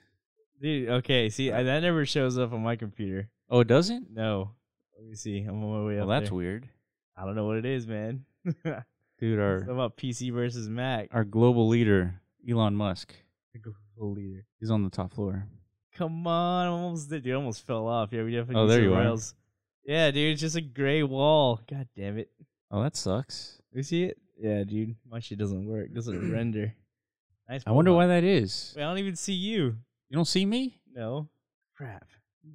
Speaker 2: dude, okay. See, I, that never shows up on my computer.
Speaker 1: Oh, it doesn't?
Speaker 2: No. Let me see. I'm on my way
Speaker 1: Well,
Speaker 2: up.
Speaker 1: that's
Speaker 2: there.
Speaker 1: weird.
Speaker 2: I don't know what it is, man. Something
Speaker 1: Dude, our,
Speaker 2: about PC versus Mac.
Speaker 1: our global leader, Elon Musk,
Speaker 2: Google leader.
Speaker 1: is on the top floor.
Speaker 2: Come on, I almost did. Dude, I almost fell off. Yeah, we definitely.
Speaker 1: Oh,
Speaker 2: need
Speaker 1: there
Speaker 2: some
Speaker 1: you are.
Speaker 2: rails. Yeah, dude, it's just a gray wall. God damn it.
Speaker 1: Oh, that sucks.
Speaker 2: You see it? Yeah, dude. My shit doesn't work. Doesn't render. Nice.
Speaker 1: I wonder
Speaker 2: pull-up.
Speaker 1: why that is.
Speaker 2: Wait, I don't even see you.
Speaker 1: You don't see me?
Speaker 2: No. Crap.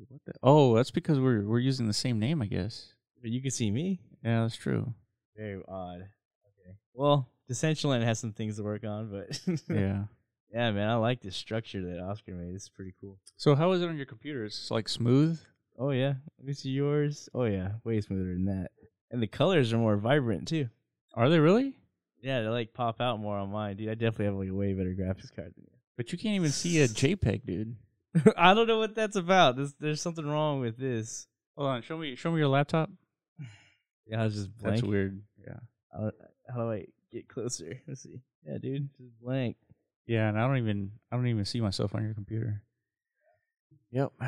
Speaker 1: What the? Oh, that's because we're we're using the same name, I guess.
Speaker 2: But you can see me.
Speaker 1: Yeah, that's true.
Speaker 2: Very odd. Okay. Well, Decentraland has some things to work on, but
Speaker 1: Yeah.
Speaker 2: Yeah, man, I like this structure that Oscar made. It's pretty cool.
Speaker 1: So how is it on your computer? It's like smooth.
Speaker 2: Oh yeah, let me see yours. Oh yeah, way smoother than that. And the colors are more vibrant too.
Speaker 1: Are they really?
Speaker 2: Yeah, they like pop out more on mine, dude. I definitely have like a way better graphics card than
Speaker 1: But you can't even see a JPEG, dude.
Speaker 2: you. I don't know what that's about. There's, there's something wrong with this.
Speaker 1: Hold on, show me show me your laptop.
Speaker 2: Yeah, I was just blank.
Speaker 1: That's weird. Yeah.
Speaker 2: I don't- How do I get closer? Let's see. Yeah, dude, just blank.
Speaker 1: Yeah, and I don't even I don't even see myself on your computer. Yep.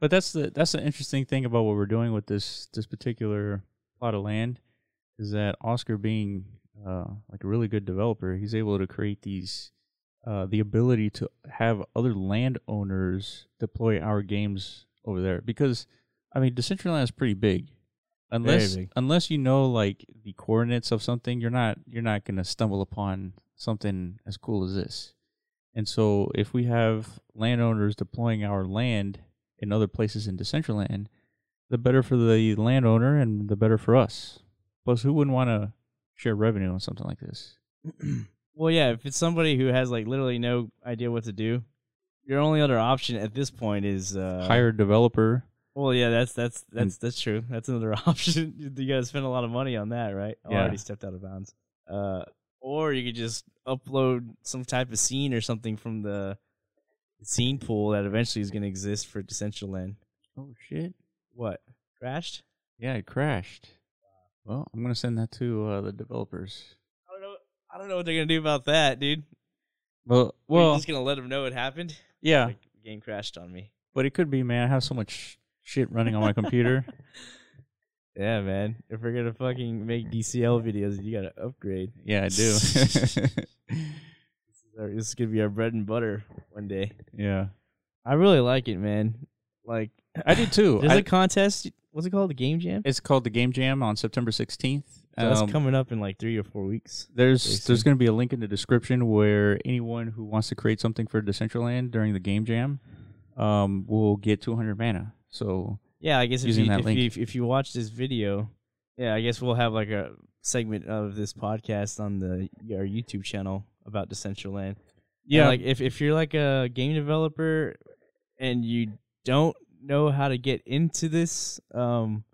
Speaker 1: But that's the that's the interesting thing about what we're doing with this this particular plot of land is that Oscar being uh, like a really good developer, he's able to create these uh, the ability to have other landowners deploy our games over there because I mean Decentraland is pretty big. Unless
Speaker 2: big.
Speaker 1: unless you know like the coordinates of something, you're not you're not gonna stumble upon something as cool as this. And so if we have landowners deploying our land in other places in Decentraland, the better for the landowner and the better for us. Plus, who wouldn't want to share revenue on something like this?
Speaker 2: Well, yeah, if it's somebody who has like literally no idea what to do, your only other option at this point is uh,
Speaker 1: Hire a developer.
Speaker 2: Well, yeah, that's that's that's that's true. That's another option. You gotta spend a lot of money on that, right? Oh, I
Speaker 1: Yeah.
Speaker 2: already stepped out of bounds. Uh, or you could just upload some type of scene or something from the scene pool that eventually is gonna exist for Decentraland.
Speaker 1: Oh shit!
Speaker 2: What crashed?
Speaker 1: Yeah, it crashed. Well, I'm gonna send that to uh, the developers.
Speaker 2: I don't know. I don't know what they're gonna do about that, dude.
Speaker 1: Well,
Speaker 2: Well,
Speaker 1: well,
Speaker 2: just gonna let them know it happened.
Speaker 1: yeah,
Speaker 2: Like, game crashed on me.
Speaker 1: but it could be, man. I have so much shit running on my computer.
Speaker 2: Yeah, man. If we're gonna fucking make DCL videos, you gotta upgrade.
Speaker 1: yeah, I do.
Speaker 2: Or This is gonna be our bread and butter one day.
Speaker 1: yeah,
Speaker 2: I really like it, man. Like
Speaker 1: I do too.
Speaker 2: there's
Speaker 1: I-
Speaker 2: a contest. What's it called? The game jam.
Speaker 1: it's called the Game Jam on September 16th.
Speaker 2: So that's
Speaker 1: Um,
Speaker 2: coming up in like three or four weeks.
Speaker 1: There's there's
Speaker 2: Jason.
Speaker 1: going to be a link in the description where anyone who wants to create something for Decentraland during the game jam um, will get 200 mana. So
Speaker 2: Yeah, I guess if
Speaker 1: Using
Speaker 2: you,
Speaker 1: that
Speaker 2: if,
Speaker 1: link.
Speaker 2: you, if, you watch this video, yeah, I guess we'll have like a segment of this podcast on the our YouTube channel about Decentraland. Yeah, like if if you're like a game developer and you don't know how to get into this um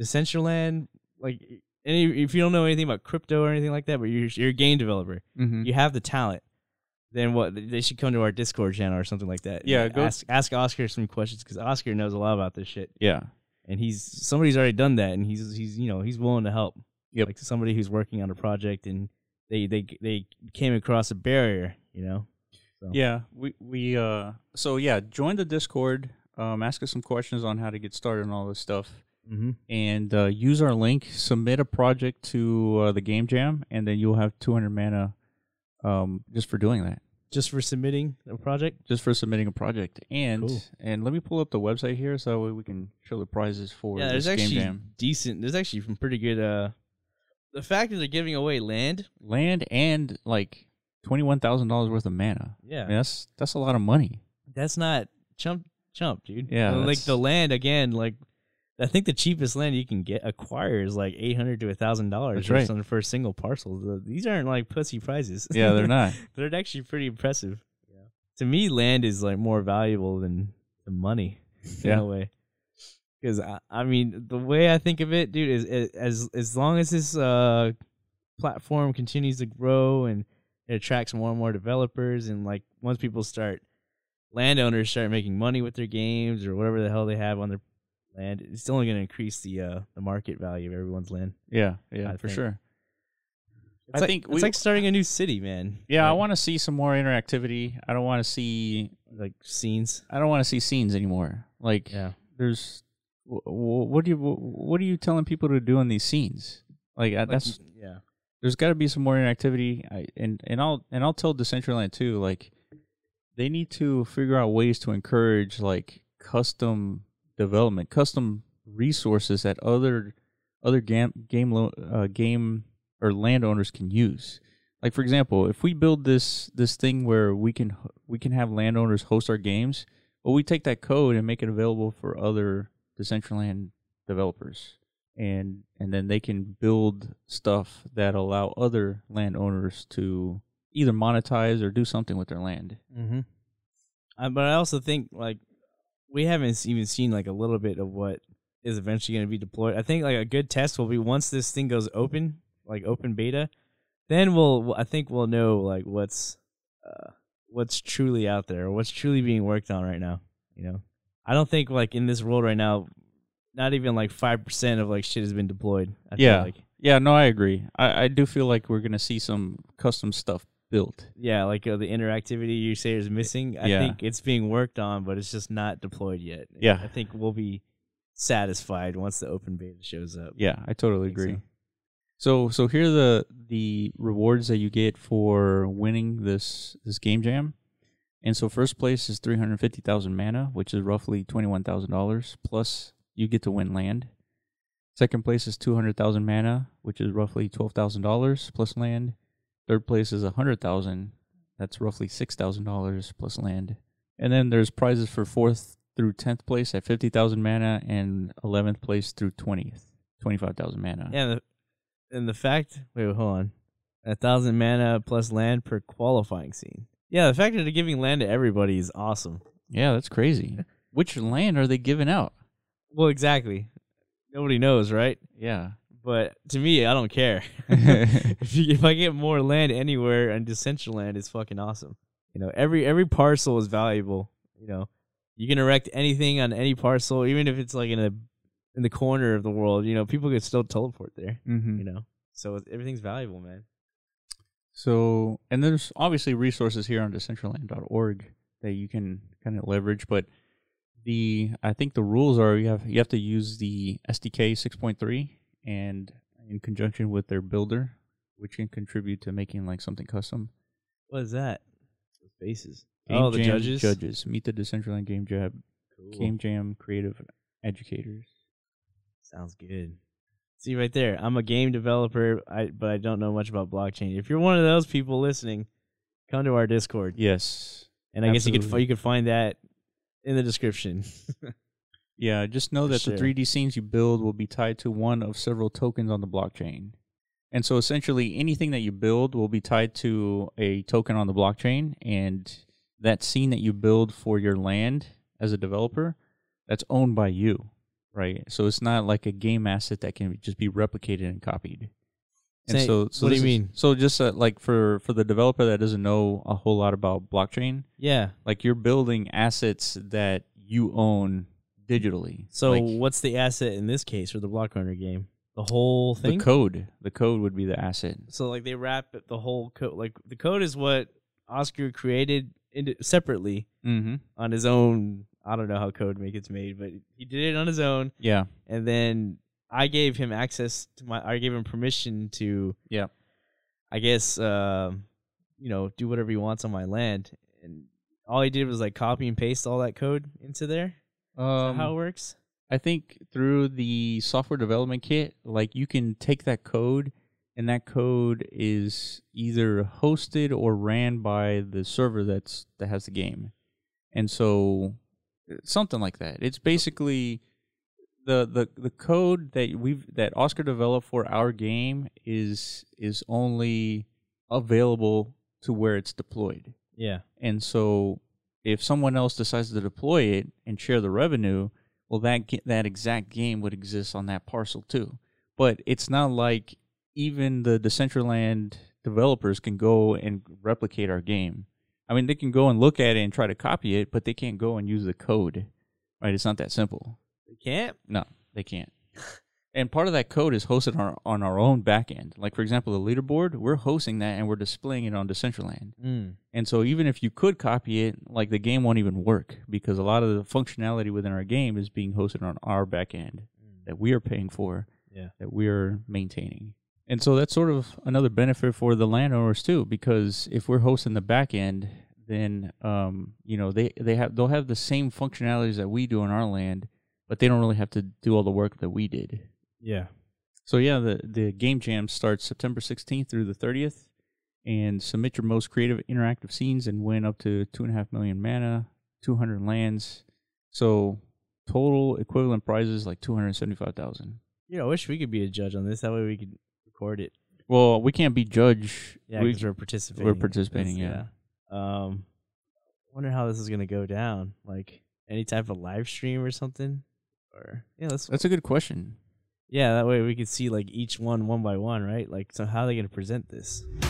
Speaker 2: Decentraland, like any if you don't know anything about crypto or anything like that, but you're you're a game developer,
Speaker 1: mhm.
Speaker 2: you have the talent, then what? They should come to our Discord channel or something like that.
Speaker 1: Yeah,
Speaker 2: And
Speaker 1: go-
Speaker 2: ask ask Oscar some questions because Oscar knows a lot about this shit,
Speaker 1: yeah,
Speaker 2: and he's somebody's already done that, and he's he's you know he's willing to help.
Speaker 1: Yep.
Speaker 2: like somebody who's working on a project and they they they came across a barrier, you know.
Speaker 1: yeah. We we uh, so yeah, join the Discord. Um, ask us some questions on how to get started and all this stuff,
Speaker 2: Mm-hmm.
Speaker 1: and uh, use our link. Submit a project to uh, the game jam, and then you'll have 200 mana um, just for doing that.
Speaker 2: Just for submitting a project.
Speaker 1: just for submitting a project. And
Speaker 2: Cool.
Speaker 1: and let me pull up the website here so that way we can show the prizes for
Speaker 2: yeah,
Speaker 1: this
Speaker 2: there's
Speaker 1: game
Speaker 2: actually
Speaker 1: jam.
Speaker 2: decent. There's actually some pretty good. Uh, the fact that they're giving away land.
Speaker 1: Land and like twenty one thousand dollars worth of mana. I
Speaker 2: Yeah,
Speaker 1: mean, that's that's a lot of money.
Speaker 2: that's not chump chump, dude.
Speaker 1: Yeah,
Speaker 2: Uh, like
Speaker 1: that's-
Speaker 2: the land again. Like I think the cheapest land you can get acquire is like eight hundred to thousand dollars
Speaker 1: That's right.
Speaker 2: on the first single parcel. The- These aren't like pussy prices.
Speaker 1: Yeah, they're not.
Speaker 2: they're actually pretty impressive. Yeah. To me, land is like more valuable than the money in
Speaker 1: Yeah.
Speaker 2: a way. Because I, I mean, the way I think of it, dude, is, is as as long as this uh platform continues to grow and it attracts more and more developers, and like once people start, landowners start making money with their games or whatever the hell they have on their land, it's only going to increase the uh the market value of everyone's land.
Speaker 1: yeah, yeah,
Speaker 2: I
Speaker 1: for
Speaker 2: think.
Speaker 1: sure.
Speaker 2: It's
Speaker 1: I
Speaker 2: like-
Speaker 1: think
Speaker 2: it's
Speaker 1: we-
Speaker 2: like starting a new city, man.
Speaker 1: Yeah, I
Speaker 2: Like-
Speaker 1: want to see some more interactivity. I don't want to see
Speaker 2: like scenes.
Speaker 1: I don't want to see scenes anymore. Like there's wh- wh- what do you wh- what are you telling people to do in these scenes? Like, I
Speaker 2: Like,
Speaker 1: that's
Speaker 2: yeah.
Speaker 1: there's got to be some more interactivity. I, and and I'll and I'll tell Decentraland too. Like they need to figure out ways to encourage like custom development, custom resources that other other game game lo- uh, game or landowners can use. Like for example, if we build this this thing where we can h- we can have landowners host our games, but we take that code and make it available for other Decentraland developers and and then they can build stuff that allow other landowners to either monetize or do something with their land.
Speaker 2: Mm-hmm. Uh, but I also think like we haven't s- even seen like a little bit of what is eventually going to be deployed. I think like a good test will be once this thing goes open, like open beta, then we'll we'll- I think we'll know like what's uh, what's truly out there, what's truly being worked on right now. You know, I don't think like in this world right now, not even like five percent of like shit has been deployed. I feel
Speaker 1: Yeah.
Speaker 2: like.
Speaker 1: Yeah, no, I agree. I, I do feel like we're gonna see some custom stuff built.
Speaker 2: yeah, like uh, the interactivity you say is missing. I
Speaker 1: Yeah.
Speaker 2: think it's being worked on, but it's just not deployed yet.
Speaker 1: Yeah.
Speaker 2: I think we'll be satisfied once the open beta shows up.
Speaker 1: Yeah, I totally
Speaker 2: Think so.
Speaker 1: agree. So so here are the the rewards that you get for winning this this game jam. And so first place is 350,000 mana, which is roughly $21,000 plus you get to win land. Second place is 200,000 mana, which is roughly $12,000 plus land. Third place is 100,000, that's roughly $6,000 plus land. And then there's prizes for fourth through 10th place at 50,000 mana and 11th place through 20th, 25,000 mana.
Speaker 2: Yeah, and the, and the fact. Wait, hold on. A thousand mana plus land per qualifying scene. Yeah, the fact that they're giving land to everybody is awesome.
Speaker 1: Yeah, that's crazy. Which land are they giving out?
Speaker 2: Well, exactly. Nobody knows, right?
Speaker 1: Yeah.
Speaker 2: But to me, I don't care. if, you, if I get more land anywhere and Decentraland is fucking awesome. You know, every every parcel is valuable. You know, you can erect anything on any parcel, even if it's like in a in the corner of the world. You know, people could still teleport there.
Speaker 1: Mm-hmm.
Speaker 2: You know, so it's- everything's valuable, man.
Speaker 1: So, and there's obviously resources here on decentraland.org that you can kind of leverage, but the I think the rules are you have you have to use the SDK 6.3 and in conjunction with their builder, which can contribute to making like something custom.
Speaker 2: What is that? Those faces.
Speaker 1: Game
Speaker 2: oh, the
Speaker 1: jam
Speaker 2: judges.
Speaker 1: Judges. Meet the Decentraland Game Jam,
Speaker 2: Cool.
Speaker 1: Game Jam creative educators.
Speaker 2: Sounds good. See right there, I'm a game developer, I, but I don't know much about blockchain. If you're one of those people listening, come to our Discord,
Speaker 1: Yes.
Speaker 2: and I guess you could fi-
Speaker 1: absolutely.
Speaker 2: you could find that in the description.
Speaker 1: Yeah, just know
Speaker 2: For
Speaker 1: that
Speaker 2: sure.
Speaker 1: the 3D scenes you build will be tied to one of several tokens on the blockchain. And so essentially anything that you build will be tied to a token on the blockchain and that scene that you build for your land as a developer that's owned by you, right? So it's not like a game asset that can just be replicated and copied. And
Speaker 2: Say-
Speaker 1: so, so
Speaker 2: what do
Speaker 1: this
Speaker 2: you
Speaker 1: is-
Speaker 2: mean?
Speaker 1: so just uh, like for for the developer that doesn't know a whole lot about blockchain,
Speaker 2: yeah.
Speaker 1: like you're building assets that you own digitally.
Speaker 2: So
Speaker 1: Like,
Speaker 2: what's the asset in this case for the block runner game? The whole
Speaker 1: the
Speaker 2: thing.
Speaker 1: code, the code would be the asset.
Speaker 2: so like they wrap it, the whole code. Like the code is what Oscar created in, separately
Speaker 1: Mm-hmm.
Speaker 2: on his own. I don't know how code make it's made, but he did it on his own.
Speaker 1: Yeah,
Speaker 2: and then I gave him access to my. I gave him permission to.
Speaker 1: Yeah.
Speaker 2: I guess um, you know do whatever he wants on my land, and all he did was like copy and paste all that code into there. Is that
Speaker 1: um,
Speaker 2: how it works?
Speaker 1: I think through the software development kit, like you can take that code, and that code is either hosted or ran by the server that's that has the game, and so something like that. It's basically the the the code that we've that Oscar developed for our game is is only available to where it's deployed.
Speaker 2: Yeah.
Speaker 1: And so if someone else decides to deploy it and share the revenue, well that ga- that exact game would exist on that parcel too. But it's not like even the Decentraland developers can go and replicate our game. I mean, they can go and look at it and try to copy it, but they can't go and use the code. Right? It's not that simple.
Speaker 2: They can't.
Speaker 1: No, they can't. and part of that code is hosted on our, on our own backend. Like for example, the leaderboard, we're hosting that and we're displaying it on Decentraland.
Speaker 2: Mm.
Speaker 1: And so even if you could copy it, like the game won't even work because a lot of the functionality within our game is being hosted on our back end that we are paying for,
Speaker 2: Yeah.
Speaker 1: that we are maintaining. And so that's sort of another benefit for the landowners too, because if we're hosting the back end, then um, you know they they have they'll have the same functionalities that we do on our land, but they don't really have to do all the work that we did.
Speaker 2: Yeah.
Speaker 1: So yeah, the the game jam starts September 16th through the 30th, and submit your most creative interactive scenes and win up to two and a half million mana, 200 lands. So total equivalent prizes like 275,000.
Speaker 2: You know, I wish we could be a judge on this. That way we could record it.
Speaker 1: Well, we can't be judge.
Speaker 2: Yeah,
Speaker 1: we,
Speaker 2: because we, are participating.
Speaker 1: participating,
Speaker 2: That's- yeah. Um, wonder how this is gonna go down. Like any type of live stream or something, or yeah, let's
Speaker 1: that's a good question.
Speaker 2: Yeah, that way we could see like each one one by one, right? Like, so how are they gonna present this?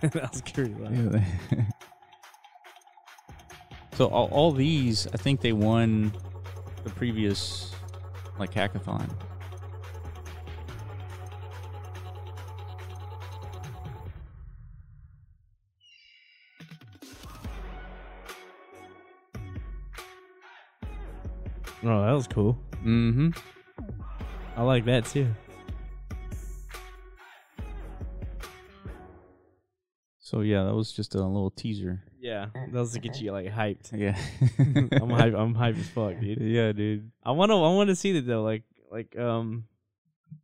Speaker 2: that was pretty loud.
Speaker 1: so all, all these, I think they won the previous like hackathon.
Speaker 2: Oh, that was cool.
Speaker 1: Mm-hmm.
Speaker 2: I like that too.
Speaker 1: So yeah, that was just a little teaser.
Speaker 2: Yeah, that was to get you like hyped.
Speaker 1: Yeah.
Speaker 2: I'm hype. I'm hype as fuck, dude.
Speaker 1: Yeah, dude.
Speaker 2: I wanna, I wanna see that though. Like, like um,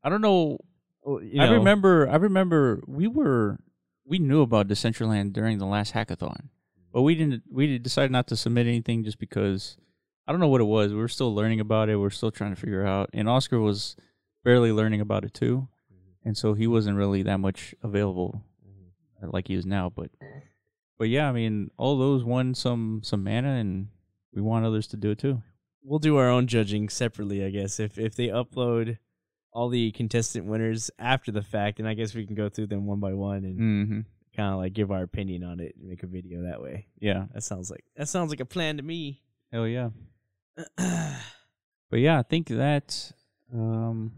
Speaker 1: I don't know.
Speaker 2: well, you
Speaker 1: I
Speaker 2: know-
Speaker 1: remember. I remember we were we knew about Decentraland during the last hackathon, But we didn't. We decided not to submit anything just because I don't know what it was. We were still learning about it. We are still trying to figure out. And Oscar was barely learning about it too,
Speaker 2: Mm-hmm.
Speaker 1: and so he wasn't really that much available uh, like he is now. But but yeah, I mean, all those won some some mana, and we want others to do it too.
Speaker 2: We'll do our own judging separately, I guess. If if they upload all the contestant winners after the fact, then I guess we can go through them one by one and
Speaker 1: Mm-hmm.
Speaker 2: kind of like give our opinion on it and make a video that way.
Speaker 1: Yeah.
Speaker 2: That sounds like that sounds like a plan to me.
Speaker 1: Hell yeah.
Speaker 2: it
Speaker 1: But yeah, I think that. Um.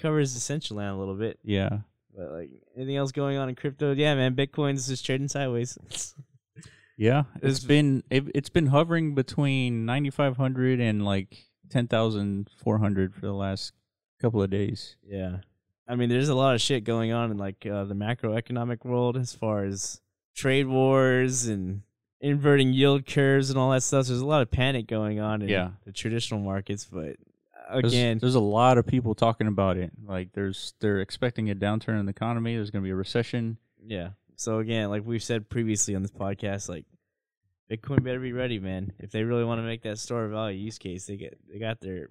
Speaker 2: covers essential land a little bit,
Speaker 1: Yeah.
Speaker 2: but like anything else going on in crypto, yeah, man, Bitcoin's just trading sideways.
Speaker 1: Yeah, it's
Speaker 2: It's-
Speaker 1: been it, it's been hovering between 9500 and like 10400 for the last couple of days.
Speaker 2: yeah, I mean, there's a lot of shit going on in like uh, the macroeconomic world as far as trade wars and inverting yield curves and all that stuff. there's a lot of panic going on in
Speaker 1: Yeah.
Speaker 2: the traditional markets, but uh,
Speaker 1: There's-
Speaker 2: again,
Speaker 1: there's, a lot of people talking about it. Like there's they're expecting a downturn in the economy, there's going to be a recession.
Speaker 2: Yeah. So again, like we've said previously on this podcast, like Bitcoin better be ready, man. If they really want to make that store of value use case, they get they got their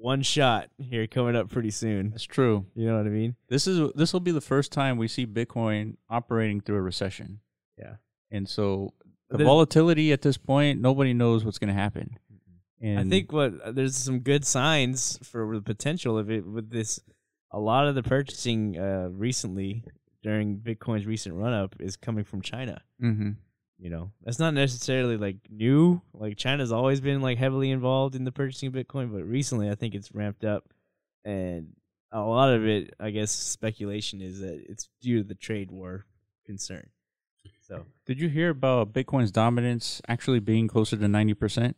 Speaker 2: one shot here coming up pretty soon.
Speaker 1: That's true.
Speaker 2: You know what I mean?
Speaker 1: This is this will be the first time we see Bitcoin operating through a recession.
Speaker 2: Yeah.
Speaker 1: And so the
Speaker 2: There's-
Speaker 1: volatility at this point, nobody knows what's going to happen. And
Speaker 2: I think what uh, there's some good signs for the potential of it with this. A lot of the purchasing uh, recently during Bitcoin's recent run up is coming from China.
Speaker 1: Mhm.
Speaker 2: You know, that's not necessarily like new. Like China's always been like heavily involved in the purchasing of Bitcoin, but recently I think it's ramped up, and a lot of it, I guess, speculation is that it's due to the trade war concern. So
Speaker 1: Did you hear about Bitcoin's dominance actually being closer to 90%?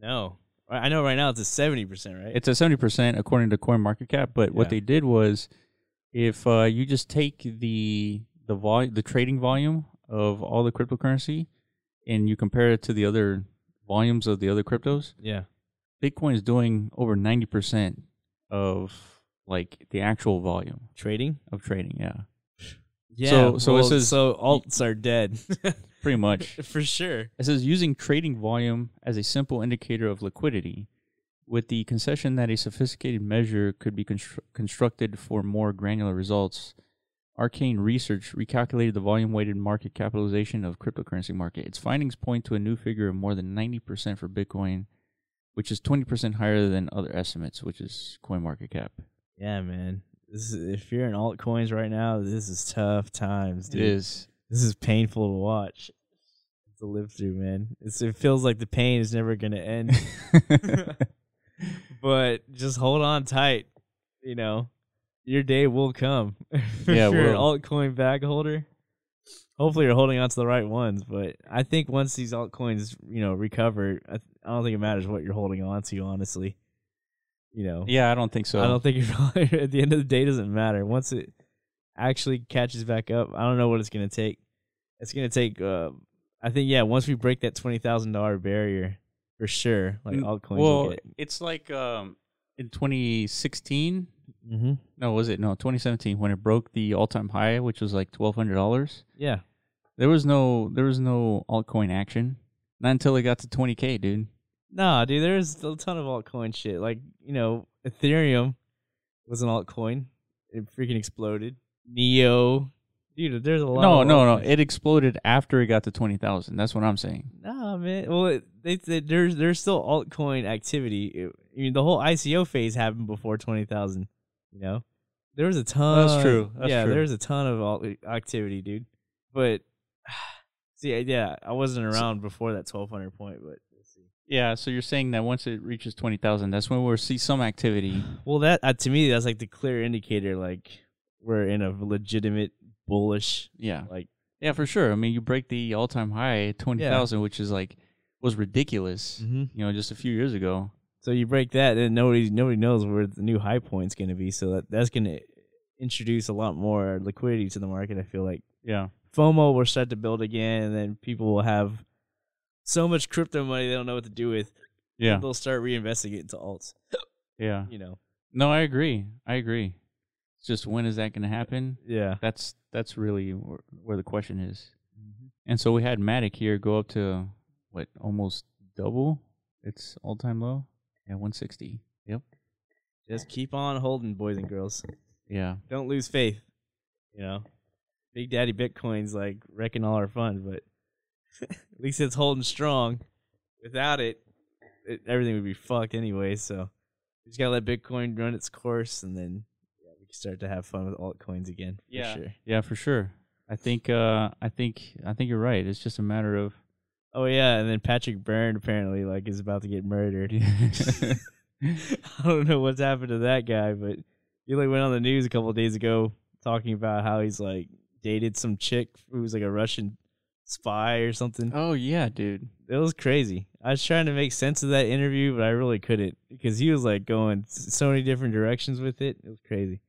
Speaker 2: no, I I know right now it's a seventy percent, right?
Speaker 1: it's at seventy percent according to CoinMarketCap. But what
Speaker 2: Yeah.
Speaker 1: they did was, if uh, you just take the the vol the trading volume of all the cryptocurrency, and you compare it to the other volumes of the other cryptos,
Speaker 2: yeah,
Speaker 1: Bitcoin is doing over ninety percent of like the actual volume
Speaker 2: trading.
Speaker 1: of trading. Yeah,
Speaker 2: Yeah,
Speaker 1: So- so it
Speaker 2: well,
Speaker 1: says-
Speaker 2: so alts are dead
Speaker 1: pretty much.
Speaker 2: for sure.
Speaker 1: It says using trading volume as a simple indicator of liquidity, with the concession that a sophisticated measure could be constru- constructed for more granular results. Arcane Research recalculated the volume weighted market capitalization of cryptocurrency market. Its findings point to a new figure of more than 90% for Bitcoin, which is 20% higher than other estimates, which is CoinMarketCap.
Speaker 2: Yeah, man. This is, if you're in altcoins right now, this is tough times, dude.
Speaker 1: It is.
Speaker 2: This is painful to watch, to live through, man. It's, it feels like the pain is never gonna end. but just hold on tight. You know, your day will come. if
Speaker 1: Yeah, it
Speaker 2: you're an
Speaker 1: will.
Speaker 2: altcoin bag holder, hopefully you're holding on to the right ones. But I think once these altcoins, you know, recover, I, I don't think it matters what you're holding on to. Honestly, you know,
Speaker 1: yeah, I don't think so.
Speaker 2: I don't think it really, at the end of the day it doesn't matter. Once it actually catches back up, I don't know what it's gonna take. It's gonna take. Uh, I think yeah. Once we break that twenty thousand dollar barrier, for sure, like
Speaker 1: Mm,
Speaker 2: altcoins will
Speaker 1: well,
Speaker 2: get.
Speaker 1: it's like um, in 2016,
Speaker 2: Mm-hmm.
Speaker 1: no, was it no 2017 when it broke the all-time high, which was like twelve hundred dollars.
Speaker 2: Yeah.
Speaker 1: There was no there was no altcoin action, not until it got to 20k, dude.
Speaker 2: Nah, dude. There's a ton of altcoin shit. Like you know, Ethereum was an altcoin. It freaking exploded. Neo, dude. There's a lot.
Speaker 1: No,
Speaker 2: of
Speaker 1: no, no.
Speaker 2: altcoins.
Speaker 1: It exploded after it got to 20,000. That's what I'm saying.
Speaker 2: Nah, man. Well, it, they, they, there's there's still altcoin activity. It- I mean, the whole ICO phase happened before twenty thousand. You know, there was a ton.
Speaker 1: true. That's
Speaker 2: yeah,
Speaker 1: true.
Speaker 2: there was a ton of alt- activity, dude. But see, I- yeah, I wasn't around before that twelve hundred point, but we'll see.
Speaker 1: Yeah, so you're saying that once it reaches 20,000, that's when we'll see some activity.
Speaker 2: Well, that uh, to me, that's like the clear indicator, like we're in a legitimate bullish.
Speaker 1: Yeah.
Speaker 2: Like-
Speaker 1: yeah, for sure. I mean, you break the all-time high at 20,000, which is like was ridiculous, you know, just a few years ago.
Speaker 2: So you break that, then nobody nobody knows where the new high point's going to be. So that, that's going to introduce a lot more liquidity to the market. I feel like
Speaker 1: Yeah.
Speaker 2: FOMO will start to build again, and then people will have so much crypto money they don't know what to do with.
Speaker 1: Yeah.
Speaker 2: They'll start reinvesting it into alts.
Speaker 1: Yeah.
Speaker 2: You know.
Speaker 1: No, I agree. I agree. It's just when is that going to happen?
Speaker 2: Yeah.
Speaker 1: That's that's really where, where the question is. And so we had Matic here go up to what almost double its all time low at 160. Yep.
Speaker 2: Just keep on holding, boys and girls.
Speaker 1: Yeah.
Speaker 2: Don't lose faith. You know, Big Daddy Bitcoin's like wrecking all our fun, but at least it's holding strong. Without it, it everything would be fucked anyway. So we just gotta let Bitcoin run its course, and then yeah, we can start to have fun with altcoins again. For
Speaker 1: Yeah.
Speaker 2: Sure.
Speaker 1: Yeah, for sure. I think uh I think I think you're right. It's just a matter of
Speaker 2: Oh yeah, and then Patrick Byrne apparently like is about to get murdered. I don't know what's happened to that guy, but he like went on the news a couple days ago talking about how he's like dated some chick who was like a Russian spy or something.
Speaker 1: Oh yeah, dude.
Speaker 2: It was crazy. I was trying to make sense of that interview, but I really couldn't because he was like going s- so many different directions with it. It was crazy.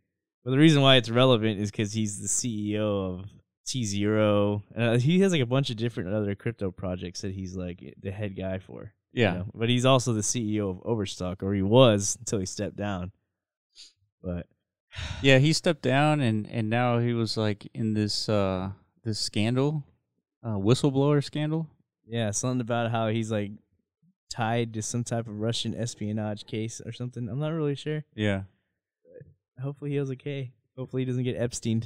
Speaker 2: But the reason why it's relevant is because he's the CEO of T Zero. Uh, he has like a bunch of different other crypto projects that he's like the head guy for
Speaker 1: Yeah.
Speaker 2: you know, but he's also the CEO of Overstock, or he was until he stepped down. But
Speaker 1: Yeah, he stepped down and and now he was like in this uh this scandal, uh whistleblower scandal.
Speaker 2: yeah, something about how he's like tied to some type of Russian espionage case or something. I'm not really sure.
Speaker 1: Yeah.
Speaker 2: Hopefully he was okay. Hopefully he doesn't get Epstein.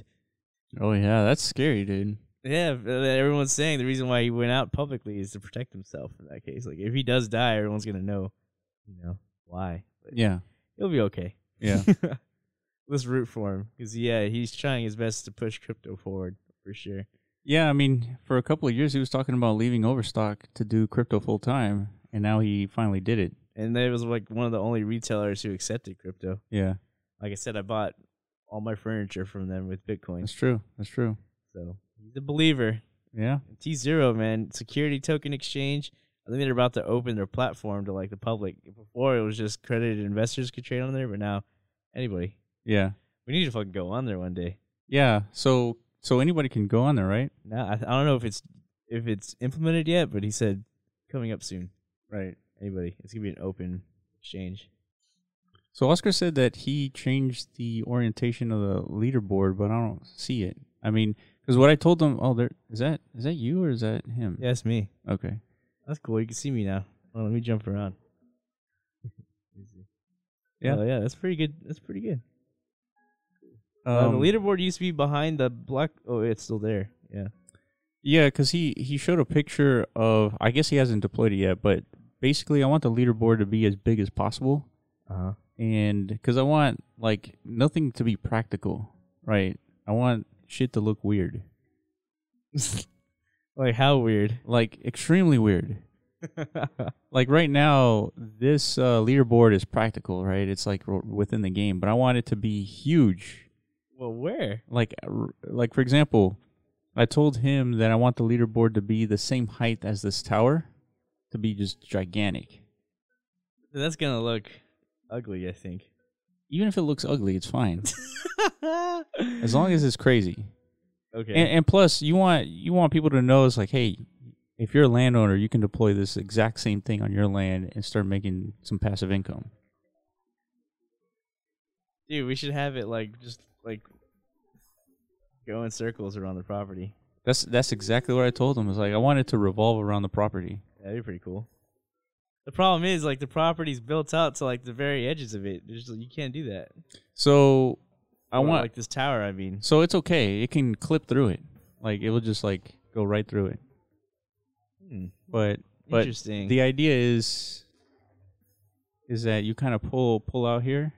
Speaker 1: Oh yeah, that's scary, dude.
Speaker 2: Yeah, but everyone's saying the reason why he went out publicly is to protect himself in that case. Like if he does die, everyone's gonna know, you know, why. But
Speaker 1: Yeah.
Speaker 2: He'll be okay.
Speaker 1: Yeah.
Speaker 2: Let's root for him because yeah, he's trying his best to push crypto forward for sure.
Speaker 1: Yeah, I mean, for a couple of years he was talking about leaving Overstock to do crypto full time, and now he finally did it.
Speaker 2: and they was like one of the only retailers who accepted crypto.
Speaker 1: Yeah,
Speaker 2: Like I said, I bought all my furniture from them with Bitcoin.
Speaker 1: that's true. That's true.
Speaker 2: So he's a believer.
Speaker 1: Yeah,
Speaker 2: T Zero, man, security token exchange. I think they're about to open their platform to like the public. Before it was just credited investors could trade on there, but now anybody.
Speaker 1: yeah,
Speaker 2: We need to fucking go on there one day.
Speaker 1: yeah. So, so anybody can go on there, right?
Speaker 2: Now I, I don't know if it's if it's implemented yet, but he said coming up soon.
Speaker 1: Right.
Speaker 2: Anybody, it's gonna be an open exchange.
Speaker 1: So Oscar said that he changed the orientation of the leaderboard, but I don't see it. I mean, because what I told him, oh, there is that is that you or is that him?
Speaker 2: Yeah, it's me.
Speaker 1: Okay.
Speaker 2: That's cool. You can see me now. Well, let me jump around.
Speaker 1: Yeah.
Speaker 2: Yeah, Oh, yeah, that's pretty good. That's pretty good. uh, the
Speaker 1: Um,
Speaker 2: leaderboard used to be behind the black. Oh, it's still there. Yeah.
Speaker 1: Yeah, because he he showed a picture of. I guess he hasn't deployed it yet, but basically, I want the leaderboard to be as big as possible.
Speaker 2: Uh huh.
Speaker 1: and because I want like nothing to be practical, right? I want shit to look weird,
Speaker 2: Like how weird.
Speaker 1: like extremely weird. Like right now, this uh, leaderboard is practical, right? It's like r- within the game, but I want it to be huge.
Speaker 2: well, where?
Speaker 1: Like, r- like for example, I told him that I want the leaderboard to be the same height as this tower, to be just gigantic.
Speaker 2: That's gonna look ugly. I think.
Speaker 1: Even if it looks ugly, it's fine as long as it's crazy.
Speaker 2: okay.
Speaker 1: And, and plus, you want you want people to know it's like, hey, if you're a landowner, you can deploy this exact same thing on your land and start making some passive income.
Speaker 2: Dude, we should have it like just like go in circles around the property.
Speaker 1: That's that's exactly what I told them. It's like I want it to revolve around the property.
Speaker 2: That'd be pretty cool. The problem is like the property's built out to like the very edges of it. There's you can't do that.
Speaker 1: So I
Speaker 2: Or,
Speaker 1: want
Speaker 2: like this tower. I mean,
Speaker 1: so it's okay. It can clip through it. Like it will just like go right through it.
Speaker 2: Hmm.
Speaker 1: But but
Speaker 2: interesting.
Speaker 1: the idea is is that you kind of pull pull out here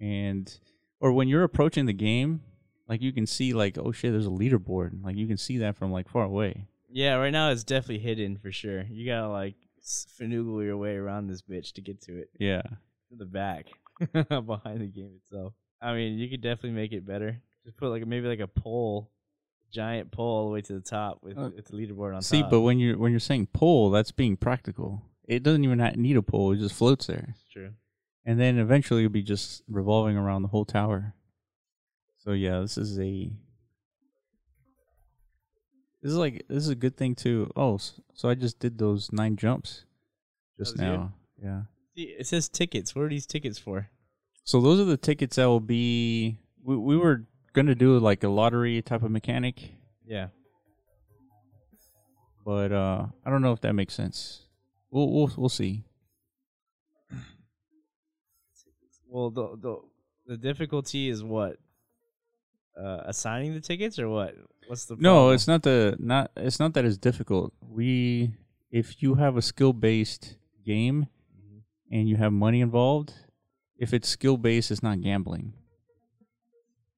Speaker 1: and or when you're approaching the game like you can see like oh shit there's a leaderboard like you can see that from like far away
Speaker 2: yeah, right now it's definitely hidden for sure. You gotta like s- finagle your way around this bitch to get to it
Speaker 1: yeah
Speaker 2: to the back behind the game itself. I mean, you could definitely make it better. Just put like maybe like a pole, giant pole all the way to the top with,
Speaker 1: Uh,
Speaker 2: with the leaderboard on
Speaker 1: see
Speaker 2: top.
Speaker 1: but when you're when you're saying pull that's being practical it doesn't even ha- need a pull it just floats there
Speaker 2: It's true.
Speaker 1: and then eventually you'll be just revolving around the whole tower so yeah this is a this is like this is a good thing too oh s- so i just did those nine jumps just
Speaker 2: was good.
Speaker 1: now yeah
Speaker 2: See, it says tickets. What are these tickets for?
Speaker 1: so those are the tickets that will be we, we were gonna do like a lottery type of mechanic
Speaker 2: Yeah.
Speaker 1: But uh, I don't know if that makes sense. We'll we'll, we'll see.
Speaker 2: Well, the the the difficulty is what uh, assigning the tickets or what? What's the
Speaker 1: No,
Speaker 2: problem?
Speaker 1: it's not the not it's not that it's difficult. We if you have a skill based game
Speaker 2: Mm-hmm.
Speaker 1: and you have money involved, if it's skill based, it's not gambling.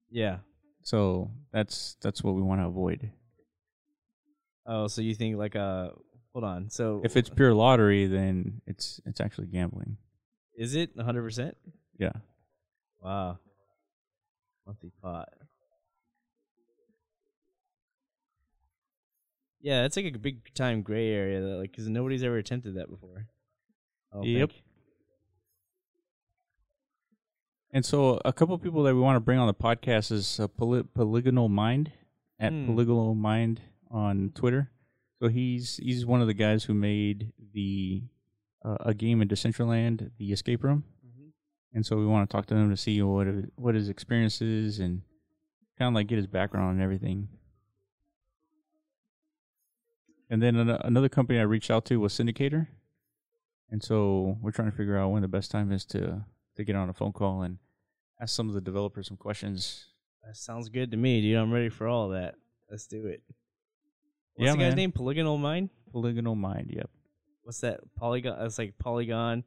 Speaker 2: yeah.
Speaker 1: So that's that's what we want to avoid.
Speaker 2: Oh, so you think like uh, hold on. So
Speaker 1: If it's pure lottery, then it's it's actually gambling.
Speaker 2: is it 100 percent?
Speaker 1: Yeah.
Speaker 2: Wow. Monthly pot. Yeah, that's like a big time gray area, that, like, because nobody's ever attempted that before. I don't
Speaker 1: Yep.
Speaker 2: think.
Speaker 1: And so a couple people that we want to bring on the podcast is uh, Poly- Polygonal Mind at
Speaker 2: Hmm.
Speaker 1: Polygonal Mind on Twitter. So he's he's one of the guys who made the uh, a game in Decentraland, the Escape Room. And so we want to talk to him to see what it- what his experience is and kind of like get his background and everything. And then an- another company I reached out to was Syndicator. And so we're trying to figure out when the best time is to to get on a phone call and ask some of the developers some questions.
Speaker 2: That sounds good to me, dude. I'm ready for all that. Let's do it. What's
Speaker 1: Yeah,
Speaker 2: the guy's
Speaker 1: man.
Speaker 2: name? Polygonal Mind?
Speaker 1: Polygonal mind, yep.
Speaker 2: What's that? Polygon. It's like Polygon.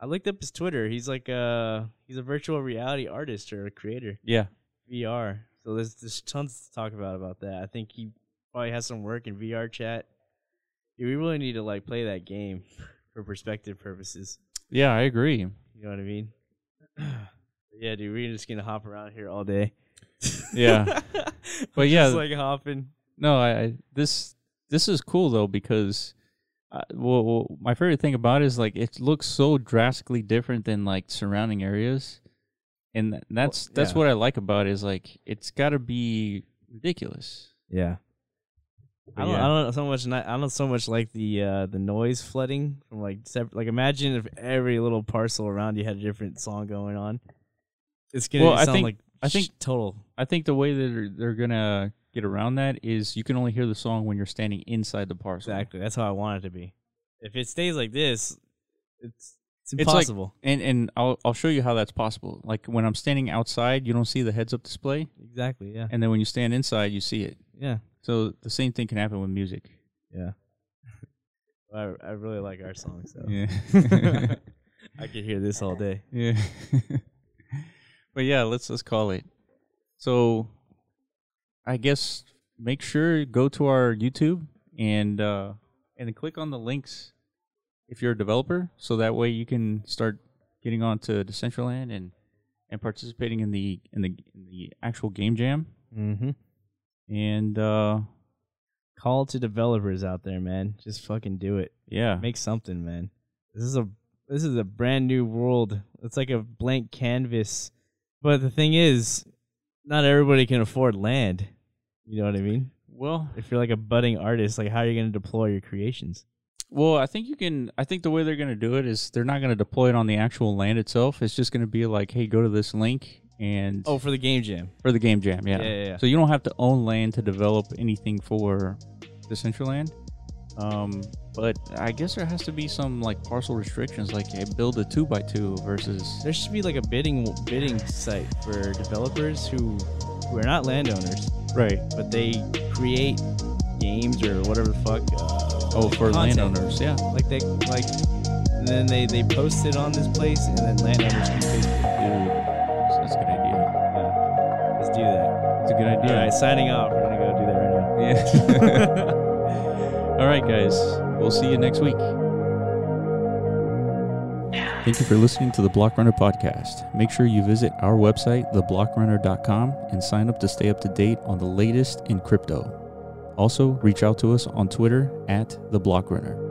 Speaker 2: I looked up his Twitter. He's like uh he's a virtual reality artist or a creator.
Speaker 1: Yeah.
Speaker 2: VR. So there's there's tons to talk about about that. I think he probably has some work in VR chat. Dude, we really need to like play that game for perspective purposes.
Speaker 1: Yeah, I agree.
Speaker 2: You know what I mean? yeah, dude, we're just gonna hop around here all day.
Speaker 1: Yeah. But yeah,
Speaker 2: just like hopping.
Speaker 1: no, I, I this this is cool though because uh, well, well, my favorite thing about it is like it looks so drastically different than like surrounding areas, and th- that's that's
Speaker 2: yeah.
Speaker 1: what I like about it is like it's got to be ridiculous.
Speaker 2: Yeah. I
Speaker 1: But
Speaker 2: don't,
Speaker 1: yeah.
Speaker 2: I don't so much. ni- I don't so much like the uh, the noise flooding from like separate. Like imagine if every little parcel around you had a different song going on. It's gonna
Speaker 1: Well, I
Speaker 2: sound
Speaker 1: think-
Speaker 2: like
Speaker 1: I
Speaker 2: sh-
Speaker 1: think-
Speaker 2: total.
Speaker 1: I think the way that they're, they're gonna get around that is you can only hear the song when you're standing inside the parcel.
Speaker 2: Exactly. That's how I want it to be. If it stays like this, it's
Speaker 1: It's
Speaker 2: it's
Speaker 1: like-
Speaker 2: impossible.
Speaker 1: And and I'll I'll show you how that's possible. Like when I'm standing outside, you don't see the heads up display,
Speaker 2: exactly. Yeah.
Speaker 1: and then when you stand inside, you see it.
Speaker 2: Yeah.
Speaker 1: So the same thing can happen with music.
Speaker 2: Yeah. I I really like our song, so
Speaker 1: Yeah.
Speaker 2: I could hear this all day.
Speaker 1: yeah. but yeah, let's let's call it. So I guess make sure go to our YouTube and uh and then click on the links if you're a developer so that way you can start getting on to Decentraland and and participating in the in the in the actual game jam
Speaker 2: Mm-hmm.
Speaker 1: and uh
Speaker 2: Call to developers out there, man. Just fucking do it.
Speaker 1: yeah
Speaker 2: Make something, man. This is a this is a brand new world. It's like a blank canvas. But the thing is, not everybody can afford land. You know what I mean?
Speaker 1: well
Speaker 2: If you're like a budding artist, like how are you going to deploy your creations?
Speaker 1: Well, I think you can. I think the way they're going to do it is they're not going to deploy it on the actual land itself. It's just going to be like, hey, go to this link and
Speaker 2: Oh, for the game jam.
Speaker 1: for the game jam, yeah.
Speaker 2: Yeah, yeah, yeah.
Speaker 1: So you don't have to own land to develop anything for the central land. Um, but I guess there has to be some like parcel restrictions, like hey, build a two by two versus
Speaker 2: There should be like a bidding bidding site for developers who who are not landowners,
Speaker 1: right.
Speaker 2: but they create games or whatever the fuck. Uh,
Speaker 1: Oh, for
Speaker 2: content.
Speaker 1: landowners, yeah.
Speaker 2: Like they like, and then they they post it on this place, and then landowners can Facebook.
Speaker 1: So that's a good idea.
Speaker 2: Dude, yeah, let's uh, do that.
Speaker 1: It's a good
Speaker 2: All
Speaker 1: idea.
Speaker 2: right, signing off. We're gonna go do that right now.
Speaker 1: Yeah. All right, guys. We'll see you next week.
Speaker 3: Thank you for listening to the Block Runner podcast. Make sure you visit our website, theblockrunner.com, and sign up to stay up to date on the latest in crypto. Also, reach out to us on Twitter at the Block Runner.